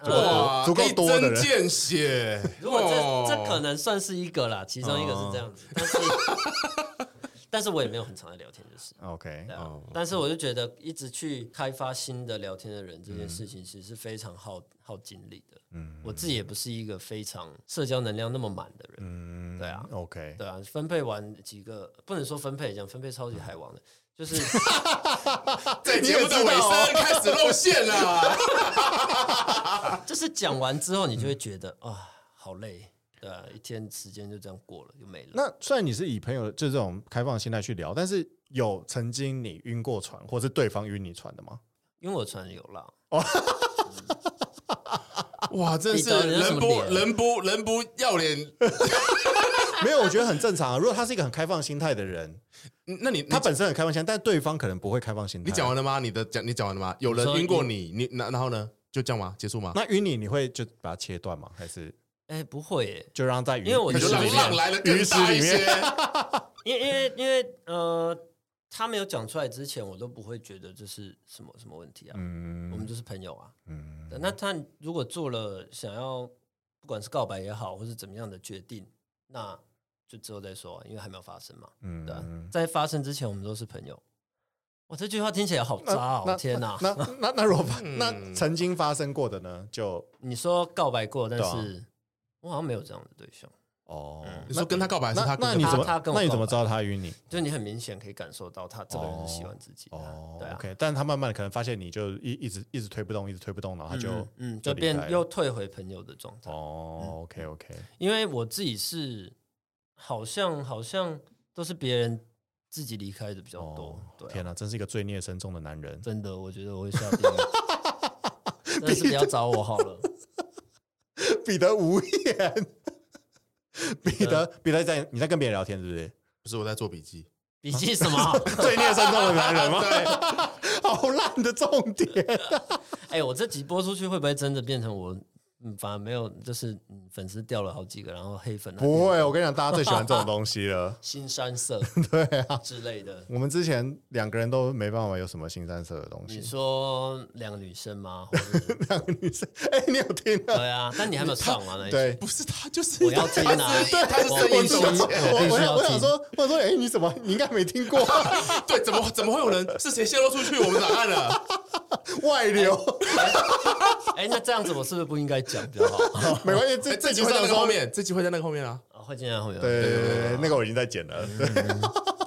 Speaker 3: 哇，
Speaker 2: 足够
Speaker 3: 一
Speaker 2: 多的
Speaker 3: 针
Speaker 2: 人
Speaker 3: 哎见血。
Speaker 1: 如果这
Speaker 3: 哦
Speaker 1: 这可能算是一个啦，其中一个是这样子，但是但是我也没有很常在聊天，就是。
Speaker 2: OK，
Speaker 1: 对啊，但是我就觉得一直去开发新的聊天的人这件事情，其实是非常耗耗精力的。嗯，我自己也不是一个非常社交能量那么满的人。
Speaker 2: 嗯，
Speaker 1: 对啊
Speaker 2: ，OK，
Speaker 1: 对啊，分配完几个，不能说分配，讲分配超级海王的， 就是
Speaker 3: 在节目的尾声开始露馅了。
Speaker 1: 就是讲完之后，你就会觉得啊，好累。对啊，一天时间就这样过了，就没了。
Speaker 2: 那虽然你是以朋友的就这种开放的心态去聊，但是有曾经你晕过船，或是对方晕你船的吗？
Speaker 1: 因为我传有啦，
Speaker 3: 哇，真的是
Speaker 1: 彼得人有什么
Speaker 3: 人不
Speaker 1: 脸
Speaker 3: 人不人不要脸。
Speaker 2: 没有，我觉得很正常、啊。如果他是一个很开放心态的人，
Speaker 3: 那你
Speaker 2: 他
Speaker 3: 他
Speaker 2: 本身很开放心态，但对方可能不会开放心态。
Speaker 3: 你讲完了吗？你的讲你讲完了吗？有人晕过你，你那然后呢？就这样吗？结束吗？
Speaker 2: 那晕你，你会就把它切断吗？还是
Speaker 1: 哎，不会耶，
Speaker 2: 就让在鱼？
Speaker 1: 因为我
Speaker 2: 鱼
Speaker 1: 觉
Speaker 3: 你
Speaker 1: 得
Speaker 3: 就
Speaker 2: 池
Speaker 3: 让
Speaker 2: 里
Speaker 3: 浪
Speaker 2: 面
Speaker 3: 来的更大一
Speaker 2: 鱼池里
Speaker 3: 些。
Speaker 1: 因为因为因为呃，他没有讲出来之前，我都不会觉得这是什么什么问题啊。我
Speaker 2: 嗯
Speaker 1: 们就是朋友啊。
Speaker 2: 嗯，
Speaker 1: 对那他如果做了想要不管是告白也好，或是怎么样的决定，那就之后再说啊、因为还没有发生嘛。
Speaker 2: 嗯
Speaker 1: 对啊、在发生之前，我们都是朋友。哇，这句话听起来好渣
Speaker 2: 那
Speaker 1: 哦！天哪，
Speaker 2: 那那那如果发那曾经发生过的呢？就
Speaker 1: 你说告白过，但
Speaker 2: 对啊
Speaker 1: 是我好像没有这样的对象，
Speaker 2: 哦，
Speaker 3: 你说跟他告白是
Speaker 2: 那
Speaker 3: 他
Speaker 2: 那
Speaker 3: 跟
Speaker 2: 你怎么
Speaker 1: 他他跟我
Speaker 2: 那你
Speaker 1: 告
Speaker 2: 怎么
Speaker 1: 白
Speaker 2: 知道他晕你？
Speaker 1: 就是你很明显可以感受到他这个人是喜欢自己的啊。
Speaker 2: 哦
Speaker 1: 对啊。
Speaker 2: ，OK，但他慢慢地可能发现你就一一直一直推不动，一直推不动，然后他就
Speaker 1: 嗯嗯，就
Speaker 2: 离开
Speaker 1: 变
Speaker 2: 了
Speaker 1: 又退回朋友的状态。
Speaker 2: 哦，OK OK，
Speaker 1: 因为我自己是好像好像都是别人自己离开的比较多
Speaker 2: 哦，，
Speaker 1: 对啊、
Speaker 2: 天哪，真是一个罪孽深重的男人。
Speaker 1: 真的，我觉得我会下 地狱，真的是不要找我好了。
Speaker 2: 彼得无言， 彼得彼得在你在跟别人聊天是不 是？
Speaker 3: 不是我在做笔记，
Speaker 1: 笔记什么？
Speaker 2: 罪孽深重的男人 吗？
Speaker 3: 对，
Speaker 2: 好烂的重点，
Speaker 1: 哎、我这集播出去会不会真的变成我？嗯，反而没有，就是嗯粉丝掉了好几个，然后黑粉啊。
Speaker 2: 不会，我跟你讲，大家最喜欢这种东西了
Speaker 1: 新山 色
Speaker 2: 对啊，
Speaker 1: 之类的。
Speaker 2: 我们之前两个人都没办法有什么新三色的东
Speaker 1: 你
Speaker 2: 西。
Speaker 1: 说两个女生吗？或者是
Speaker 2: 两个女生，哎，你有听到？
Speaker 1: 对啊，但你还没有上完那一集
Speaker 2: 对，
Speaker 3: 不是他，就是
Speaker 1: 我要听啊！
Speaker 3: 他是他是
Speaker 1: 我
Speaker 3: 声
Speaker 1: 必
Speaker 3: 音
Speaker 1: 须，
Speaker 3: 小姐。
Speaker 1: 我
Speaker 2: 我
Speaker 1: 必须
Speaker 2: 我想
Speaker 1: 要
Speaker 2: 我想
Speaker 1: 听。
Speaker 2: 说，我说，哎，你怎么你应该没听过
Speaker 3: 对，怎么怎么会有人是谁泄露出去我们档案 了？
Speaker 2: 外流？
Speaker 1: 哎、那这样子我是不是不应该讲比较 好？
Speaker 2: 没关系，这
Speaker 3: 哎这
Speaker 2: 这
Speaker 3: 集
Speaker 2: 集
Speaker 3: 会
Speaker 2: 会
Speaker 3: 在
Speaker 2: 到
Speaker 3: 那个后
Speaker 2: 后面。
Speaker 3: 面，这集会在那个后面啊。
Speaker 1: 啊，会进来后面，
Speaker 2: 对对对对，对那个我已经在剪了。对，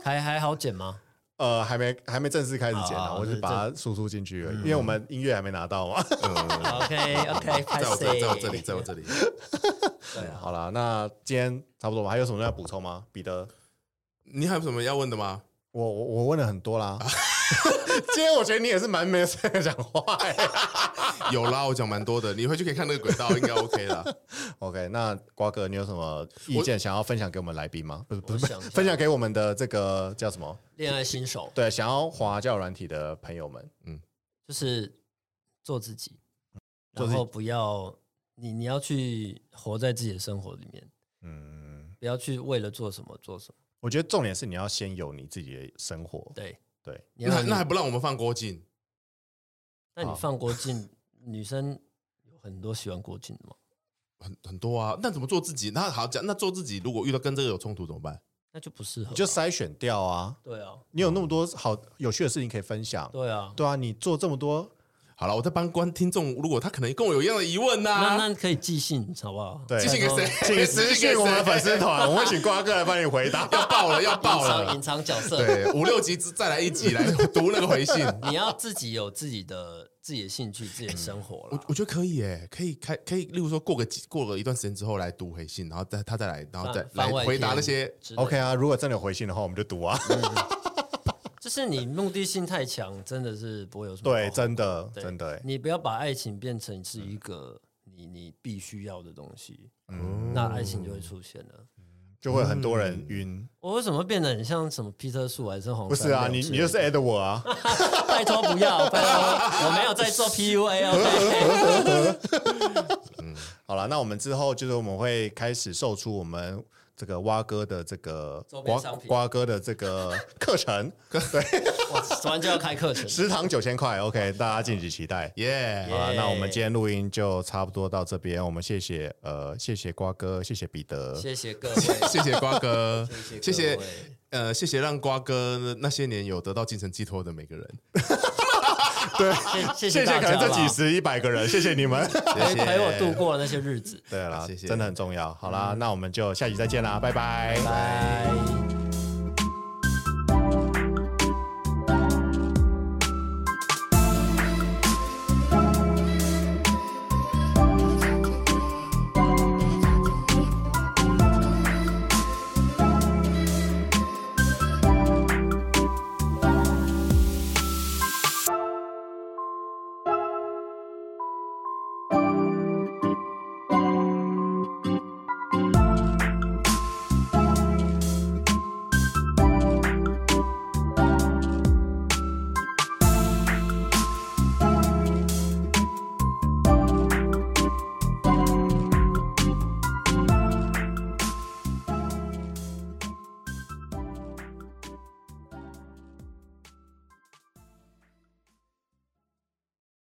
Speaker 1: 还还好剪吗？
Speaker 2: 呃，还没还没正式开始剪
Speaker 1: 好
Speaker 2: 呢，
Speaker 1: 好
Speaker 2: 我是
Speaker 1: 这
Speaker 2: 把它输出进去而已，因为我们音乐还没拿到嘛。
Speaker 1: OK OK，
Speaker 3: 在我这，在我这里，在我这里。
Speaker 1: 对啊，
Speaker 2: 好啦，那今天差不多吧，还有什么要补充吗？彼得，
Speaker 3: 你还有什么要问的吗？
Speaker 2: 我我我问了很多啦。 今天我觉得你也是蛮没有在讲话、欸。
Speaker 3: 有啦，我讲蛮多的，你回去可以看那个轨道，应该 OK 啦。
Speaker 2: OK，那瓜哥，你有什么意见想要分享给我们来宾吗？不是不
Speaker 1: 我
Speaker 2: 是，
Speaker 1: 想一下
Speaker 2: 分享给我们的这个叫什么？
Speaker 1: 恋爱新手
Speaker 2: 对，想要滑教软体的朋友们，
Speaker 1: 就是做自己，然
Speaker 2: 做自己
Speaker 1: 后不要你你要去活在自己的生活里面，
Speaker 2: 嗯，
Speaker 1: 不要去为了做什么做什么。
Speaker 2: 我觉得重点是你要先有你自己的生活。
Speaker 1: 对，
Speaker 2: 对，
Speaker 1: 你
Speaker 3: 那
Speaker 1: 要
Speaker 3: 那还
Speaker 1: 那
Speaker 3: 不让我们放郭靖？
Speaker 1: 那你放郭靖，女生有很多喜欢郭靖的吗？
Speaker 3: 很很多啊，那怎么做自己？那好讲，那做自己如果遇到跟这个有冲突怎么办？
Speaker 1: 那就不适合
Speaker 2: 你
Speaker 1: 吧，
Speaker 2: 就筛选掉啊！
Speaker 1: 对啊，
Speaker 2: 你有那么多好有趣的事情可以分享，
Speaker 1: 对啊。
Speaker 2: 对啊，你做这么 多，
Speaker 3: 好了，我在帮观听众，如果他可能跟我有一样的疑问
Speaker 1: 那
Speaker 3: 呐、
Speaker 1: 那可以寄信好不好？
Speaker 2: 啊对
Speaker 3: 寄信给谁？
Speaker 2: 请私
Speaker 3: 信给
Speaker 2: 信我们
Speaker 3: 谁
Speaker 2: 粉丝团，我们会请瓜哥来帮你回答。
Speaker 3: 要爆了，要
Speaker 1: 隐
Speaker 3: 爆
Speaker 1: 藏
Speaker 3: 了
Speaker 1: 隐！藏角色，
Speaker 3: 对，五六集再来一集来读那个回信。
Speaker 1: 你要自己有自己的自己的兴趣、自己的生活
Speaker 3: 我
Speaker 2: 嗯
Speaker 1: 了。
Speaker 3: 我觉得可以诶，可以开可以，例如说过个几过了一段时间之后来读回信，然后再他再来，然后再
Speaker 1: 番
Speaker 3: 来
Speaker 1: 外
Speaker 3: 回答
Speaker 1: 篇
Speaker 3: 那些
Speaker 1: 之类的嗯
Speaker 2: OK 啊，如果真的有回信的话，我们就读啊。
Speaker 1: 就是你目的性太强，真的是不会有什么好
Speaker 2: 对，
Speaker 1: 的。
Speaker 2: 真的，
Speaker 1: 哦对
Speaker 2: 真的、欸，
Speaker 1: 你不要把爱情变成是一个你你必须要的东西，
Speaker 2: 嗯，
Speaker 1: 那爱情就会出现了。
Speaker 2: 就会很多人晕。
Speaker 1: 我为什么会变得很像什么皮特树还是红？
Speaker 2: 不是啊，你你就是 Edward 啊，
Speaker 1: 拜托不 要，拜托，我没有在做 PUA OK？
Speaker 2: 好了，那我们之后就是我们会开始售出我们这个蛙哥的这个
Speaker 1: 周边
Speaker 2: 瓜
Speaker 1: 商品
Speaker 2: 瓜哥的这个课程，
Speaker 1: 哇，昨晚就要开课程，
Speaker 2: 食堂九千块，OK，大家敬请期待。
Speaker 3: 耶
Speaker 2: 好了，
Speaker 1: 耶
Speaker 2: 那我们今天录音就差不多到这边，我们谢谢呃，谢谢瓜哥，谢谢彼得，
Speaker 1: 谢谢各位，
Speaker 3: 谢谢瓜哥，谢
Speaker 1: 谢
Speaker 3: 谢
Speaker 1: 各位
Speaker 3: 呃，谢谢让瓜哥那些年有得到精神寄托的每个人，
Speaker 1: 谢谢谢
Speaker 2: 谢谢
Speaker 1: 大
Speaker 2: 可
Speaker 1: 家
Speaker 2: 能这几
Speaker 1: 啦
Speaker 2: 十一百个人，谢谢你们，
Speaker 1: 陪
Speaker 3: 谢谢
Speaker 1: 陪我度过那些日子，
Speaker 2: 对啦，
Speaker 3: 谢谢
Speaker 2: 真的很重要。好啦，那我们就下集再见啦，拜拜
Speaker 1: 拜。